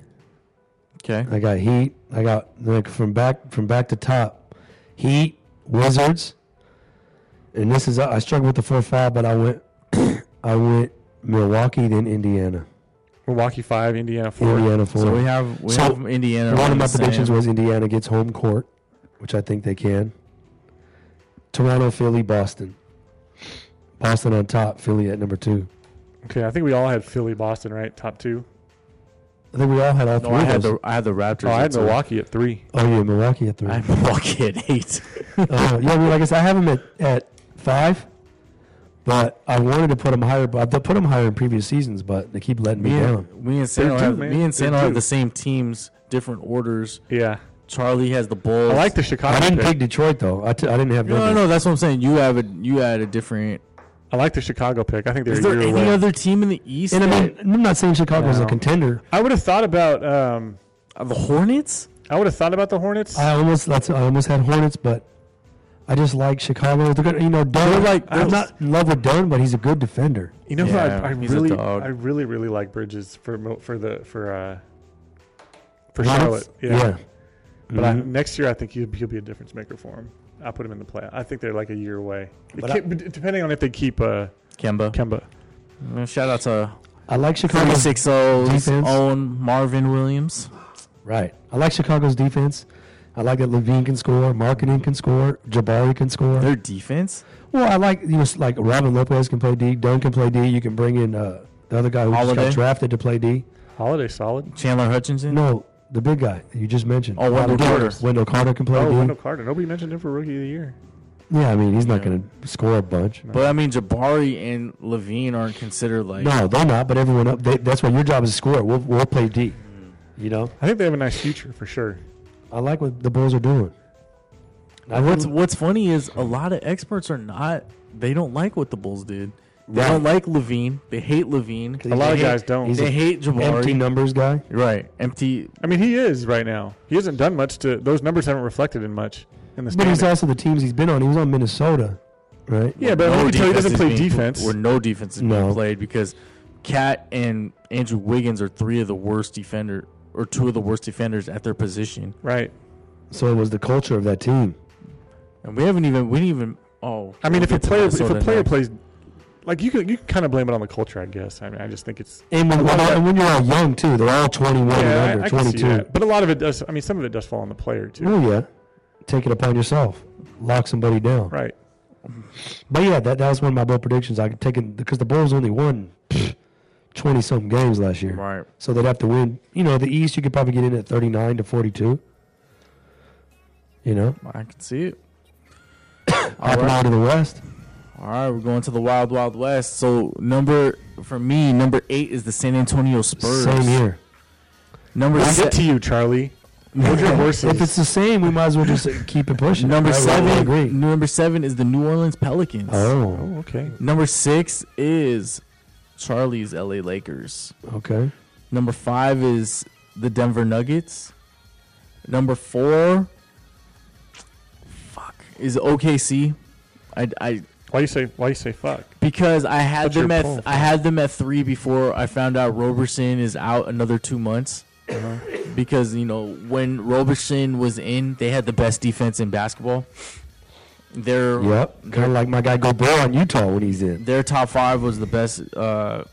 Speaker 2: Okay.
Speaker 1: I got Heat. I got like from back from back to top, Heat, Wizards, and this is I struggled with the four five, but I went I went Milwaukee then Indiana,
Speaker 3: Milwaukee five, Indiana four.
Speaker 1: Indiana four.
Speaker 2: So we have we
Speaker 1: So,
Speaker 2: have Indiana.
Speaker 1: One
Speaker 2: around
Speaker 1: of my
Speaker 2: the
Speaker 1: predictions
Speaker 2: same.
Speaker 1: was Indiana gets home court, which I think they can. Toronto, Philly, Boston. Boston on top, Philly at number two.
Speaker 3: Okay, I think we all had Philly, Boston, right? Top two.
Speaker 1: I think we all had all
Speaker 2: No,
Speaker 1: three.
Speaker 2: I
Speaker 1: of
Speaker 2: had
Speaker 1: those.
Speaker 2: the I had the Raptors.
Speaker 3: Oh, I
Speaker 2: at
Speaker 3: had
Speaker 2: two.
Speaker 3: Milwaukee at three.
Speaker 1: oh yeah, Milwaukee at three.
Speaker 2: I had Milwaukee at eight.
Speaker 1: Uh, yeah, I mean, like I said, I have them at, at five,
Speaker 4: But I wanted to put them higher. But they put them higher in previous seasons, but they keep letting me
Speaker 2: Me
Speaker 4: down.
Speaker 2: and, me and Sandal,
Speaker 3: do,
Speaker 2: have,
Speaker 3: man.
Speaker 2: me and
Speaker 3: They
Speaker 2: Sandal have
Speaker 3: do.
Speaker 2: the same teams, different orders.
Speaker 3: Yeah.
Speaker 2: Charlie has the Bulls.
Speaker 3: I like the Chicago
Speaker 4: I didn't
Speaker 3: pick.
Speaker 4: pick Detroit though. I, t- I didn't have
Speaker 2: No,
Speaker 4: them.
Speaker 2: no, no. That's what I'm saying. You have a you had a different.
Speaker 3: I like the Chicago pick. I think they're
Speaker 2: Is
Speaker 3: a
Speaker 2: there
Speaker 3: year
Speaker 2: any
Speaker 3: away.
Speaker 2: other team in the East?
Speaker 4: And I mean, I'm not saying Chicago's
Speaker 3: No.
Speaker 4: a contender.
Speaker 3: I would have thought about um,
Speaker 2: that- the Hornets?
Speaker 3: I would have thought about the Hornets.
Speaker 4: I almost that's I almost had Hornets, but I just like Chicago. They're good, you know. Dunn,
Speaker 2: They're like-
Speaker 4: I'm not in love with Dunn, but he's a good defender.
Speaker 3: you know, who
Speaker 2: Yeah,
Speaker 3: I, I
Speaker 2: he's a
Speaker 3: really,
Speaker 2: dog.
Speaker 3: I really, really like Bridges for mo- for the for uh, for
Speaker 4: Hornets?
Speaker 3: Charlotte. Yeah. Mm-hmm. But I,
Speaker 4: Mhm.
Speaker 3: next year, I think he'll, he'll be a difference maker for him. I put him in the play. I think they're like a year away. It
Speaker 4: But
Speaker 3: can't- but depending on if they keep uh,
Speaker 2: Kemba.
Speaker 3: Kemba.
Speaker 2: Mm, Shout out to
Speaker 4: I like Chicago's
Speaker 2: 36 0's
Speaker 4: defense.
Speaker 2: own Marvin Williams.
Speaker 4: right. I like Chicago's defense. I like that Levine can score, Marketing can score, Jabari can score.
Speaker 2: Their defense.
Speaker 4: well, I like you know s- like Robin Lopez can play D, Dunn can play D. You can bring in uh, the other guy who just
Speaker 2: Holiday?
Speaker 4: got drafted to play D.
Speaker 3: Holiday solid.
Speaker 2: Chandler Hutchinson.
Speaker 4: No, the big guy that you just mentioned.
Speaker 2: Oh, Wendell Carter.
Speaker 4: Wendell Carter can play
Speaker 3: Oh,
Speaker 4: D.
Speaker 3: Wendell Carter. Nobody mentioned him for rookie of the year.
Speaker 4: Yeah, I mean he's not
Speaker 2: Yeah.
Speaker 4: going to score a bunch.
Speaker 2: But I mean, Jabari and Levine aren't considered like.
Speaker 4: No, they're not. But everyone up. They, that's why your job is to score. We'll, we'll play D. You know,
Speaker 3: I think they have a nice future for sure.
Speaker 4: I like what the Bulls are doing. I
Speaker 2: What's
Speaker 4: wouldn't-
Speaker 2: What's funny is a lot of experts are not. They don't like what the Bulls did. They
Speaker 4: Right.
Speaker 2: don't like Levine. They hate Levine.
Speaker 4: A
Speaker 3: A lot of
Speaker 2: They hate-
Speaker 3: guys don't.
Speaker 4: he's
Speaker 2: They
Speaker 4: a
Speaker 2: hate Jabari.
Speaker 4: empty numbers guy.
Speaker 2: Right. Empty.
Speaker 3: I mean, he is right now. He hasn't done much to. Those numbers haven't reflected in much in the
Speaker 4: But he's
Speaker 3: standings.
Speaker 4: also the teams he's been on. He was on Minnesota, right?
Speaker 3: Yeah, but I can tell he doesn't
Speaker 2: is
Speaker 3: play
Speaker 2: being-
Speaker 3: defense.
Speaker 2: Or no defense is being
Speaker 4: No.
Speaker 2: played because Cat and Andrew Wiggins are three of the worst defender or two of the worst defenders at their position.
Speaker 3: Right.
Speaker 4: So it was the culture of that team.
Speaker 2: And we haven't even. We didn't even. Oh.
Speaker 3: I mean,
Speaker 2: we'll
Speaker 3: if a
Speaker 2: get to
Speaker 3: player if a
Speaker 2: Minnesota
Speaker 3: player
Speaker 2: next.
Speaker 3: plays, like you could you can kind of blame it on the culture, I guess. I mean, I just think it's
Speaker 4: And when, and when you're all young too, they're all 21
Speaker 3: yeah, I-
Speaker 4: and under,
Speaker 3: I can see
Speaker 4: 22.
Speaker 3: that. But a lot of it does. I mean, some of it does fall on the player too.
Speaker 4: Oh yeah, take it upon yourself, lock somebody down.
Speaker 3: Right.
Speaker 4: But yeah, that, that was one of my bold predictions. I could take it because the Bulls only won twenty something games last year.
Speaker 2: Right.
Speaker 4: So they'd have to win. You know, the East you could probably get in at thirty nine to forty two. You know,
Speaker 2: I can see it. All
Speaker 4: hop
Speaker 2: right.
Speaker 4: out of the West.
Speaker 2: All right, we're going to the Wild Wild West. So number for me, number eight is the San Antonio Spurs.
Speaker 4: Same year.
Speaker 2: Number
Speaker 3: I get
Speaker 2: six.
Speaker 3: to you, Charlie. Hold your horses.
Speaker 4: If it's the same, we might as well just uh, keep it pushing.
Speaker 2: Number
Speaker 4: I- I
Speaker 2: seven.
Speaker 4: agree.
Speaker 2: Number seven is the New Orleans Pelicans.
Speaker 4: Oh,
Speaker 3: oh, okay.
Speaker 2: Number six is Charlie's LA Lakers.
Speaker 4: okay.
Speaker 2: Number five is the Denver Nuggets. Number four, fuck, is OKC. I, I
Speaker 3: Why you say Why you say fuck?
Speaker 2: because I had
Speaker 3: What's
Speaker 2: them
Speaker 3: your
Speaker 2: at
Speaker 3: poll?
Speaker 2: I had them at three before I found out Roberson is out another two months.
Speaker 4: Uh-huh.
Speaker 2: Because you know when Roberson was in, they had the best defense in basketball. Their
Speaker 4: Yep. Kind of like my guy Gobert on Utah when he's in.
Speaker 2: their top five was the best uh,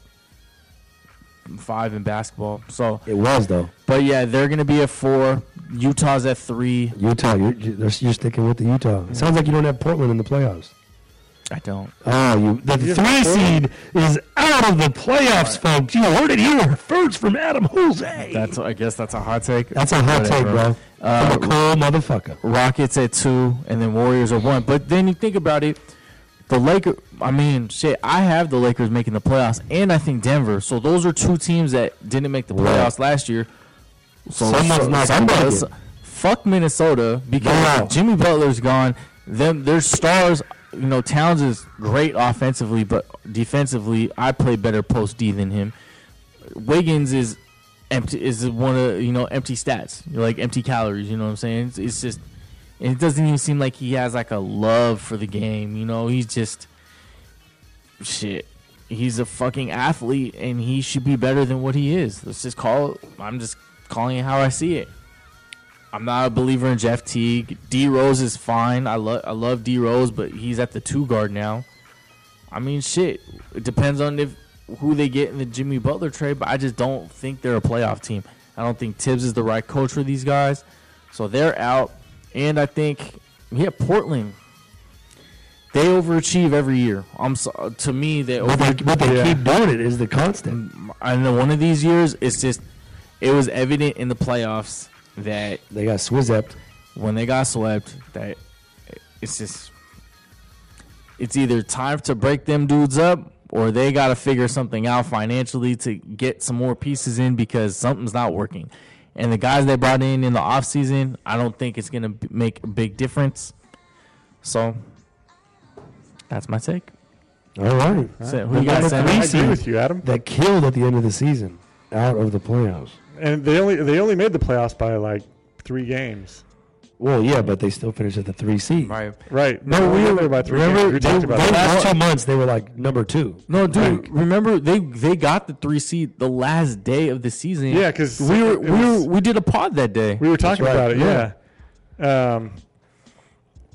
Speaker 2: five in basketball. So,
Speaker 4: It was though.
Speaker 2: but yeah, they're gonna be at four. Utah's at three.
Speaker 4: Utah, you're, you're you're sticking with the Utah. It sounds like you don't have Portland in the playoffs.
Speaker 2: I don't.
Speaker 1: Ah,
Speaker 4: Oh, you, the
Speaker 3: You have
Speaker 4: three
Speaker 3: four?
Speaker 4: seed is out of the playoffs, folks. You heard it here first from Adam Jose.
Speaker 2: That's I guess that's a hot take.
Speaker 4: That's a hot take, bro. Uh,
Speaker 2: Whatever.
Speaker 4: I'm a cold motherfucker.
Speaker 2: Rockets at two, and then Warriors at one. But then you think about it, the Lakers. I mean, shit. I have the Lakers making the playoffs, and I think Denver. So those are two teams that didn't make the
Speaker 4: Right.
Speaker 2: playoffs last year. So
Speaker 4: Someone's
Speaker 2: so-
Speaker 4: not gonna
Speaker 2: somebody-
Speaker 4: make it.
Speaker 2: Fuck Minnesota because
Speaker 4: No.
Speaker 2: Jimmy Butler's gone. Them their stars. You know, Towns is great offensively, but defensively, I play better post D than him. Wiggins is empty is one of you know empty stats You're like empty calories you know what i'm saying it's, it's just and it doesn't even seem like he has like a love for the game you know he's just shit he's a fucking athlete and he should be better than what he is let's just call i'm just calling it how i see it i'm not a believer in jeff teague d rose is fine i love i love d rose but he's at the two guard now I mean, shit. It depends on if who they get in the Jimmy Butler trade, but I just don't think they're a playoff team. I don't think Tibbs is the right coach for these guys, so they're out. And I think, yeah, Portland. They overachieve every year. I'm so, to me they
Speaker 4: But
Speaker 2: over.
Speaker 4: they, but they
Speaker 3: Yeah.
Speaker 4: keep doing it is the constant.
Speaker 2: And then one of these years, it's just it was evident in the playoffs that
Speaker 4: They got swizzepped.
Speaker 2: when they got swept, that it's just it's either time to break them dudes up or they got to figure something out financially to get some more pieces in because something's not working. And the guys they brought in in the offseason, I don't think it's going to make a big difference. So that's my take.
Speaker 1: All right.
Speaker 2: So, who you got,
Speaker 1: Number
Speaker 2: Sam?
Speaker 1: three
Speaker 3: I
Speaker 1: seed
Speaker 3: agree with you, Adam.
Speaker 1: That killed at the end of the season, out of the playoffs.
Speaker 3: And they only they only made the playoffs by like three games.
Speaker 1: Well, yeah, but they still finished at the three seed.
Speaker 2: Right.
Speaker 3: Right.
Speaker 1: No, we
Speaker 3: They were
Speaker 1: were
Speaker 3: by three
Speaker 1: remember,
Speaker 3: games. We talked
Speaker 1: they-
Speaker 3: about
Speaker 1: those
Speaker 3: that.
Speaker 1: last two months they were like number two.
Speaker 2: No, dude.
Speaker 1: Like-
Speaker 2: remember they they got the three seed the last day of the season.
Speaker 3: Yeah, because
Speaker 2: we were we were, we did a pod that day.
Speaker 3: we were talking
Speaker 1: right,
Speaker 3: about it. Yeah. Um,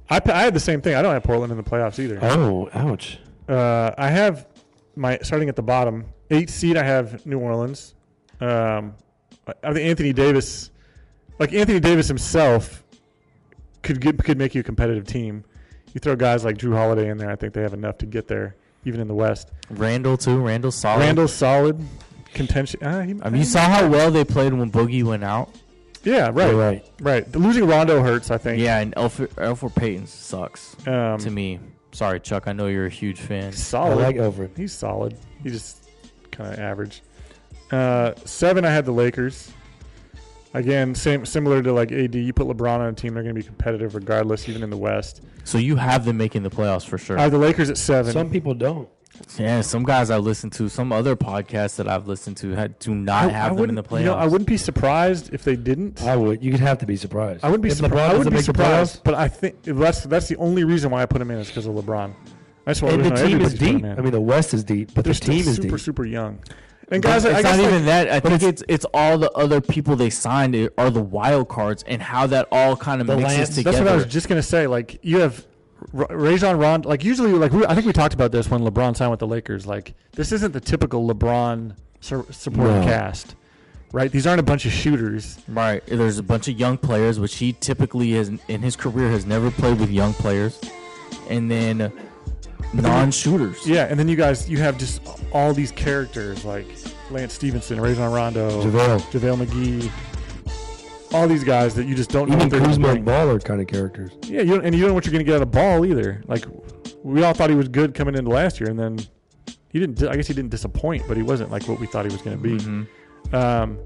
Speaker 3: I p- I had the same thing. I don't have Portland in the playoffs either.
Speaker 1: Oh, ouch.
Speaker 3: Uh, I have my starting at the bottom eight seed. I have New Orleans. Um, I I think Anthony Davis, like Anthony Davis himself, could get, could make you a competitive team. You throw guys like Drew Holiday in there. I think they have enough to get there, even in the West.
Speaker 2: Randall too. Randall solid.
Speaker 3: Randall's solid contention. Uh, he,
Speaker 2: Oh. I mean, you saw how well they played when Boogie went out.
Speaker 3: yeah,
Speaker 1: You're
Speaker 3: right,
Speaker 1: right.
Speaker 3: right. The Losing Rondo hurts. I think.
Speaker 2: Yeah, and Alfred Alfred Payton sucks
Speaker 3: Um,
Speaker 2: to me. Sorry, Chuck. I know you're a huge fan.
Speaker 1: I
Speaker 3: solid.
Speaker 1: like Alfred.
Speaker 3: He's solid. He's just kind of average. Uh, seven, I had the Lakers. Again, same similar to like AD. You put LeBron on a team, they're going to be competitive regardless, even in the West.
Speaker 2: So you have them making the playoffs for sure.
Speaker 3: I have the Lakers at seven.
Speaker 1: Some people don't.
Speaker 2: yeah, some guys I listen to, some other podcasts that I've listened to, had, do not have them in the
Speaker 3: wouldn't-
Speaker 2: playoffs.
Speaker 3: You know, I wouldn't be surprised if they didn't. I,
Speaker 1: I would. You'd have to be surprised.
Speaker 3: wouldn't be,
Speaker 1: If
Speaker 3: surpri-
Speaker 1: LeBron
Speaker 3: I
Speaker 1: doesn't
Speaker 3: wouldn't be
Speaker 1: make the
Speaker 3: surprised.
Speaker 1: playoffs,
Speaker 3: But I think that's that's the only reason why I put him in is because of LeBron. That's why
Speaker 1: And
Speaker 3: reason
Speaker 1: the
Speaker 3: why
Speaker 1: team is
Speaker 3: everybody's put him
Speaker 1: deep.
Speaker 3: in.
Speaker 1: I mean, the West is deep, but
Speaker 3: they're
Speaker 1: the
Speaker 3: still
Speaker 1: team is
Speaker 3: super
Speaker 1: deep.
Speaker 3: super young. And
Speaker 2: But
Speaker 3: guys, I,
Speaker 2: it's
Speaker 3: I guess
Speaker 2: not
Speaker 3: like,
Speaker 2: even that. I think it's, it's all the other people they signed i- are the wild cards and how that all kind of mixes
Speaker 1: Lance-
Speaker 2: together.
Speaker 3: That's what I was just gonna say. Like you have R- Rajon Rondo. Like usually, like we, I think we talked about this when LeBron signed with the Lakers. Like this isn't the typical LeBron sur- supporting
Speaker 1: No.
Speaker 3: cast, right? These aren't a bunch of shooters.
Speaker 2: right. There's a bunch of young players, which he typically has in his career has never played with young players, and then uh, non-shooters.
Speaker 3: Yeah, and then you guys, you have just all these characters like Lance Stevenson, Rajon Rondo,
Speaker 1: JaVale.
Speaker 3: JaVale McGee. All these guys that you just don't know.
Speaker 1: Even
Speaker 3: what they're gonna
Speaker 1: Kuzma
Speaker 3: bring.
Speaker 1: and Ball are kind of characters.
Speaker 3: Yeah, you don't, and you don't know what you're going to get out of the ball either. Like, we all thought he was good coming into last year, and then he didn't. I guess he didn't disappoint, but he wasn't like what we thought he was going to be.
Speaker 2: Mhm.
Speaker 3: Um,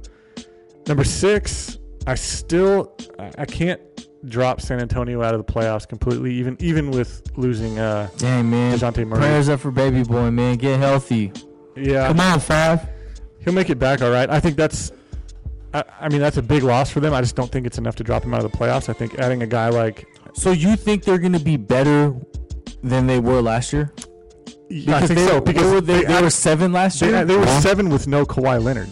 Speaker 3: number six, I still I I can't drop San Antonio out of the playoffs completely, even even with losing. Uh,
Speaker 2: Dang man,
Speaker 3: DeJounte Murray.
Speaker 2: prayers up for baby boy, man. Get healthy.
Speaker 3: yeah,
Speaker 1: Come on, five.
Speaker 3: he'll make it back all right. I think that's. I, I mean, that's a big loss for them. I just don't think it's enough to drop him out of the playoffs. I think adding a guy like
Speaker 2: So you think they're gonna be better than they were last year?
Speaker 3: I think
Speaker 2: they,
Speaker 3: so because
Speaker 2: were, they, they
Speaker 3: add-
Speaker 2: were seven last
Speaker 3: They,
Speaker 2: year.
Speaker 3: they were seven with no Kawhi Leonard.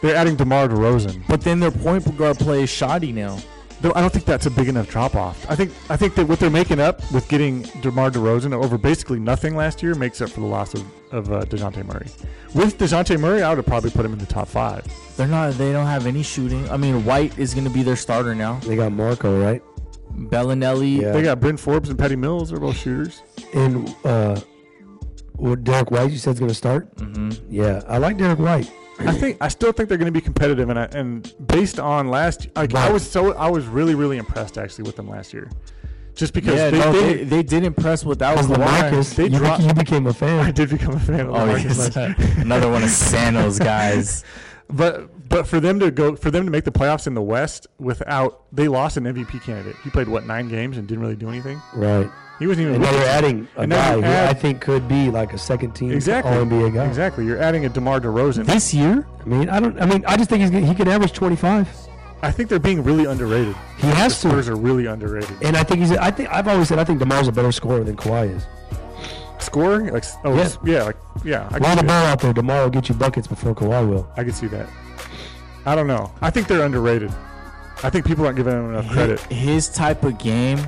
Speaker 3: They're adding DeMar DeRozan.
Speaker 2: but then their point guard play is shoddy now.
Speaker 3: Though I don't think that's a big enough drop off. I think I think that what they're making up with getting DeMar DeRozan over basically nothing last year makes up for the loss of, of uh, DeJounte Murray. With DeJounte Murray, I would have probably put him in the top five.
Speaker 2: They're not. They don't have any shooting. I mean, White is going to be their starter now.
Speaker 1: They got Marco right,
Speaker 2: Bellinelli.
Speaker 1: Yeah.
Speaker 3: They got Bryn Forbes and Patty Mills. They're both shooters.
Speaker 1: and uh, what Derek White. You said's going to start.
Speaker 2: Mhm.
Speaker 1: Yeah, I like Derek White.
Speaker 3: I think I still think they're going to be competitive, and I, and based on last, like, I
Speaker 1: Right.
Speaker 3: was so I was really really impressed actually with them last year, just because
Speaker 2: Yeah,
Speaker 3: they,
Speaker 2: no,
Speaker 3: they-
Speaker 2: they, they, did impress without
Speaker 1: Because
Speaker 2: Kawhi.
Speaker 1: Lamarcus,
Speaker 3: they
Speaker 1: you,
Speaker 3: dropped-
Speaker 1: bec- you became a
Speaker 3: I
Speaker 1: fan.
Speaker 3: did become a fan of
Speaker 2: Oh,
Speaker 3: LaMarcus
Speaker 2: yes.
Speaker 3: last year.
Speaker 2: another one of Sano's guys.
Speaker 3: But but for them to go for them to make the playoffs in the West without they lost an MVP candidate. He played what nine games and didn't really do anything.
Speaker 1: Right.
Speaker 3: He wasn't even
Speaker 1: And now you're adding a
Speaker 3: And now
Speaker 1: guy
Speaker 3: you
Speaker 1: who
Speaker 3: add-
Speaker 1: I think could be like a second team
Speaker 3: exactly
Speaker 1: All NBA guy.
Speaker 3: Exactly, you're adding a DeMar DeRozan.
Speaker 2: This year,
Speaker 1: I mean, I don't. I mean, I just think he's, gonna- he could average 25.
Speaker 3: I think they're being really underrated.
Speaker 1: He has to.
Speaker 3: Spurs are really underrated.
Speaker 1: And I think he's. I think I've always said I think Demar's a better scorer than Kawhi is.
Speaker 3: Scoring, like s- oh
Speaker 1: Yeah.
Speaker 3: yeah, yeah, like, yeah. I
Speaker 1: Roll
Speaker 3: can,
Speaker 1: the
Speaker 3: see that.
Speaker 1: ball out there. Demar will get you buckets before Kawhi will.
Speaker 3: I can see that. I don't know. I think they're underrated. I think people aren't giving them enough credit.
Speaker 2: his type of game,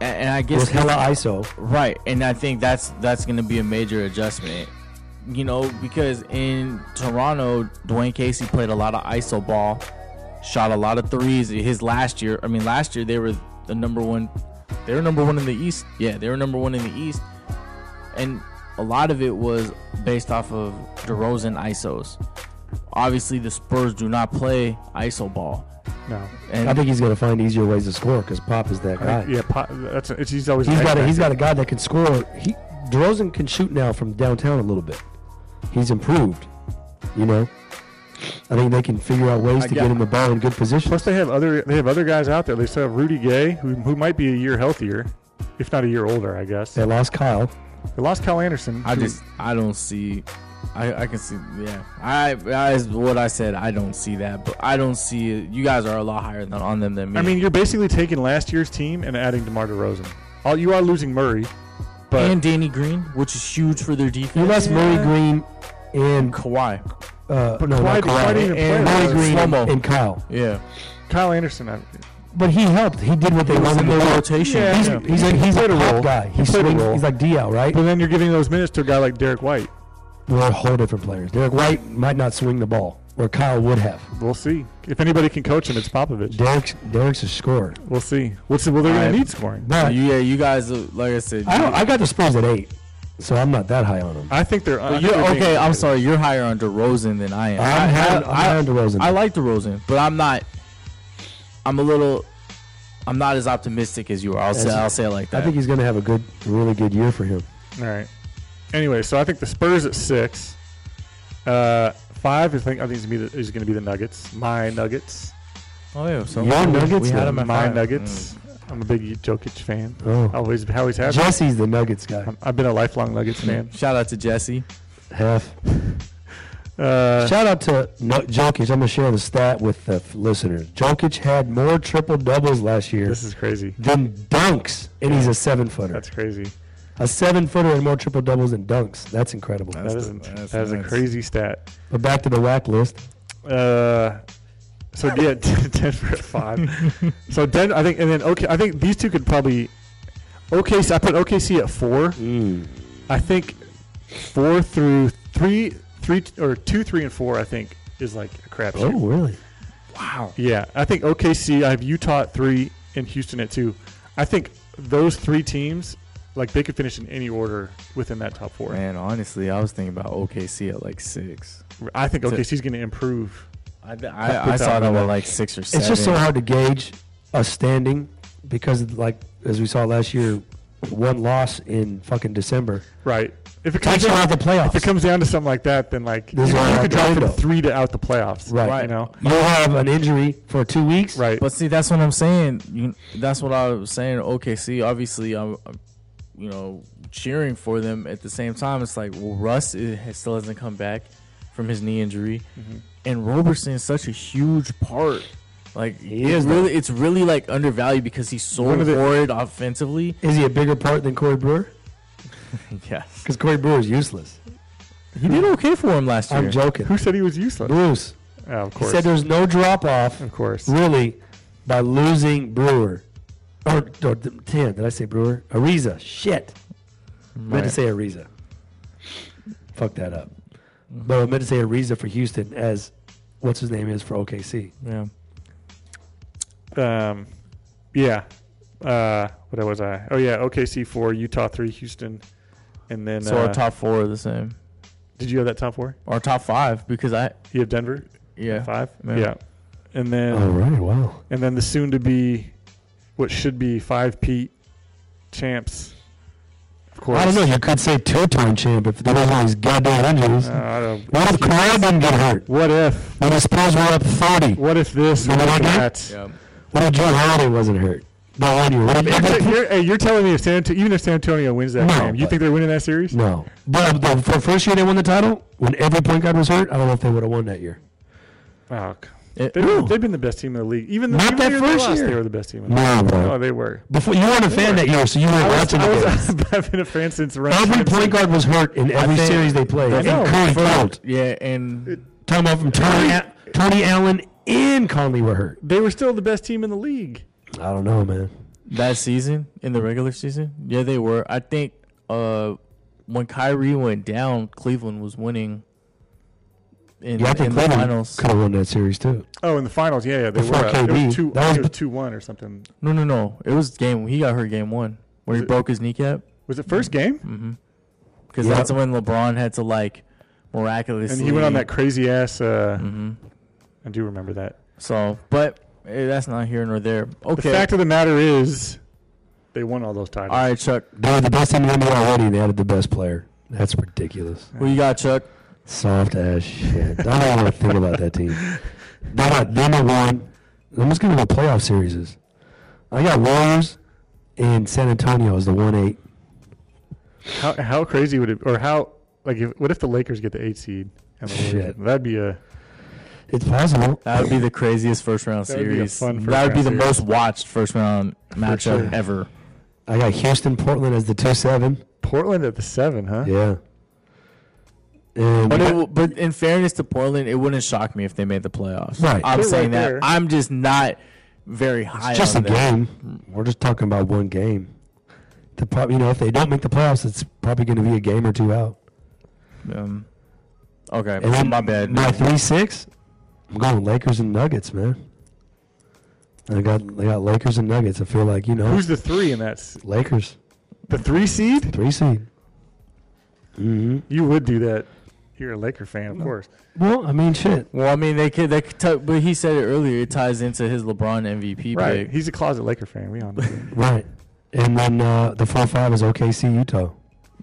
Speaker 2: a- and, I
Speaker 1: It
Speaker 2: guess
Speaker 1: was hella ISO.
Speaker 2: Right, and I think that's that's going to be a major adjustment. You know, because in Toronto, Dwayne Casey played a lot of iso ball, shot a lot of threes. His last year, I mean, last year they were the number one. They were number one in the East. Yeah, they were number one in the East, and a lot of it was based off of DeRozan isos. obviously the Spurs do not play ISO ball.
Speaker 3: No.
Speaker 2: And
Speaker 4: I think he's going to find easier ways to score because Pop is that guy.
Speaker 3: Yeah, Pop, that's it's, he's always
Speaker 4: He's
Speaker 3: an
Speaker 4: got a,
Speaker 3: X
Speaker 4: he's got
Speaker 3: factor.
Speaker 4: a guy that can score. He DeRozan can shoot now from downtown a little bit. He's improved. You know, I think they can figure out ways
Speaker 2: I
Speaker 4: to
Speaker 2: got-
Speaker 4: get him the ball in good position.
Speaker 3: Plus, they have other they have other guys out there. They still have Rudy Gay, who, who might be a year healthier, if not a year older, I guess.
Speaker 4: They lost Kyle.
Speaker 3: They lost Kyle Anderson.
Speaker 2: I
Speaker 3: who-
Speaker 2: just I don't see. I, I can see yeah. I as what I said I don't see that, but I don't see it. You guys are a lot higher than on them than me.
Speaker 3: I mean, you're basically taking last year's team and adding DeMar DeRozan. All, you are losing Murray, but
Speaker 2: and Danny Green, which is huge for their defense.
Speaker 4: You lost Murray Green and
Speaker 2: Kawhi.
Speaker 4: uh, no, not
Speaker 3: Kawhi- Kawhi
Speaker 4: Kawhi.
Speaker 3: didn't even
Speaker 4: and
Speaker 3: play.
Speaker 4: Murray Green
Speaker 2: Slow-mo.
Speaker 4: and Kyle.
Speaker 2: Yeah,
Speaker 3: Kyle Anderson. I,
Speaker 4: But he helped. He did what they
Speaker 2: it was
Speaker 4: wanted
Speaker 2: in
Speaker 4: him
Speaker 2: their
Speaker 4: to do.
Speaker 2: rotation.
Speaker 3: Yeah.
Speaker 4: He's,
Speaker 3: Yeah.
Speaker 4: he's, a,
Speaker 3: He
Speaker 4: he's a
Speaker 3: played a
Speaker 4: pop
Speaker 3: role.
Speaker 4: guy.
Speaker 3: He
Speaker 4: He
Speaker 3: played a
Speaker 4: swings.
Speaker 3: role.
Speaker 4: He's like Diao, right?
Speaker 3: but then you're giving those minutes to a guy like Derek White.
Speaker 4: We're a whole different players. Derek White might not swing the ball, where Kyle would have.
Speaker 3: We'll see if anybody can coach him. It's Popovich.
Speaker 4: Derek's Derek's a scorer.
Speaker 3: We'll see. We'll see. Well, they're going
Speaker 2: I-
Speaker 3: to need scoring.
Speaker 2: So
Speaker 4: But
Speaker 2: you, yeah, you guys uh, like I said.
Speaker 4: I
Speaker 2: you-
Speaker 4: don't. I got the Spurs at eight, so I'm not that high on them.
Speaker 3: I think they're. I
Speaker 2: But
Speaker 3: think
Speaker 2: you're,
Speaker 3: they're being
Speaker 2: okay, I'm
Speaker 3: underrated.
Speaker 2: sorry. You're higher on DeRozan than I am.
Speaker 4: I'm
Speaker 2: I-
Speaker 4: high-
Speaker 2: I-
Speaker 4: I'm high
Speaker 2: I-
Speaker 4: on DeRozan.
Speaker 2: I like DeRozan, but I'm not. I'm a little. I'm not as optimistic as you are. I'll say.
Speaker 4: As-
Speaker 2: I'll say it like that.
Speaker 4: I think he's going to have a good, really good year for him.
Speaker 3: All right. Anyway, so I think the Spurs at six. Uh, five, I think I think is gonna be the, is going to be the Nuggets. My Nuggets.
Speaker 2: oh yeah. So
Speaker 4: Your Nuggets,
Speaker 2: We had
Speaker 4: though.
Speaker 2: him at
Speaker 3: My
Speaker 2: five. Mm.
Speaker 3: Nuggets. I'm a big Jokic fan.
Speaker 4: Oh,
Speaker 3: Always, always have. been.
Speaker 4: Jesse's the Nuggets guy.
Speaker 3: I'm- I've been a lifelong Nuggets
Speaker 2: Mm.
Speaker 3: fan.
Speaker 2: Shout out to Jesse.
Speaker 4: Half.
Speaker 3: Uh,
Speaker 4: Shout out to no, Jokic. I'm going to share the stat with the f- listeners. Jokic had more triple doubles last year
Speaker 3: this is crazy.
Speaker 4: than dunks, and he's a seven footer.
Speaker 3: That's crazy.
Speaker 4: A seven footer and more triple doubles than dunks. That's incredible.
Speaker 3: That
Speaker 2: That's
Speaker 3: is
Speaker 2: the-
Speaker 3: int-
Speaker 2: that's
Speaker 3: that is a
Speaker 2: nuts.
Speaker 3: crazy stat.
Speaker 4: But back to the whack list.
Speaker 3: Uh, so yeah, Denver at five. so Den, I think, and then okay, I think these two could probably. OKC, I put OKC at four.
Speaker 4: Mm.
Speaker 3: I think four through three, three or two, three and four. I think is like a
Speaker 4: Oh,
Speaker 3: crapshoot.
Speaker 4: really?
Speaker 2: Wow.
Speaker 3: Yeah, I think OKC. I have Utah at three and Houston at two. I think those three teams, like they could finish in any order within that top four.
Speaker 2: Man, honestly, I was thinking about OKC at like six.
Speaker 3: I think
Speaker 2: It's a-
Speaker 3: OKC is going to improve.
Speaker 2: I,
Speaker 3: That
Speaker 2: I, I
Speaker 3: puts
Speaker 2: saw
Speaker 3: out
Speaker 2: them
Speaker 3: my-
Speaker 2: at like six or seven.
Speaker 4: It's just so hard to gauge a standing because, like, as we saw last year, one loss in fucking December
Speaker 3: Right. If it comes
Speaker 4: takes you
Speaker 3: down,
Speaker 4: out of the
Speaker 3: if it
Speaker 4: playoffs.
Speaker 3: comes down to something like that, then like you,
Speaker 4: This is
Speaker 3: you
Speaker 4: all
Speaker 3: could
Speaker 4: out the
Speaker 3: drop from
Speaker 4: window.
Speaker 3: three to out the playoffs.
Speaker 4: Right.
Speaker 3: You know.
Speaker 4: You'll have an injury for two weeks.
Speaker 3: Right.
Speaker 2: But see, that's what I'm saying. You, that's what I was saying. OKC, obviously, I'm, I'm, you know, cheering for them. At the same time, it's like, well, Russ is, has, still hasn't come back from his knee injury, and Roberson is such a huge part. Like
Speaker 4: He
Speaker 2: it
Speaker 4: is,
Speaker 2: really, it's really like undervalued because he's so
Speaker 3: One of the-
Speaker 2: horrid offensively.
Speaker 4: Is he a bigger part than Corey Brewer?
Speaker 2: yes,
Speaker 4: Because Corey Brewer is useless.
Speaker 2: he did okay for him last year.
Speaker 4: I'm joking.
Speaker 3: Who said he was useless?
Speaker 4: Bruce.
Speaker 3: Oh, of
Speaker 4: He
Speaker 3: course.
Speaker 4: said there's no drop off,
Speaker 3: of course.
Speaker 4: really, by losing Brewer. Or, or th- damn, did I say Brewer? Ariza. Shit. I meant to
Speaker 2: Right.
Speaker 4: say Ariza. Fuck that up. But I meant to say Ariza for Houston as what's his name is for OKC.
Speaker 2: yeah.
Speaker 3: Um, yeah. Uh, what was I? Oh yeah. OKC four, Utah three, Houston, and then.
Speaker 2: So
Speaker 3: uh,
Speaker 2: our top four are the same.
Speaker 3: Did you have that top four?
Speaker 2: Our top five because I
Speaker 3: You have Denver
Speaker 2: yeah
Speaker 3: five.
Speaker 2: Yeah.
Speaker 3: Yeah. And then
Speaker 4: All right, wow.
Speaker 3: and then the soon to be, what should be five Pete champs. Of course.
Speaker 4: I don't know. You could say two-time champ if there wasn't all these goddamn injuries.
Speaker 3: Uh, I don't-
Speaker 4: what if Kawhi didn't get hurt?
Speaker 3: What if?
Speaker 4: When the Spurs were up 30,
Speaker 3: What if this?
Speaker 4: You know
Speaker 3: What if
Speaker 4: what I
Speaker 3: that?
Speaker 2: yeah.
Speaker 4: what if Drew Holiday wasn't hurt? No, I knew. What if
Speaker 3: You're,
Speaker 4: every-
Speaker 3: t- you're, hey, you're telling me if San Antonio, even if San Antonio wins that
Speaker 4: No,
Speaker 3: game, you
Speaker 4: but-
Speaker 3: think they're winning that series?
Speaker 4: No. But the, for first year they won the title, when every point guard was hurt, I don't know if they would have won that year.
Speaker 3: Oh, c-
Speaker 2: It-
Speaker 3: they've,
Speaker 4: No.
Speaker 3: they've been the best team in the league. Even the,
Speaker 4: Not
Speaker 3: even
Speaker 4: that
Speaker 3: the year they
Speaker 4: first
Speaker 3: lost,
Speaker 4: year.
Speaker 3: they were the best team. In the league.
Speaker 4: No,
Speaker 3: No,
Speaker 4: bro.
Speaker 3: they were.
Speaker 4: Before, you weren't a fan that year, so you
Speaker 3: I
Speaker 4: weren't
Speaker 3: was,
Speaker 4: watching
Speaker 3: I
Speaker 4: the game.
Speaker 3: was, I've been a fan since around.
Speaker 4: Every point guard was hurt in every
Speaker 2: think-
Speaker 4: series they played.
Speaker 2: I
Speaker 4: And
Speaker 3: know.
Speaker 4: Curry fouled.
Speaker 2: yeah, and
Speaker 4: Talking about from Tony, A- Tony Allen and Conley were hurt.
Speaker 3: They were still the best team in the league.
Speaker 4: I don't know, man.
Speaker 2: That season in the regular season, yeah, they were. I think uh, when Kyrie went down, Cleveland was winning in,
Speaker 4: Yeah, I think
Speaker 2: in the
Speaker 4: Cleveland
Speaker 2: finals.
Speaker 4: could have won that series too.
Speaker 3: Oh, in the finals, yeah, yeah, they
Speaker 4: Before
Speaker 3: were. up. It
Speaker 4: KD.
Speaker 3: was two,
Speaker 4: That was
Speaker 3: it was
Speaker 4: b-
Speaker 3: two one or something.
Speaker 2: No, no, no. It was game. He got hurt game one when
Speaker 3: Was
Speaker 2: he
Speaker 3: it-
Speaker 2: broke his kneecap.
Speaker 4: Mm.
Speaker 3: Was it first game?
Speaker 2: Mm-hmm. Because
Speaker 4: Yeah.
Speaker 2: that's when LeBron had to like miraculously.
Speaker 3: and he went on that crazy ass. Uh,
Speaker 4: Mm.
Speaker 2: hmm
Speaker 3: I do remember that.
Speaker 2: So, but eh, that's not here nor there. Okay.
Speaker 3: The fact of the matter is, they won all those titles.
Speaker 2: All right, Chuck.
Speaker 1: They were the best team in the NBA already, and they added the best player. That's ridiculous.
Speaker 2: Who you got, Chuck?
Speaker 1: Soft ass shit. I don't want to think about that team. They got them at one. I'm just going to go playoff series. I got Warriors and San Antonio as the one eight.
Speaker 3: How how crazy would it, or how like if, what if the Lakers get the eight seed? And the Warriors-
Speaker 1: Shit.
Speaker 3: that'd be a
Speaker 1: It's possible.
Speaker 2: That would be the craziest first round
Speaker 3: That would be a
Speaker 2: series.
Speaker 3: fun first
Speaker 2: that would be the
Speaker 3: round
Speaker 2: most watched first round matchup
Speaker 1: sure.
Speaker 2: ever.
Speaker 1: I got Houston, Portland as the two seven.
Speaker 3: Portland at the seven, huh?
Speaker 1: Yeah. And
Speaker 2: But it, w- but in fairness to Portland, it wouldn't shock me if they made the playoffs.
Speaker 1: Right.
Speaker 2: I'm
Speaker 3: They're
Speaker 2: saying
Speaker 3: right
Speaker 2: that.
Speaker 3: there.
Speaker 2: I'm just not very high.
Speaker 1: it's just a
Speaker 2: on them.
Speaker 1: game. We're just talking about one game. The prob- you know, if they don't make the playoffs, it's probably going to be a game or two out.
Speaker 2: Um, okay,
Speaker 1: And then
Speaker 2: Oh, my bad.
Speaker 1: My three six. I'm going Lakers and Nuggets, man. I got I got Lakers and Nuggets. I feel like you know
Speaker 3: Who's the three in that? s-
Speaker 1: Lakers
Speaker 3: The three seed?
Speaker 1: three seed. Mm-hmm.
Speaker 3: You would do that. You're a Laker fan, of course.
Speaker 1: Well, I mean, shit.
Speaker 2: Well, I mean, they could, they could t- but he said it earlier. It ties into his LeBron MVP
Speaker 3: Right.
Speaker 2: pick.
Speaker 3: He's a closet Laker fan. We on. that.
Speaker 1: Right. And then uh, the four five is OKC Utah.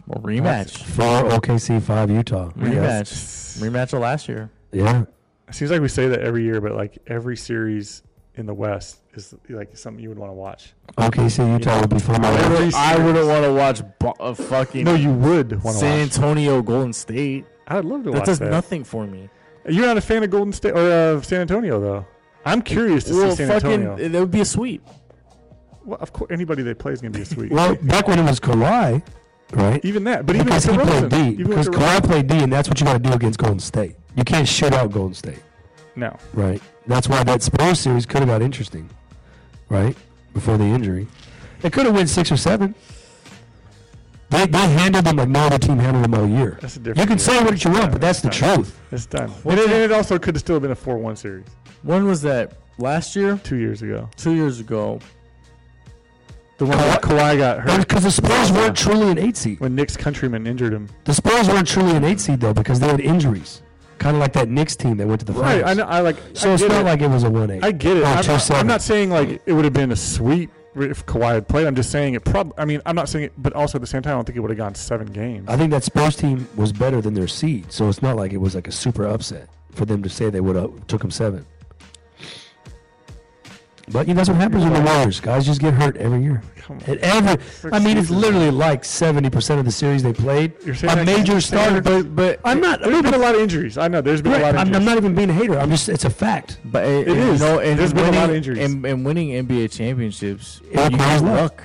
Speaker 2: Well, rematch,
Speaker 1: Four OKC five Utah.
Speaker 2: rematch,
Speaker 1: Yeah.
Speaker 2: rematch of last year.
Speaker 1: Yeah.
Speaker 3: It seems like we say that every year, but like every series in the West is like something you would want to watch.
Speaker 1: OKC Utah would be fun. to
Speaker 2: I
Speaker 1: watch.
Speaker 3: Every
Speaker 2: wouldn't- I
Speaker 3: series.
Speaker 2: wouldn't want to watch bo- a fucking
Speaker 3: No, you would want to
Speaker 2: San
Speaker 3: watch.
Speaker 2: Antonio Golden State.
Speaker 3: I'd love to
Speaker 2: That
Speaker 3: watch
Speaker 2: does
Speaker 3: that.
Speaker 2: nothing for me.
Speaker 3: You're not a fan of Golden State or of San Antonio, though. I'm curious to
Speaker 2: Well,
Speaker 3: see San
Speaker 2: fucking,
Speaker 3: Antonio.
Speaker 2: that would be a sweep.
Speaker 3: Well, of course, anybody they play is going to be a sweep.
Speaker 1: Well, back when it was Kawhi, right?
Speaker 3: even that, but even
Speaker 1: because
Speaker 3: with the
Speaker 1: he
Speaker 3: Rosen,
Speaker 1: played D.
Speaker 3: even with
Speaker 1: Because
Speaker 3: the
Speaker 1: Kawhi
Speaker 3: Rosen,
Speaker 1: played D, and that's what you got to do against Golden State. You can't shut out Golden State,
Speaker 3: no,
Speaker 1: right? That's why that Spurs series could have got interesting, right? Before the injury, they could have won six or seven. They, they handled them like no other team handled them all year.
Speaker 3: that's a different.
Speaker 1: You can say what you want, but that's the
Speaker 3: It's time.
Speaker 1: truth.
Speaker 3: It's done.
Speaker 2: What's
Speaker 3: And it, and
Speaker 2: that?
Speaker 3: it also could have still been a four-one series
Speaker 2: When was that? Last year?
Speaker 3: two years ago.
Speaker 2: Two years ago.
Speaker 3: The one
Speaker 1: Kawhi-
Speaker 3: that Kawhi got hurt
Speaker 1: Because the Spurs weren't truly an eight seed.
Speaker 3: when Nick's countryman injured him.
Speaker 1: The Spurs weren't truly an eight seed though because they had injuries, kind of like that Knicks team that went to the finals.
Speaker 3: Right, I know. I like.
Speaker 1: So
Speaker 3: I
Speaker 1: it's
Speaker 3: get
Speaker 1: not
Speaker 3: it.
Speaker 1: like it was a one eight.
Speaker 3: I get it.
Speaker 1: Oh,
Speaker 3: I'm, not,
Speaker 1: 2-7.
Speaker 3: I'm not saying like it would have been a sweep if Kawhi had played. I'm just saying it. Prob. I mean, I'm not saying it, but also at the same time, I don't think it would have gone seven games.
Speaker 1: I think that Spurs team was better than their seed, so it's not like it was like a super upset for them to say they would have took them seven. But you know, that's what happens with the Warriors. Guys just get hurt every year.
Speaker 3: Come on.
Speaker 1: It ever,
Speaker 3: Six
Speaker 1: I mean, it's
Speaker 3: seasons.
Speaker 1: literally like seventy percent of the series they played.
Speaker 3: You're saying
Speaker 1: A
Speaker 3: that-
Speaker 1: major starter,
Speaker 3: but but
Speaker 1: I'm not-
Speaker 3: There's been a lot of injuries. I know. There's been a lot
Speaker 1: Right,
Speaker 3: of
Speaker 1: I'm,
Speaker 3: injuries.
Speaker 1: I'm not even being a hater. I'm just—it's a fact.
Speaker 2: But it,
Speaker 3: It
Speaker 2: you
Speaker 3: is.
Speaker 2: know, and
Speaker 3: There's been a
Speaker 2: winning,
Speaker 3: lot of injuries.
Speaker 2: And, and winning NBA championships,
Speaker 1: All
Speaker 2: you
Speaker 1: Kawhi's
Speaker 2: have
Speaker 1: luck.
Speaker 2: luck.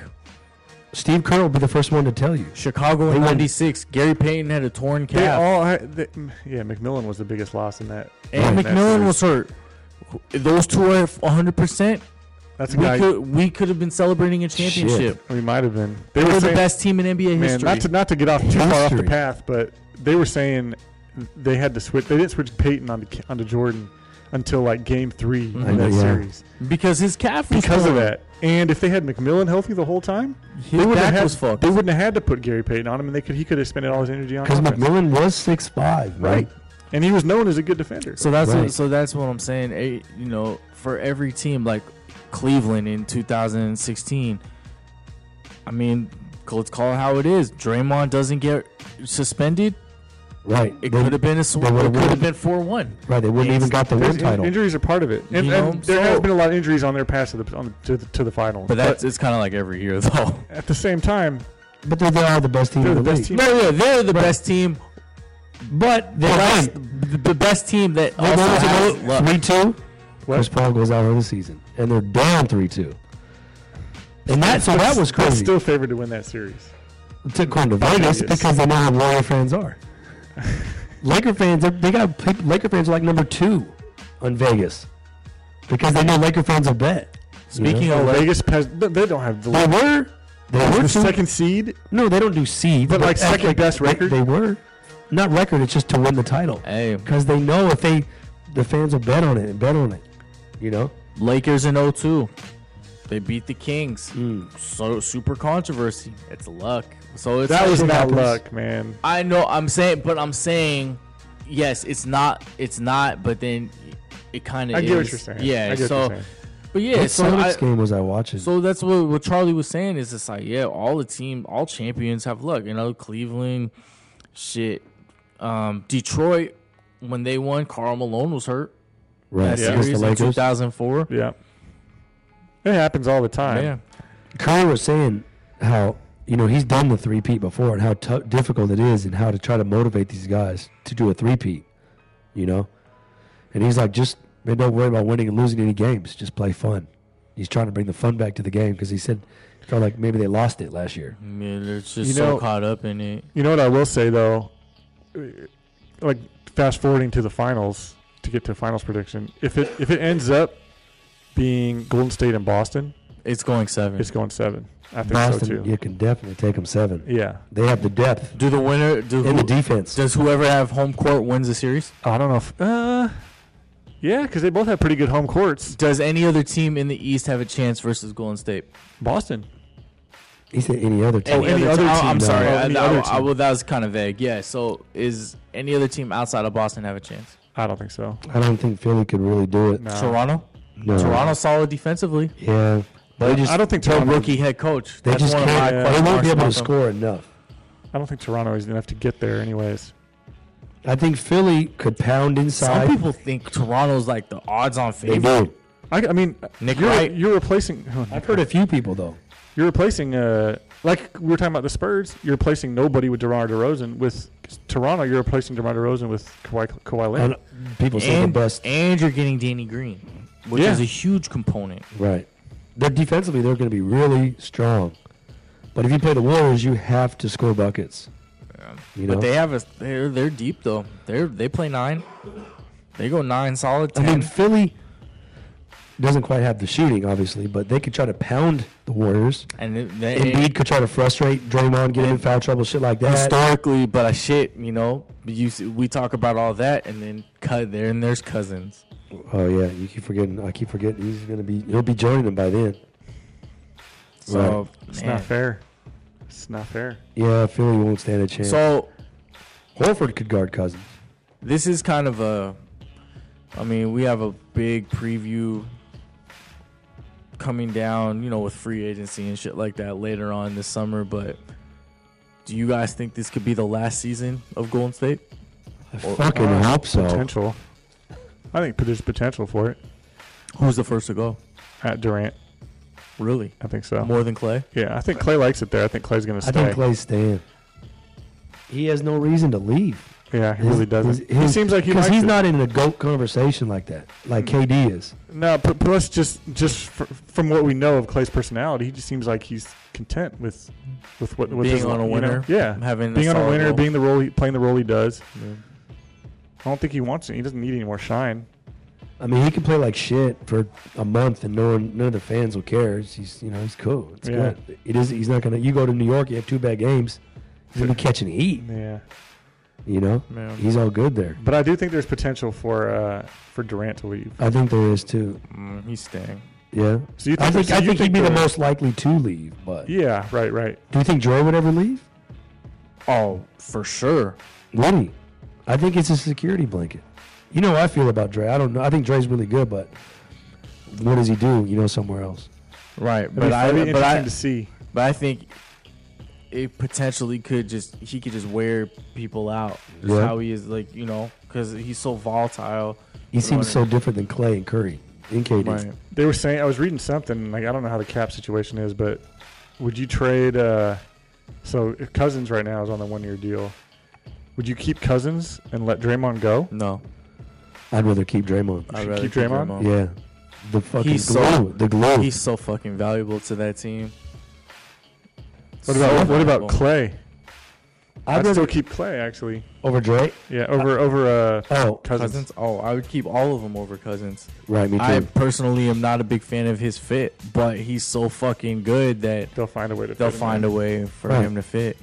Speaker 1: Steve Kerr will be the first one to tell you.
Speaker 2: Chicago
Speaker 1: They
Speaker 2: in
Speaker 1: won.
Speaker 2: '96. Gary Payton had a torn
Speaker 3: They
Speaker 2: calf,
Speaker 3: all had, they, mm, yeah, McMillan was the biggest loss in that.
Speaker 2: and
Speaker 3: in that
Speaker 2: McMillan
Speaker 3: series.
Speaker 2: was hurt. Those two are 100. percent
Speaker 3: That's a
Speaker 2: We
Speaker 3: guy.
Speaker 2: could we could have been celebrating a championship.
Speaker 3: we might have been. They
Speaker 2: They
Speaker 3: were
Speaker 2: were the
Speaker 3: saying,
Speaker 2: best team in
Speaker 3: man,
Speaker 2: NBA history.
Speaker 3: not to not to get off too far off the
Speaker 1: History.
Speaker 3: path, but they were saying they had to switch. They didn't switch Peyton onto K- onto Jordan until like game three
Speaker 2: Mhm.
Speaker 3: in
Speaker 1: I
Speaker 3: that
Speaker 1: know, yeah.
Speaker 3: series
Speaker 2: because his calf was
Speaker 3: because of
Speaker 2: torn.
Speaker 3: that. And if they had McMillan healthy the whole time,
Speaker 2: His
Speaker 3: wouldn't have
Speaker 2: back
Speaker 3: had,
Speaker 2: was fucked.
Speaker 3: They wouldn't have had to put Gary Payton on him, and they could he could have spent all his energy on
Speaker 1: Because
Speaker 3: offense.
Speaker 1: McMillan was six five,
Speaker 3: right?
Speaker 1: right?
Speaker 3: And he was known as a good defender.
Speaker 2: So that's
Speaker 1: Right.
Speaker 2: what, so that's what I'm saying. Eh, You know, for every team like Cleveland in 2016, I mean, let's call it how it is. Draymond doesn't get suspended.
Speaker 1: Right.
Speaker 2: It
Speaker 1: They-
Speaker 2: could have been a sw-
Speaker 1: they
Speaker 2: It
Speaker 1: would've
Speaker 2: could have
Speaker 1: won.
Speaker 2: been four one.
Speaker 1: Right. They wouldn't even got the
Speaker 3: There's
Speaker 1: win
Speaker 3: in-
Speaker 1: title.
Speaker 3: Injuries are part of it, and,
Speaker 2: You know,
Speaker 3: and there has
Speaker 2: so-
Speaker 3: been a lot of injuries on their pass to the on the, to, the, to the finals.
Speaker 2: But that's it's kind of like every year though.
Speaker 3: But at the same time,
Speaker 1: But they're, they are the best team
Speaker 3: They're
Speaker 1: in the,
Speaker 3: the best
Speaker 1: league.
Speaker 3: team.
Speaker 2: No, yeah, they're the best team.
Speaker 1: But
Speaker 2: The best, the best team that also has luck.
Speaker 1: three two.
Speaker 3: What?
Speaker 1: Chris Paul goes out for the season, and they're down three two. And that so that was
Speaker 3: They're
Speaker 1: crazy.
Speaker 3: Still favored to win that series.
Speaker 1: to come to Vegas
Speaker 3: Vegas.
Speaker 1: because they know how Warrior fans are. Laker fans, they're- they got Laker fans are like number two on Vegas because they know Laker fans will bet.
Speaker 2: Speaking
Speaker 1: Yeah.
Speaker 2: of Lake,
Speaker 3: Oh, Vegas has no, they don't have the,
Speaker 1: They were, Oh, they
Speaker 3: the
Speaker 1: were two-
Speaker 3: second seed.
Speaker 1: No, they don't do seed,
Speaker 3: But, like, second best
Speaker 1: they-
Speaker 3: record?
Speaker 1: They, were not record. It's just to win the title
Speaker 2: hey,
Speaker 1: because they know if they the fans will bet on it and bet on it. You know.
Speaker 2: Lakers in 02, they beat the Kings. So super controversy. It's luck. So it's
Speaker 3: That was
Speaker 1: shit
Speaker 3: not
Speaker 1: happens.
Speaker 3: luck, man.
Speaker 2: I know. I'm saying, but I'm saying yes, it's not. It's not. But then it kind of.
Speaker 3: I get what you're saying. I get
Speaker 2: Yeah.
Speaker 3: what
Speaker 2: so,
Speaker 3: you're saying.
Speaker 2: but yeah.
Speaker 1: what
Speaker 2: So
Speaker 1: Celtics
Speaker 2: I-
Speaker 1: game was I watching?
Speaker 2: So that's what, what Charlie was saying is it's like, yeah, all the team, all champions have luck. You know, Cleveland, shit. Um, Detroit, when they won, Carl Malone was hurt.
Speaker 1: right,
Speaker 2: That
Speaker 3: Yeah.
Speaker 1: against
Speaker 2: series
Speaker 1: the
Speaker 2: in
Speaker 1: Lakers.
Speaker 2: 2004.
Speaker 3: Yeah. It happens all the time.
Speaker 2: Yeah.
Speaker 1: Curry was saying how you know he's done the three peat before and how tou- difficult it is and how to try to motivate these guys to do a three peat, you know. And he's like, just man, don't worry about winning and losing any games. Just play fun. He's trying to bring the fun back to the game because he said he felt like maybe they lost it last year.
Speaker 2: I mean, they're just
Speaker 3: You
Speaker 2: so
Speaker 3: know-
Speaker 2: caught up in it.
Speaker 3: You know what I will say though, like fast forwarding to the finals to get to finals prediction. If it if it ends up being Golden State and Boston,
Speaker 2: It's going seven.
Speaker 3: it's going seven. I think
Speaker 1: Boston,
Speaker 3: so too.
Speaker 1: you can definitely take them seven.
Speaker 3: Yeah.
Speaker 1: They have the depth
Speaker 2: do the winner? Do
Speaker 1: and the
Speaker 2: who,
Speaker 1: defense.
Speaker 2: does whoever have home court wins the series?
Speaker 3: I don't know if uh, yeah, because they both have pretty good home courts.
Speaker 2: Does any other team in the East have a chance versus Golden State?
Speaker 3: Boston.
Speaker 1: He said any other team.
Speaker 3: Oh, any other
Speaker 2: te- I-
Speaker 3: team,
Speaker 2: I'm
Speaker 3: no.
Speaker 2: sorry.
Speaker 3: Oh,
Speaker 2: I,
Speaker 3: any
Speaker 2: I-
Speaker 3: other
Speaker 2: I-
Speaker 3: team.
Speaker 2: well, that was kind of vague. Yeah. So, is any other team outside of Boston have a chance?
Speaker 3: I don't think so.
Speaker 1: I don't think Philly could really do it.
Speaker 3: No.
Speaker 2: Uh, Toronto.
Speaker 1: No.
Speaker 2: Toronto's solid defensively.
Speaker 1: Yeah. They just,
Speaker 3: I don't think
Speaker 2: No
Speaker 3: Toronto.
Speaker 2: rookie head coach.
Speaker 1: they
Speaker 2: That's
Speaker 1: just
Speaker 2: one of my
Speaker 1: can't. uh,
Speaker 3: yeah.
Speaker 1: They
Speaker 2: question
Speaker 1: won't be
Speaker 2: marks
Speaker 1: able to
Speaker 2: about them.
Speaker 1: score enough.
Speaker 3: I don't think Toronto is enough to get there, anyways.
Speaker 1: I think Philly could pound inside.
Speaker 2: Some people think Toronto's like the odds-on
Speaker 1: they
Speaker 2: favorite.
Speaker 1: do.
Speaker 3: I, I mean,
Speaker 2: Nick
Speaker 3: you're,
Speaker 2: Wright.
Speaker 3: you're replacing. oh,
Speaker 1: I've
Speaker 3: Nick
Speaker 1: heard
Speaker 3: Wright.
Speaker 1: a few people though.
Speaker 3: You're replacing, uh, like we were talking about the Spurs. You're replacing nobody with DeMar DeRozan. With Toronto, you're replacing DeMar DeRozan with Kawhi, Kawhi
Speaker 1: And
Speaker 3: Leonard.
Speaker 1: people say the
Speaker 2: And,
Speaker 1: best.
Speaker 2: and you're getting Danny Green, which
Speaker 3: Yeah.
Speaker 2: is a huge component.
Speaker 1: Right. They're defensively they're going to be really strong. But if you play the Warriors, you have to score buckets. You know.
Speaker 2: But they have a they're they're deep though. They're they play nine. They go nine solid.
Speaker 1: I
Speaker 2: 10.
Speaker 1: mean, Philly doesn't quite have the shooting, obviously, but they could try to pound the Warriors.
Speaker 2: and it- they,
Speaker 1: Embiid could try to frustrate Draymond, get him in foul trouble, shit like that.
Speaker 2: historically, but I shit, you know, you see, we talk about all that, and then cut there and there's cousins.
Speaker 1: Oh yeah, you keep forgetting. I keep forgetting he's gonna be. He'll be joining them by then.
Speaker 2: So
Speaker 3: It's
Speaker 2: man.
Speaker 3: not fair. It's not fair.
Speaker 1: Yeah, Philly won't stand a chance.
Speaker 2: So
Speaker 1: Horford could guard Cousins.
Speaker 2: this is kind of a i mean we have a big preview coming down you know with free agency and shit like that later on this summer but do you guys think this could be the last season of golden state
Speaker 1: I fucking
Speaker 3: uh,
Speaker 1: hope so.
Speaker 3: Potential. I think there's potential for it.
Speaker 2: who's the first to go
Speaker 3: At Durant,
Speaker 2: really
Speaker 3: I think so.
Speaker 2: more than clay
Speaker 3: Yeah, I think Clay likes it there. I think Clay's going to
Speaker 1: I
Speaker 3: stay.
Speaker 1: think Clay's staying. He has no reason to leave.
Speaker 3: yeah, he really doesn't. He seems like he
Speaker 1: because
Speaker 3: likes
Speaker 1: he's
Speaker 3: it.
Speaker 1: not in a goat conversation like that, like KD is.
Speaker 3: No, but plus just just fr- from what we know of Clay's personality, he just seems like he's content with with what with
Speaker 2: Being
Speaker 3: his,
Speaker 2: on a
Speaker 3: you know,
Speaker 2: winner.
Speaker 3: yeah,
Speaker 2: having
Speaker 3: being on a
Speaker 2: solid
Speaker 3: winner,
Speaker 2: role.
Speaker 3: being the role, he, playing the role he does.
Speaker 2: Mm-hmm.
Speaker 3: I don't think he wants it. He doesn't need any more shine.
Speaker 1: I mean, he can play like shit for a month and no one, none of the fans will care. It's- He's, you know, he's cool. It's
Speaker 3: Yeah.
Speaker 1: good. It is. He's not gonna. You go to New York, you have two bad games. He's gonna be catching heat.
Speaker 3: Yeah,
Speaker 1: You know,
Speaker 3: man.
Speaker 1: he's all good there.
Speaker 3: But I do think there's potential for uh, for Durant to leave.
Speaker 1: I think there is too.
Speaker 2: Mm, he's staying
Speaker 1: Yeah,
Speaker 3: So you
Speaker 1: I think
Speaker 3: so
Speaker 1: I
Speaker 3: you
Speaker 1: think he'd be the
Speaker 3: Durant-
Speaker 1: most likely to leave. But
Speaker 3: Yeah, right, right.
Speaker 1: do you think Dre would ever leave?
Speaker 2: oh for sure
Speaker 1: Would he? I think it's a security blanket. You know how I feel about Dre. I don't know. I think Dre's really good, but what does he do? You know, somewhere else.
Speaker 2: right
Speaker 3: It'd be,
Speaker 2: but i
Speaker 3: it'd be
Speaker 2: but
Speaker 3: interesting
Speaker 2: i
Speaker 3: to see.
Speaker 2: But I think it potentially could just he could just wear people out. Just
Speaker 1: Yeah.
Speaker 2: how he is like you know because he's so volatile.
Speaker 1: He seems so
Speaker 2: Right.
Speaker 1: different than Clay and Curry and KD.
Speaker 3: They were saying I was reading something like I don't know how the cap situation is, but would you trade? Uh, so Cousins right now is on the one-year deal. Would you keep Cousins and let Draymond go?
Speaker 2: No,
Speaker 1: I'd rather keep Draymond.
Speaker 2: I
Speaker 3: should
Speaker 2: rather
Speaker 3: keep
Speaker 2: keep
Speaker 3: Draymond?
Speaker 2: Draymond.
Speaker 1: Yeah, the fucking
Speaker 2: He's
Speaker 1: glue.
Speaker 2: so-
Speaker 1: the glue.
Speaker 2: He's so fucking valuable to that team.
Speaker 3: What
Speaker 2: So
Speaker 3: about what about
Speaker 2: valuable.
Speaker 3: Clay?
Speaker 1: I'd
Speaker 3: I'd
Speaker 1: rather
Speaker 3: still keep Clay actually.
Speaker 1: over Dre.
Speaker 3: Yeah, over over uh,
Speaker 1: Oh,
Speaker 3: Cousins.
Speaker 2: Cousins? Oh, I would keep all of them over Cousins.
Speaker 1: right, me too.
Speaker 2: I personally am not a big fan of his fit, but he's so fucking good that
Speaker 3: They'll find a way to.
Speaker 2: they'll
Speaker 3: fit him
Speaker 2: find
Speaker 3: in.
Speaker 2: a way for
Speaker 1: Right.
Speaker 2: him to fit.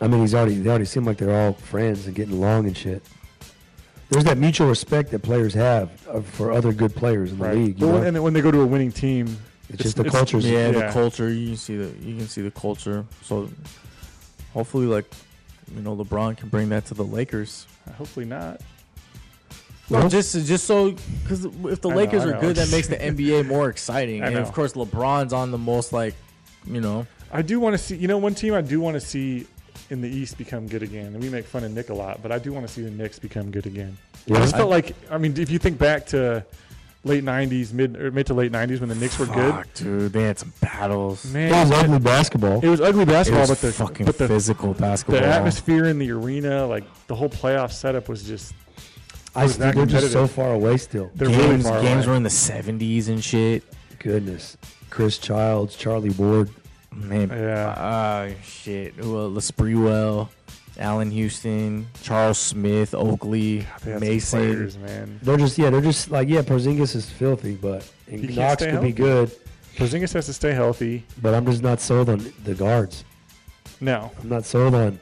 Speaker 1: I mean, he's already. They already seem like they're all friends and getting along and shit. There's that mutual respect that players have uh, for other good players in the
Speaker 3: Right.
Speaker 1: league. you
Speaker 3: Well,
Speaker 1: know?
Speaker 3: and then when they go to a winning team,
Speaker 1: it's just the culture's
Speaker 2: Yeah,
Speaker 3: Yeah.
Speaker 2: the culture you can see the you can see the culture. So hopefully, like you know LeBron can bring that to the Lakers.
Speaker 3: Hopefully not.
Speaker 2: No,
Speaker 1: Well-
Speaker 2: just just so because if the
Speaker 3: I know,
Speaker 2: Lakers
Speaker 3: I
Speaker 2: are
Speaker 3: know.
Speaker 2: good, that makes the NBA more exciting.
Speaker 3: I
Speaker 2: And
Speaker 3: know.
Speaker 2: of course, LeBron's on the most like, you know,
Speaker 3: I do want to see. You know, one team I do want to see in the East become good again, and we make fun of Nick a lot, but I do want to see the Knicks become good again. I just
Speaker 1: Yeah.
Speaker 3: felt like, I mean, if you think back to late '90s, mid or mid to late '90s when the Knicks were good,
Speaker 2: Fuck, dude. They had some battles.
Speaker 1: It
Speaker 3: man,
Speaker 1: was ugly basketball.
Speaker 3: it was ugly
Speaker 2: it
Speaker 3: basketball,
Speaker 2: was
Speaker 3: but the
Speaker 2: fucking
Speaker 3: but the,
Speaker 2: physical basketball.
Speaker 3: the atmosphere in the arena, like the whole playoff setup, was just
Speaker 1: I
Speaker 3: was
Speaker 1: they're
Speaker 3: not
Speaker 1: just so
Speaker 3: competitive.
Speaker 1: far away still.
Speaker 3: they're really
Speaker 2: games
Speaker 3: far
Speaker 2: games
Speaker 3: away.
Speaker 2: were in the seventies and shit.
Speaker 1: Goodness. Chris Childs, Charlie Ward.
Speaker 2: Man,
Speaker 3: Yeah.
Speaker 2: ah, shit. Who, uh, Lespreewell, Allen Houston, Charles Smith, Oakley,
Speaker 3: They had some
Speaker 2: Mason.
Speaker 3: players, man.
Speaker 1: They're just yeah, they're just like yeah. Porzingis is filthy, but
Speaker 3: He
Speaker 1: and
Speaker 3: can't
Speaker 1: Knox
Speaker 3: stay
Speaker 1: could be good.
Speaker 3: Porzingis has to stay healthy.
Speaker 1: But I'm just not sold on the guards.
Speaker 3: No,
Speaker 1: I'm not sold on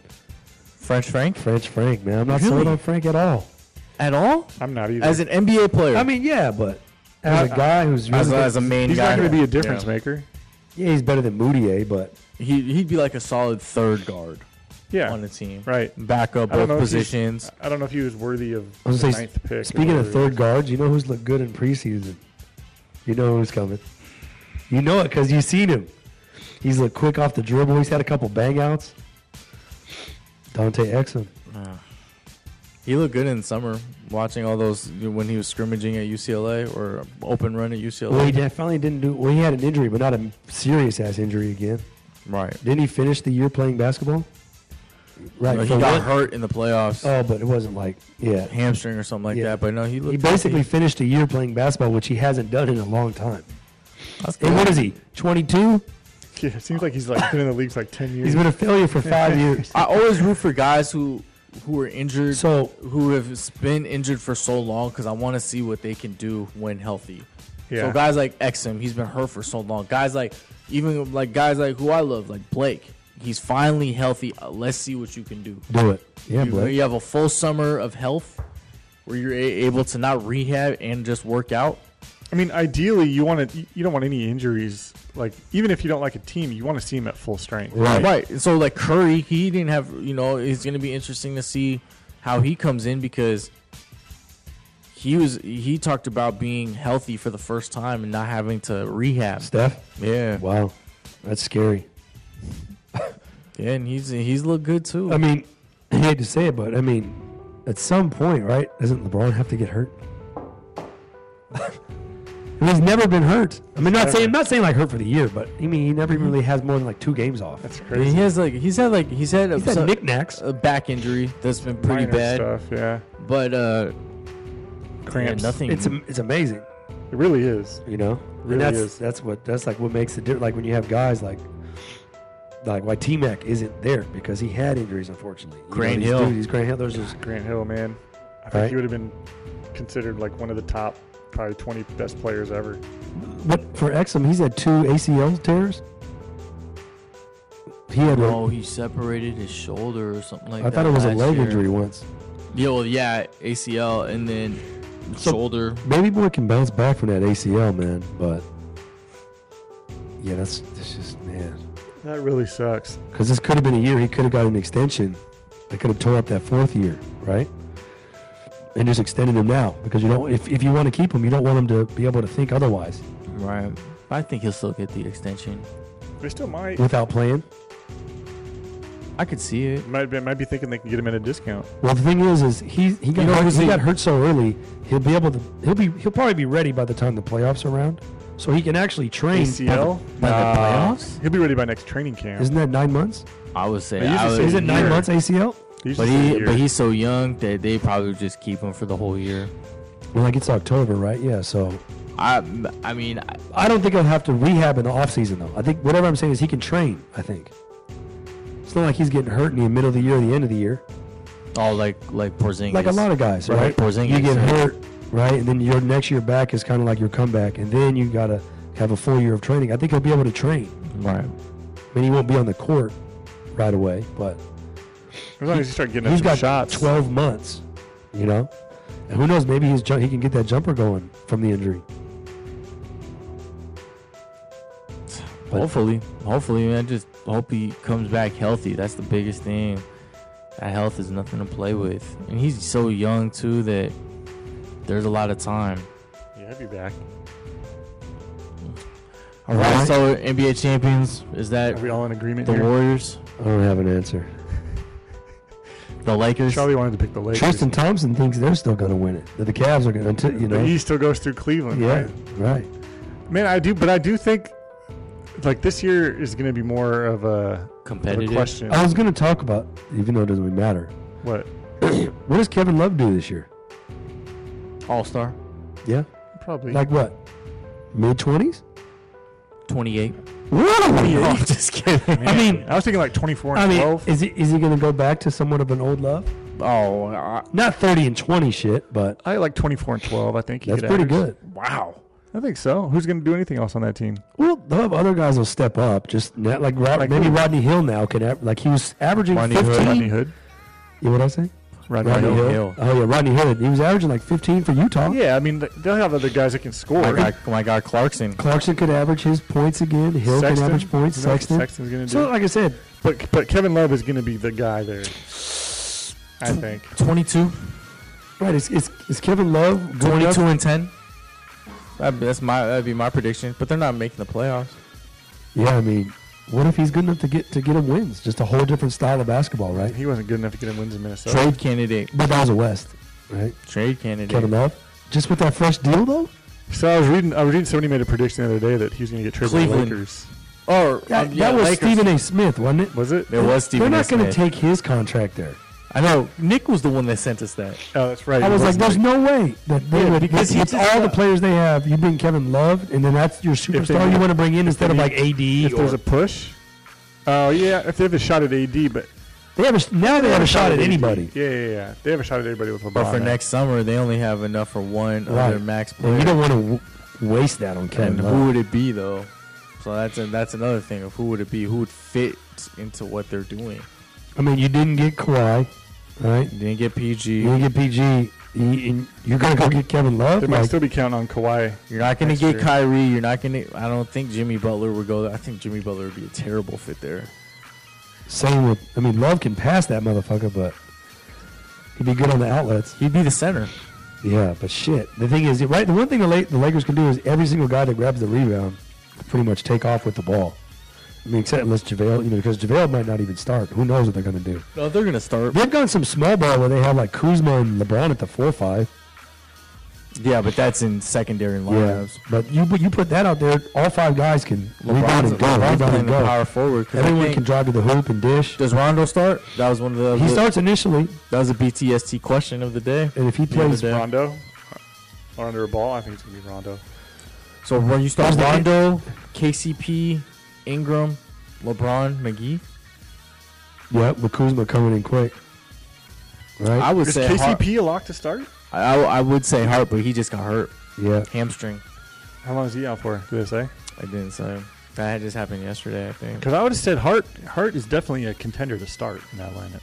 Speaker 2: French Frank
Speaker 1: French Frank, man. I'm not
Speaker 2: Really?
Speaker 1: sold on Frank at all.
Speaker 2: at all
Speaker 3: I'm not either.
Speaker 2: as an NBA player.
Speaker 1: I mean, yeah, but as a
Speaker 3: Uh,
Speaker 1: guy who's really
Speaker 2: as, as a main
Speaker 3: he's
Speaker 2: guy,
Speaker 3: not going to be a difference
Speaker 2: Yeah.
Speaker 3: maker.
Speaker 1: yeah, he's better than Moutier, but
Speaker 2: He he'd be like a solid third guard
Speaker 3: Yeah,
Speaker 2: on the team,
Speaker 3: right.
Speaker 2: Backup
Speaker 3: I don't
Speaker 2: both
Speaker 3: know if he's-
Speaker 2: positions.
Speaker 3: I don't know if he was worthy of
Speaker 1: I was
Speaker 3: the
Speaker 1: gonna say,
Speaker 3: ninth pick.
Speaker 1: speaking
Speaker 3: or
Speaker 1: of third guards, you know who's looked good in preseason? You know who's coming. You know it because you've seen him. He's looked quick off the dribble. He's had a couple bang outs. Dante Exum.
Speaker 2: He looked good in summer. Watching all those when he was scrimmaging at UCLA or open run at UCLA.
Speaker 1: Well, he did- finally didn't do. Well, he had an injury, but not a serious ass injury again.
Speaker 2: Right.
Speaker 1: Didn't he finish the year playing basketball? Right.
Speaker 2: No, he
Speaker 1: for
Speaker 2: got
Speaker 1: what?
Speaker 2: hurt in the playoffs,
Speaker 3: Uh,
Speaker 1: Oh, but it wasn't like yeah.
Speaker 2: hamstring or something like
Speaker 1: Yeah.
Speaker 2: that. But no, he looked.
Speaker 1: He basically
Speaker 2: healthy.
Speaker 1: finished a year playing basketball, which he hasn't done in a long time.
Speaker 2: That's
Speaker 1: And
Speaker 2: good.
Speaker 1: what is he? Twenty-two.
Speaker 3: Yeah, it seems like he's like been in the league for like ten years.
Speaker 1: He's been a failure for five years.
Speaker 2: I always root for guys who who are injured,
Speaker 1: So
Speaker 2: who have been injured for so long, because I want to see what they can do when healthy.
Speaker 3: yeah.
Speaker 2: So guys like Exum, he's been hurt for so long. Guys like even like guys like who I love, like Blake. He's finally healthy. Uh, Let's see what you can do.
Speaker 1: do it. Yeah,
Speaker 2: you,
Speaker 1: Blake.
Speaker 2: you have a full summer of health where you're a- able to not rehab and just work out.
Speaker 3: I mean, ideally, you want to you don't want any injuries. Like even if you don't like a team, you want to see him at full strength.
Speaker 1: Right.
Speaker 2: Right. And So like Curry, he didn't have you know, it's gonna be interesting to see how he comes in because he was he talked about being healthy for the first time and not having to rehab.
Speaker 1: Steph.
Speaker 2: Yeah.
Speaker 1: Wow, that's scary.
Speaker 2: Yeah, and he's he's looked good too.
Speaker 1: I mean, I hate to say it, but I mean, at some point, right? Doesn't LeBron have to get hurt? I mean, He's never been hurt. I mean, not saying I'm not saying like hurt for the year, but I mean he never even really has more than like two games off.
Speaker 3: That's
Speaker 2: I mean,
Speaker 3: crazy.
Speaker 2: he has like he's had like he's had a,
Speaker 1: He's had
Speaker 2: so- uh,
Speaker 1: knickknacks.
Speaker 2: a back injury that's been pretty
Speaker 3: Minor
Speaker 2: bad,
Speaker 3: stuff. Yeah,
Speaker 2: but uh
Speaker 3: cramps.
Speaker 2: yeah, nothing.
Speaker 1: It's am- it's amazing,
Speaker 3: It really is.
Speaker 1: you know.
Speaker 3: Really
Speaker 1: and that's
Speaker 3: is.
Speaker 1: that's what that's like what makes the difference. Like when you have guys like like why T Mac isn't there because he had injuries, unfortunately. You know,
Speaker 2: Grant
Speaker 1: these
Speaker 2: Hill.
Speaker 1: dudes, these Grant Hill. There's just
Speaker 3: Grant Hill, man. I think
Speaker 1: Right.
Speaker 3: he would have been considered like one of the top, probably twenty best players ever.
Speaker 1: But for Exum, he's had two ACL tears. He had
Speaker 2: Oh,
Speaker 1: one.
Speaker 2: he separated his shoulder or something like
Speaker 1: I
Speaker 2: that.
Speaker 1: thought it was a
Speaker 2: last
Speaker 1: leg
Speaker 2: year.
Speaker 1: injury once.
Speaker 2: Yeah, well, yeah, ACL and then
Speaker 1: So-
Speaker 2: shoulder.
Speaker 1: Baby boy can bounce back from that ACL, man. But yeah, that's that's just man.
Speaker 3: That really sucks.
Speaker 1: Because this could have been a year he could have got an extension. They could have tore up that fourth year, right? And just extended him now because you don't. If, if you want to keep him, you don't want him to be able to think otherwise
Speaker 2: Right. I think he'll still get the extension.
Speaker 3: They still might.
Speaker 1: without playing.
Speaker 2: I could see it.
Speaker 3: Might be, might be thinking they can get him at a discount.
Speaker 1: Well, the thing is, is he he got
Speaker 2: You know,
Speaker 1: hurt,
Speaker 2: who's
Speaker 1: he
Speaker 2: he-
Speaker 1: got hurt so early. He'll be able to. He'll be. He'll probably be ready by the time the playoffs are around, so he can actually train. by the-
Speaker 3: ACL.
Speaker 1: by the,
Speaker 2: Nah.
Speaker 1: playoffs.
Speaker 3: He'll be ready by next training camp.
Speaker 1: Isn't that nine months?
Speaker 2: I would say.
Speaker 3: But you
Speaker 2: I
Speaker 3: just
Speaker 2: would,
Speaker 3: said
Speaker 1: Is it nine
Speaker 3: year.
Speaker 1: months ACL?
Speaker 3: He's
Speaker 2: But
Speaker 3: just a
Speaker 2: he,
Speaker 3: year.
Speaker 2: but he's so young that they probably would just keep him for the whole year.
Speaker 1: Well, like it's October, right? Yeah. So
Speaker 2: I, I mean, I,
Speaker 1: I don't think he'll have to rehab in the offseason, though. I think whatever I'm saying is he can train. I think it's not like he's getting hurt in the middle of the year, or the end of the year,
Speaker 2: oh, like like Porzingis.
Speaker 1: like a lot of guys,
Speaker 2: Right,
Speaker 1: right?
Speaker 2: Porzingis,
Speaker 1: you get
Speaker 2: yeah.
Speaker 1: hurt, right, and then your next year back is kind of like your comeback, and then you gotta have a full year of training. I think he'll be able to train.
Speaker 2: Right.
Speaker 1: I mean, he won't be on the court right away, but
Speaker 3: as long as you start getting
Speaker 1: he's
Speaker 3: up some
Speaker 1: got
Speaker 3: shots.
Speaker 1: 12 months, you know? And who knows? Maybe his ju- he can get that jumper going from the injury. But-
Speaker 2: hopefully, hopefully, man. Just hope he comes back healthy. That's the biggest thing. That health is nothing to play with, and he's so young too that there's a lot of time.
Speaker 3: Yeah, I'd be back.
Speaker 2: All right,
Speaker 1: Alright.
Speaker 2: so NBA champions is
Speaker 3: Are
Speaker 2: that
Speaker 3: we all in agreement
Speaker 2: the
Speaker 3: here?
Speaker 2: Warriors,
Speaker 1: I don't have an answer.
Speaker 2: the Lakers?
Speaker 3: Charlie wanted to pick the Lakers.
Speaker 1: Tristan Thompson thinks they're still going to win it. That the Cavs are going to, until you know.
Speaker 3: The East still goes through Cleveland.
Speaker 1: yeah,
Speaker 3: right?
Speaker 1: right.
Speaker 3: man, I do, but I do think like this year is going to be more of a, of a
Speaker 2: Competitive.
Speaker 3: question.
Speaker 1: I was going to talk about, even though it doesn't really matter.
Speaker 3: What?
Speaker 1: What does Kevin Love do this year?
Speaker 2: All Star,
Speaker 1: Yeah,
Speaker 3: Probably.
Speaker 1: like what? Mid twenties?
Speaker 2: 28. No,
Speaker 1: Really?
Speaker 2: I'm just kidding.
Speaker 1: I mean,
Speaker 3: I was thinking like 24 and
Speaker 1: I mean,
Speaker 3: 12.
Speaker 1: is he is he going to go back to somewhat of an old love?
Speaker 2: Oh, I-
Speaker 1: Not thirty and twenty shit, but
Speaker 3: I like 24 and 12. I think he
Speaker 1: that's
Speaker 3: could
Speaker 1: pretty
Speaker 3: average.
Speaker 1: good.
Speaker 2: wow.
Speaker 3: I think so. Who's going to do anything else on that team?
Speaker 1: Well, the other guys will step up. Just not, like, Rod,
Speaker 3: Like
Speaker 1: maybe
Speaker 3: who?
Speaker 1: Rodney Hill now can av- like he was averaging
Speaker 2: Rodney Hood.
Speaker 1: fifteen.
Speaker 3: Rodney Hood.
Speaker 1: You know what I'm saying?
Speaker 3: Rodney,
Speaker 1: Rodney
Speaker 3: Hood.
Speaker 1: Hill.
Speaker 2: Hill.
Speaker 1: Oh yeah, Rodney Hill. He was averaging like fifteen for Utah.
Speaker 3: Yeah, I mean th- they'll have other guys that can score.
Speaker 2: My guy, my guy Clarkson.
Speaker 1: Clarkson could average his points again. Hill
Speaker 3: Sexton.
Speaker 1: can average points.
Speaker 3: You know what
Speaker 1: Sexton.
Speaker 3: Sexton's going to do.
Speaker 1: So like I said,
Speaker 3: but but Kevin Love is going to be the guy there. I think.
Speaker 2: 22,
Speaker 1: right? Is is, is Kevin Love good enough
Speaker 2: 22 and 10. That'd be, that's my that'd be my prediction. But they're not making the playoffs.
Speaker 1: Yeah, I mean, what if he's good enough to get to get him wins? Just a whole different style of basketball, right?
Speaker 3: He wasn't good enough to get him wins in Minnesota.
Speaker 2: Trade candidate.
Speaker 1: But that was a West, right?
Speaker 2: Trade candidate.
Speaker 1: Kevin Love, just with that fresh deal though.
Speaker 3: So I was reading. I was reading. Somebody made a prediction the other day that he was going to get traded to the
Speaker 2: Cleveland.
Speaker 3: Lakers.
Speaker 2: Or
Speaker 1: That,
Speaker 2: um, yeah,
Speaker 1: that was
Speaker 2: Lakers.
Speaker 1: Stephen A. Smith, wasn't it?
Speaker 3: Was it?
Speaker 2: It was Stephen.
Speaker 1: They're
Speaker 2: A.
Speaker 1: not going to
Speaker 2: Smith.
Speaker 1: take his contract there.
Speaker 2: I know Nick was the one that sent us that.
Speaker 3: Oh, that's right.
Speaker 1: I
Speaker 3: It
Speaker 1: was like,
Speaker 3: wasn't
Speaker 1: there's no way that they
Speaker 2: Yeah,
Speaker 1: would
Speaker 2: because
Speaker 1: because
Speaker 2: he
Speaker 1: with
Speaker 2: just
Speaker 1: all the
Speaker 2: got-
Speaker 1: players they have, you bring Kevin Love, and then that's your superstar
Speaker 3: need-
Speaker 1: you want to bring in instead of
Speaker 3: need-
Speaker 1: like AD.
Speaker 3: E If
Speaker 1: E
Speaker 3: there's
Speaker 1: or-
Speaker 3: a push. Oh yeah, if they have a shot at AD, but
Speaker 1: they have a, sh- now they have a shot at
Speaker 3: AD.
Speaker 1: anybody.
Speaker 3: Yeah, yeah, yeah. They have a shot at anybody with LeBron.
Speaker 2: But for
Speaker 3: now.
Speaker 2: next summer, they only have enough for one other
Speaker 1: Right.
Speaker 2: max player.
Speaker 1: And you don't want to w- waste that on Kevin
Speaker 2: and
Speaker 1: Love.
Speaker 2: who would it be though? So that's a, that's another thing of who would it be? Who would fit into what they're doing?
Speaker 1: I mean, you didn't get Kawhi, right?
Speaker 2: You didn't get PG.
Speaker 1: You get PG, you, and you're gonna go get Kevin Love.
Speaker 3: they might
Speaker 1: Like,
Speaker 3: still be counting on Kawhi.
Speaker 2: You're not going to
Speaker 3: Next
Speaker 2: get
Speaker 3: year.
Speaker 2: Kyrie. You're not going to. I don't think Jimmy Butler would go there. I think Jimmy Butler would be a terrible fit there.
Speaker 1: same with, I mean, Love can pass that motherfucker, but he'd be good on the outlets.
Speaker 2: He'd be the center.
Speaker 1: Yeah, but shit. The thing is, right? The one thing the, La- the Lakers can do is every single guy that grabs the rebound, pretty much take off with the ball. I mean, except unless JaVale, you know, because JaVale might not even start. Who knows what they're gonna do?
Speaker 2: No, they're going to start.
Speaker 1: They've gone some small ball where they have like Kuzma and LeBron at the four five.
Speaker 2: Yeah, but that's in secondary
Speaker 1: Yeah,
Speaker 2: lineups.
Speaker 1: but you but you put that out there, all five guys can rebound
Speaker 2: LeBron's,
Speaker 1: and go,
Speaker 2: LeBron's
Speaker 1: rebound
Speaker 2: playing
Speaker 1: and
Speaker 2: the power
Speaker 1: go.
Speaker 2: forward. 'cause I
Speaker 1: Everyone
Speaker 2: think-
Speaker 1: can drive to the hoop and dish.
Speaker 2: Does Rondo start? That was one of the.
Speaker 1: He starts initially,
Speaker 2: That was a BTST question of the day.
Speaker 1: and if he
Speaker 3: Yeah,
Speaker 1: plays,
Speaker 3: it's Rondo or under a ball. I think it's gonna be Rondo.
Speaker 2: So when you start
Speaker 1: Does the-
Speaker 2: Rondo, KCP, Ingram, LeBron, McGee,
Speaker 1: yeah, with Kuzma coming in quick, right?
Speaker 2: I would
Speaker 3: Is
Speaker 2: say Hart,
Speaker 3: KCP a lock to start?
Speaker 2: I, I would say Hart, but he just got hurt,
Speaker 1: yeah,
Speaker 2: hamstring.
Speaker 3: How long is he out for? Do they say?
Speaker 2: I didn't say that had just happened yesterday. I think.
Speaker 3: Because I would have said Hart. Hart is definitely a contender to start in that lineup.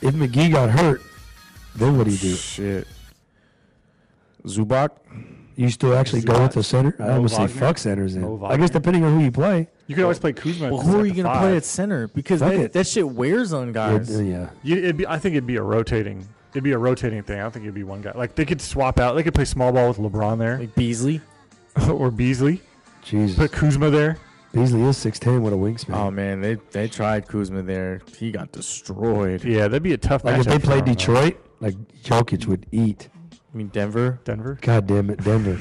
Speaker 1: if McGee got hurt, then what do you do?
Speaker 2: Shit. Zubac.
Speaker 1: You still actually
Speaker 3: Is
Speaker 1: go
Speaker 3: not-
Speaker 1: with the center? I
Speaker 3: no
Speaker 1: almost say
Speaker 3: Wagner.
Speaker 1: fuck centers in.
Speaker 3: No
Speaker 1: I guess
Speaker 3: Wagner.
Speaker 1: depending on who you play.
Speaker 3: You could always play Kuzma.
Speaker 2: Well,
Speaker 3: at
Speaker 2: who are
Speaker 3: the
Speaker 2: you gonna
Speaker 3: five.
Speaker 2: play at center? Because
Speaker 1: Fuck
Speaker 2: that,
Speaker 1: it.
Speaker 2: that shit wears on guys.
Speaker 1: Yeah, yeah.
Speaker 3: You, it'd be, I think it'd be a rotating. It'd be a rotating thing. I don't think it'd be one guy. Like they could swap out. They could play small ball with LeBron there
Speaker 2: Like Beasley.
Speaker 3: or Beasley.
Speaker 1: Jesus.
Speaker 3: Put Kuzma there.
Speaker 1: Beasley is 6'10 with a wingspan.
Speaker 2: Oh man, they they tried Kuzma there. He got destroyed.
Speaker 3: Yeah, that'd be a tough.
Speaker 1: like if
Speaker 3: matchup
Speaker 1: they
Speaker 3: for
Speaker 1: played
Speaker 3: Rondo.
Speaker 1: Detroit, like Jokic would eat.
Speaker 2: I mean Denver.
Speaker 3: Denver.
Speaker 1: God damn it, Denver.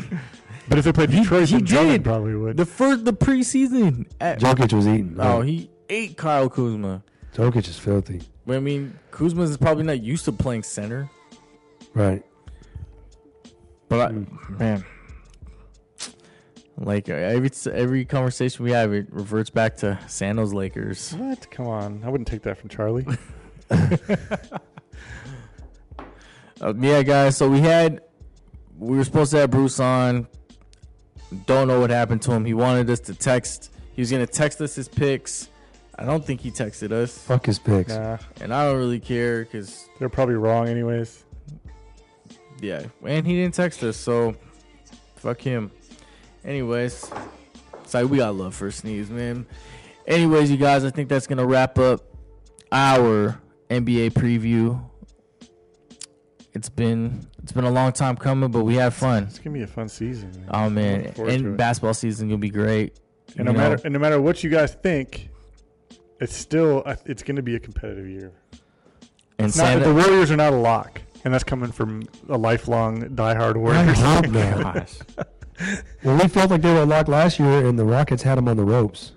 Speaker 3: But if they played Detroit,
Speaker 2: he
Speaker 3: then Drummond
Speaker 2: did.
Speaker 3: probably would.
Speaker 2: The first the preseason. At,
Speaker 1: Jokic was eating.
Speaker 2: oh,
Speaker 1: Oh,
Speaker 2: he ate Kyle Kuzma.
Speaker 1: Jokic is filthy.
Speaker 2: I mean, Kuzma is probably not used to playing center,
Speaker 1: Right.
Speaker 2: but I, man, like uh, every every conversation we have, it reverts back to Sano's Lakers.
Speaker 3: What? Come on. I wouldn't take that from Charlie.
Speaker 2: Uh, yeah, guys. So we had we were supposed to have Bruce on. Don't know what happened to him. He wanted us to text. He was gonna text us his picks. I don't think he texted us,
Speaker 1: Fuck his picks.
Speaker 3: nah,
Speaker 2: and I don't really care because
Speaker 3: they're probably wrong, anyways.
Speaker 2: Yeah, and he didn't text us, so fuck him. Anyways, it's like we got love for a sneeze, man. Anyways, you guys, I think that's gonna wrap up our NBA preview. It's been it's been a long time coming, but we had fun.
Speaker 3: It's gonna be a fun season. man.
Speaker 2: Oh
Speaker 3: I'm
Speaker 2: man,
Speaker 3: looking forward to
Speaker 2: and
Speaker 3: it.
Speaker 2: basketball season gonna be great.
Speaker 3: and no
Speaker 2: you know.
Speaker 3: matter and no matter what you guys think, it's still I- it's gonna be a competitive year.
Speaker 2: And
Speaker 3: It's not-
Speaker 2: Santa,
Speaker 3: the Warriors are not a lock, and that's coming from a lifelong diehard Warriors.
Speaker 1: hope not.
Speaker 5: Gosh.
Speaker 1: Well, we felt like they were locked last year, and the Rockets had them on the ropes.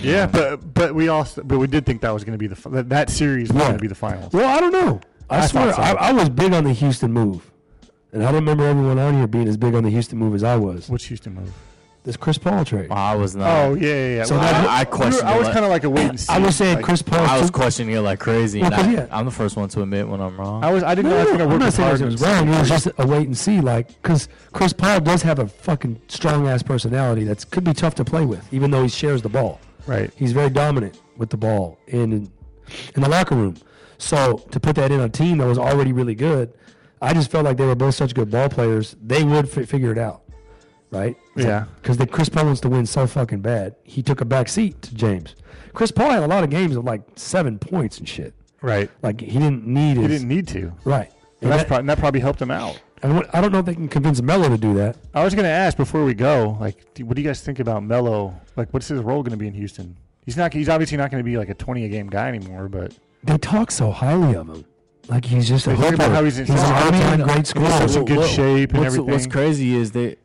Speaker 3: yeah, but but we also but we did think that was gonna be the fi- that, that series was
Speaker 1: Yeah.
Speaker 3: gonna be the finals.
Speaker 1: Well, I don't know. I,
Speaker 3: I
Speaker 1: swear,
Speaker 3: thought so.
Speaker 1: I, I was big on the Houston move, and I don't remember everyone on here being as big on the Houston move as I was.
Speaker 3: What's Houston move?
Speaker 1: This Chris Paul trade.
Speaker 2: I was not.
Speaker 3: Oh yeah, yeah. yeah.
Speaker 2: So
Speaker 3: Well,
Speaker 2: that-
Speaker 3: we were-
Speaker 2: I
Speaker 3: we were-
Speaker 2: questioned
Speaker 3: I
Speaker 2: it,
Speaker 3: was
Speaker 2: like-
Speaker 3: kind of like a wait and see.
Speaker 1: I was saying
Speaker 3: Like,
Speaker 1: Chris Paul.
Speaker 2: I was questioning it like crazy. and
Speaker 1: Well,
Speaker 2: I,
Speaker 1: yeah.
Speaker 2: I'm the first one to admit when I'm wrong.
Speaker 3: I was. I didn't
Speaker 1: No,
Speaker 3: know I was
Speaker 1: no,
Speaker 3: going to
Speaker 1: no,
Speaker 3: work
Speaker 1: I'm not
Speaker 3: as
Speaker 1: saying
Speaker 3: hard
Speaker 1: it was wrong. It was just a wait and see, like because Chris Paul does have a fucking strong ass personality that's could be tough to play with, even though he shares the ball.
Speaker 3: Right.
Speaker 1: He's very dominant with the ball in in the locker room. So to put that in a team that was already really good, I just felt like they were both such good ball players. They would fi figure it out, right?
Speaker 3: Yeah.
Speaker 1: Because the Chris Paul wants to win so fucking bad, he took a back seat to James. Chris Paul had a lot of games of like seven points and shit.
Speaker 3: Right.
Speaker 1: Like he didn't need
Speaker 3: He
Speaker 1: his
Speaker 3: didn't need to.
Speaker 1: right.
Speaker 3: And
Speaker 1: And
Speaker 3: that's
Speaker 1: that-
Speaker 3: prob- and that probably helped him out.
Speaker 1: and what- I don't know if they can convince Melo to do that.
Speaker 3: I was going to ask before we go, like, do- what do you guys think about Melo? Like, what's his role going to be in Houston? He's not. He's obviously not going to be like a twenty a game guy anymore. But
Speaker 1: They talk so highly of him, like he's just a
Speaker 3: They talk
Speaker 1: hooper.
Speaker 3: about how he's in-
Speaker 1: an
Speaker 3: Oh, I
Speaker 1: all-time
Speaker 2: mean,
Speaker 1: great
Speaker 3: he's
Speaker 1: scorer.
Speaker 3: such a good shape and
Speaker 2: what's, What's
Speaker 3: everything.
Speaker 2: crazy is that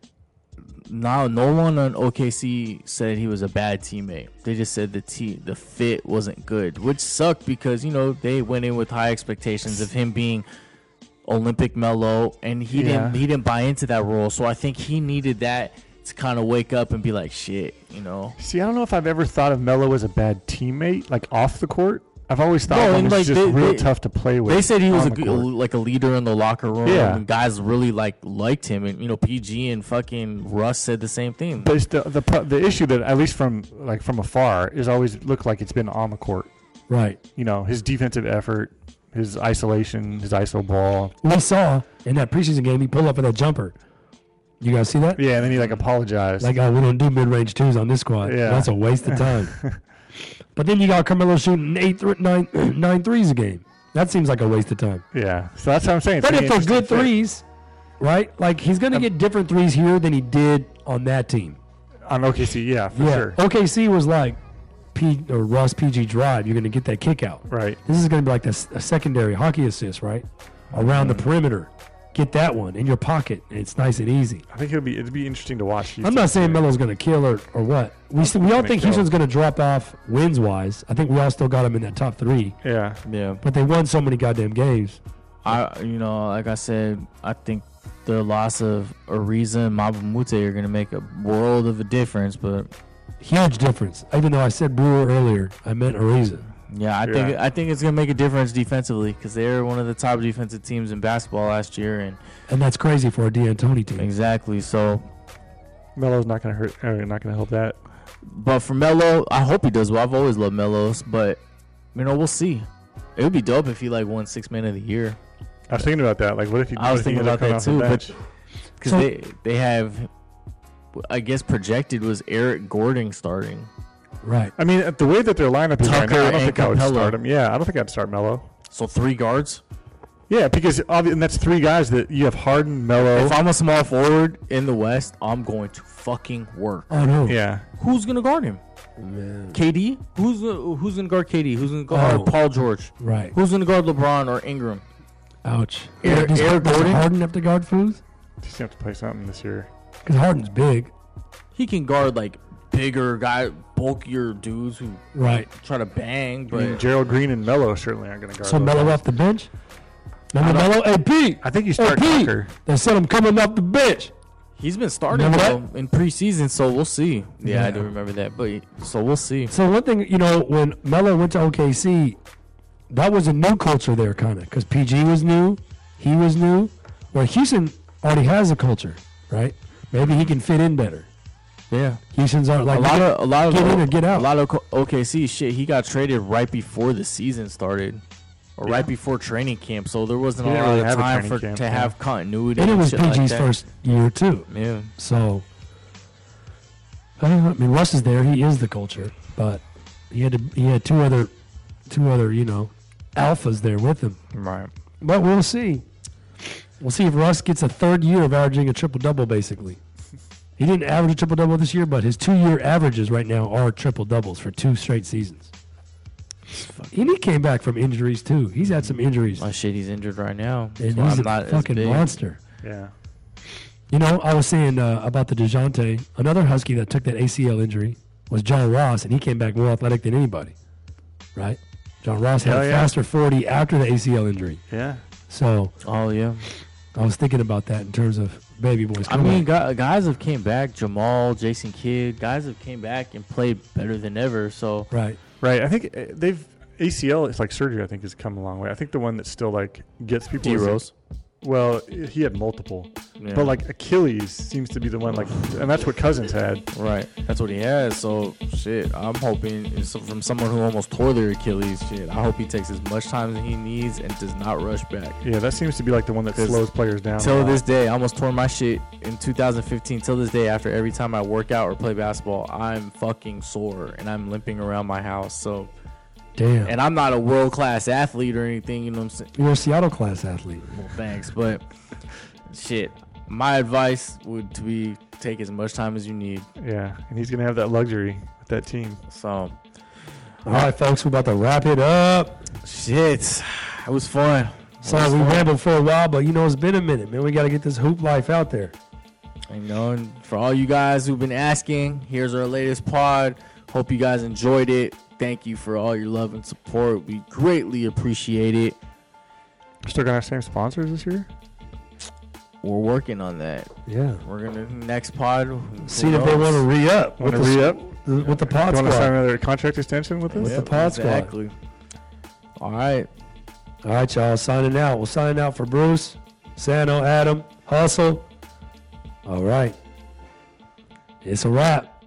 Speaker 2: now no one on OKC said he was a bad teammate. They just said the te- the fit wasn't good, which sucked because you know they went in with high expectations of him being Olympic Mellow, and he didn't
Speaker 3: Yeah.
Speaker 2: he didn't buy into that role. So I think he needed that to kind of wake up and be like, shit, you know.
Speaker 3: see, I don't know if I've ever thought of Melo as a bad teammate, like off the court. I've always thought of
Speaker 2: No,
Speaker 3: him
Speaker 2: and,
Speaker 3: as
Speaker 2: like,
Speaker 3: just
Speaker 2: they-
Speaker 3: real
Speaker 2: they-
Speaker 3: tough to play with.
Speaker 2: They said he was
Speaker 3: on the
Speaker 2: a, g-
Speaker 3: court.
Speaker 2: like a leader in the locker room.
Speaker 3: Yeah.
Speaker 2: and guys really like liked him, and you know PG and fucking Russ said the same thing.
Speaker 3: But it's the, the pro- the issue that at least from like from afar is always looked like it's been on the court.
Speaker 1: Right.
Speaker 3: You know, his defensive effort, his isolation, his iso ball.
Speaker 1: We saw in that preseason game he pulled up with that jumper. You guys see that?
Speaker 3: Yeah, and then he like apologized.
Speaker 1: Like, oh, we don't do mid-range twos on this squad.
Speaker 3: Yeah.
Speaker 1: That's a waste of time. but then you got Carmelo shooting eight, th- nine, nine threes a game. That seems like a waste of time.
Speaker 3: yeah, so that's what I'm saying. It's
Speaker 1: But
Speaker 3: gonna
Speaker 1: if they're
Speaker 3: be
Speaker 1: good
Speaker 3: interesting.
Speaker 1: threes, right? Like he's going to get different threes here than he did on that team.
Speaker 3: on OKC, yeah, for
Speaker 1: yeah.
Speaker 3: sure.
Speaker 1: OKC was like P or Russ PG drive. You're going to get that kick out.
Speaker 3: Right.
Speaker 1: This is going to be like this, a secondary hockey assist, right? Around the perimeter, get that one in your pocket, and it's nice and easy.
Speaker 3: I think it'll be it'd be interesting to watch.
Speaker 1: I'm not saying Melo's going to kill or, or what. We st- we all
Speaker 3: Gonna
Speaker 1: think
Speaker 3: kill.
Speaker 1: Houston's going to drop off wins wise. I think we all still got him in that top three,
Speaker 3: Yeah,
Speaker 2: yeah,
Speaker 1: but they won so many goddamn games.
Speaker 2: I you know, like I said, I think the loss of Ariza and Mabamute are gonna make a world of a difference. But
Speaker 1: Huge difference. Even though I said Brewer earlier, I meant Ariza.
Speaker 2: yeah, I think
Speaker 3: Yeah.
Speaker 2: I think it's gonna make a difference defensively because they're one of the top defensive teams in basketball last year, and
Speaker 1: And that's crazy for a D'Antoni team.
Speaker 2: exactly so.
Speaker 3: Melo's not gonna hurt. Or not gonna help that.
Speaker 2: But for Melo, I hope he does well. I've always loved Melo's, but you know, we'll see. It would be dope if he like won six man of the year.
Speaker 3: I was thinking about that. Like, what if he?
Speaker 2: I was
Speaker 3: what if he
Speaker 2: thinking
Speaker 3: ended up
Speaker 2: about that
Speaker 3: coming
Speaker 2: too,
Speaker 3: off the
Speaker 2: but- because
Speaker 1: So-
Speaker 2: they they have, I guess projected was Eric Gordon starting.
Speaker 1: Right.
Speaker 3: I mean, the way that their lineup is right
Speaker 2: Tucker
Speaker 3: now, I don't
Speaker 2: and
Speaker 3: think I would
Speaker 2: Capella.
Speaker 3: start him. Yeah, I don't think I'd start Melo.
Speaker 2: So three guards.
Speaker 3: Yeah, because obvi- and that's three guys that you have Harden, Melo.
Speaker 2: If I'm a small forward in the West, I'm going to fucking work.
Speaker 1: Oh no.
Speaker 3: yeah,
Speaker 2: Who's gonna guard him?
Speaker 1: Man.
Speaker 2: KD? Who's uh, who's gonna guard KD? Who's gonna guard
Speaker 1: Oh.
Speaker 2: Paul George?
Speaker 1: Right.
Speaker 2: Who's gonna guard LeBron or Ingram?
Speaker 1: Ouch.
Speaker 2: Eric-
Speaker 1: does,
Speaker 2: Eric
Speaker 1: does
Speaker 2: Gordon?
Speaker 1: Harden have to guard Foos?
Speaker 3: he's gonna have to play something this year.
Speaker 1: Because Harden's big.
Speaker 2: He can guard like bigger guy, bulkier dudes who
Speaker 1: Right.
Speaker 2: try to bang,
Speaker 3: I
Speaker 2: but
Speaker 3: mean, Gerald Green and Melo certainly aren't gonna guard.
Speaker 1: So
Speaker 3: those
Speaker 1: Melo
Speaker 3: guys.
Speaker 1: off the bench? Remember
Speaker 2: I
Speaker 1: Melo? Hey, Pete!
Speaker 3: I think you
Speaker 1: Hey,
Speaker 3: start
Speaker 1: Pete!
Speaker 3: Tucker.
Speaker 1: They said I'm coming off the bench.
Speaker 2: he's been starting
Speaker 1: Remember
Speaker 2: though, in preseason, so we'll see. yeah, I
Speaker 1: Yeah.
Speaker 2: do remember that, but so we'll see.
Speaker 1: So one thing, you know, when Melo went to OKC, that was a new culture there, kind of, because PG was new, he was new. Well, Houston already has a culture, right? Maybe he can fit in better.
Speaker 2: Yeah.
Speaker 1: Houston's aren't like
Speaker 2: a lot of a lot of
Speaker 1: get in or get out.
Speaker 2: A lot of co- OKC shit. He got traded right before the season started, or right before training camp. So there wasn't
Speaker 3: He
Speaker 2: a
Speaker 3: didn't
Speaker 2: lot
Speaker 3: really
Speaker 2: of
Speaker 3: have a
Speaker 2: time
Speaker 3: training
Speaker 2: for
Speaker 3: camp,
Speaker 2: to
Speaker 3: yeah.
Speaker 2: have continuity.
Speaker 1: and it was
Speaker 2: shit
Speaker 1: PG's
Speaker 2: like that.
Speaker 1: first year too.
Speaker 2: Yeah,
Speaker 1: So, I don't know. I mean, Russ is there. He is the culture, but he had to, he had two other, two other, you know,
Speaker 4: alphas there with him.
Speaker 2: Right.
Speaker 4: But we'll see. We'll see if Russ gets a third year of averaging a triple double, basically. He didn't average a triple double this year, but his two year averages right now are triple doubles for two straight seasons. And he came back from injuries, too. He's had some injuries.
Speaker 2: Oh shit, he's injured right now.
Speaker 4: And
Speaker 2: So
Speaker 4: he's
Speaker 2: I'm
Speaker 4: a
Speaker 2: not as
Speaker 4: fucking
Speaker 2: big.
Speaker 4: monster.
Speaker 3: Yeah.
Speaker 4: You know, I was saying uh, about the DeJounte, another Husky that took that ACL injury was John Ross, and he came back more athletic than anybody, right? John Ross had
Speaker 3: Hell
Speaker 4: a
Speaker 3: yeah.
Speaker 4: faster 40 after the ACL injury.
Speaker 3: Yeah.
Speaker 4: So
Speaker 2: Oh yeah.
Speaker 4: I was thinking about that in terms of baby boys.
Speaker 2: I
Speaker 4: Come
Speaker 2: mean,
Speaker 4: on.
Speaker 2: gu- guys have came back. Jamal, Jason Kidd, guys have came back and played better than ever. So
Speaker 4: right.
Speaker 3: Right. I think uh, they've ACL. It's like surgery. I think has come a long way. I think the one that still like gets people. is- Well, he had multiple,
Speaker 2: Yeah.
Speaker 3: but like Achilles seems to be the one. Like, and that's what Cousins had.
Speaker 2: right, that's what he has. So shit, I'm hoping it's from someone who almost tore their Achilles. Shit, I hope he takes as much time as he needs and does not rush back.
Speaker 3: Yeah, that seems to be like the one that
Speaker 2: 'Cause
Speaker 3: slows players down. a
Speaker 2: Till
Speaker 4: Uh,
Speaker 3: lot.
Speaker 2: this day, I almost tore my shit in 2015. Till this day, after every time I work out or play basketball, I'm fucking sore and I'm limping around my house. So,
Speaker 4: Damn.
Speaker 2: and I'm not a world class athlete or anything. You know what I'm saying?
Speaker 4: You're a Seattle class athlete.
Speaker 2: Well, thanks, but shit. My advice would to be take as much time as you need.
Speaker 3: Yeah, and he's gonna have that luxury with that team.
Speaker 2: So
Speaker 4: All right, folks, we're about to wrap it up.
Speaker 2: shit, it was fun.
Speaker 4: Sorry, we rambled for a while, but you know, it's been a minute, man. We got to get this hoop life out there.
Speaker 2: I know. And for all you guys who've been asking, here's our latest pod. Hope you guys enjoyed it. Thank you for all your love and support. We greatly appreciate it.
Speaker 3: Still got our same sponsors this year.
Speaker 2: We're working on that.
Speaker 4: Yeah.
Speaker 2: We're gonna next pod. who
Speaker 4: See if they
Speaker 2: knows?
Speaker 4: want to re up with,
Speaker 3: Want to
Speaker 4: the-
Speaker 3: re up?
Speaker 4: the- with the pod
Speaker 3: want to sign
Speaker 4: squad.
Speaker 3: another contract extension with us?
Speaker 4: With the pod squad.
Speaker 2: exactly. All right.
Speaker 4: All right, y'all. Signing out. We'll sign out for Bruce, Sano, Adam, Hustle. All right. It's a wrap.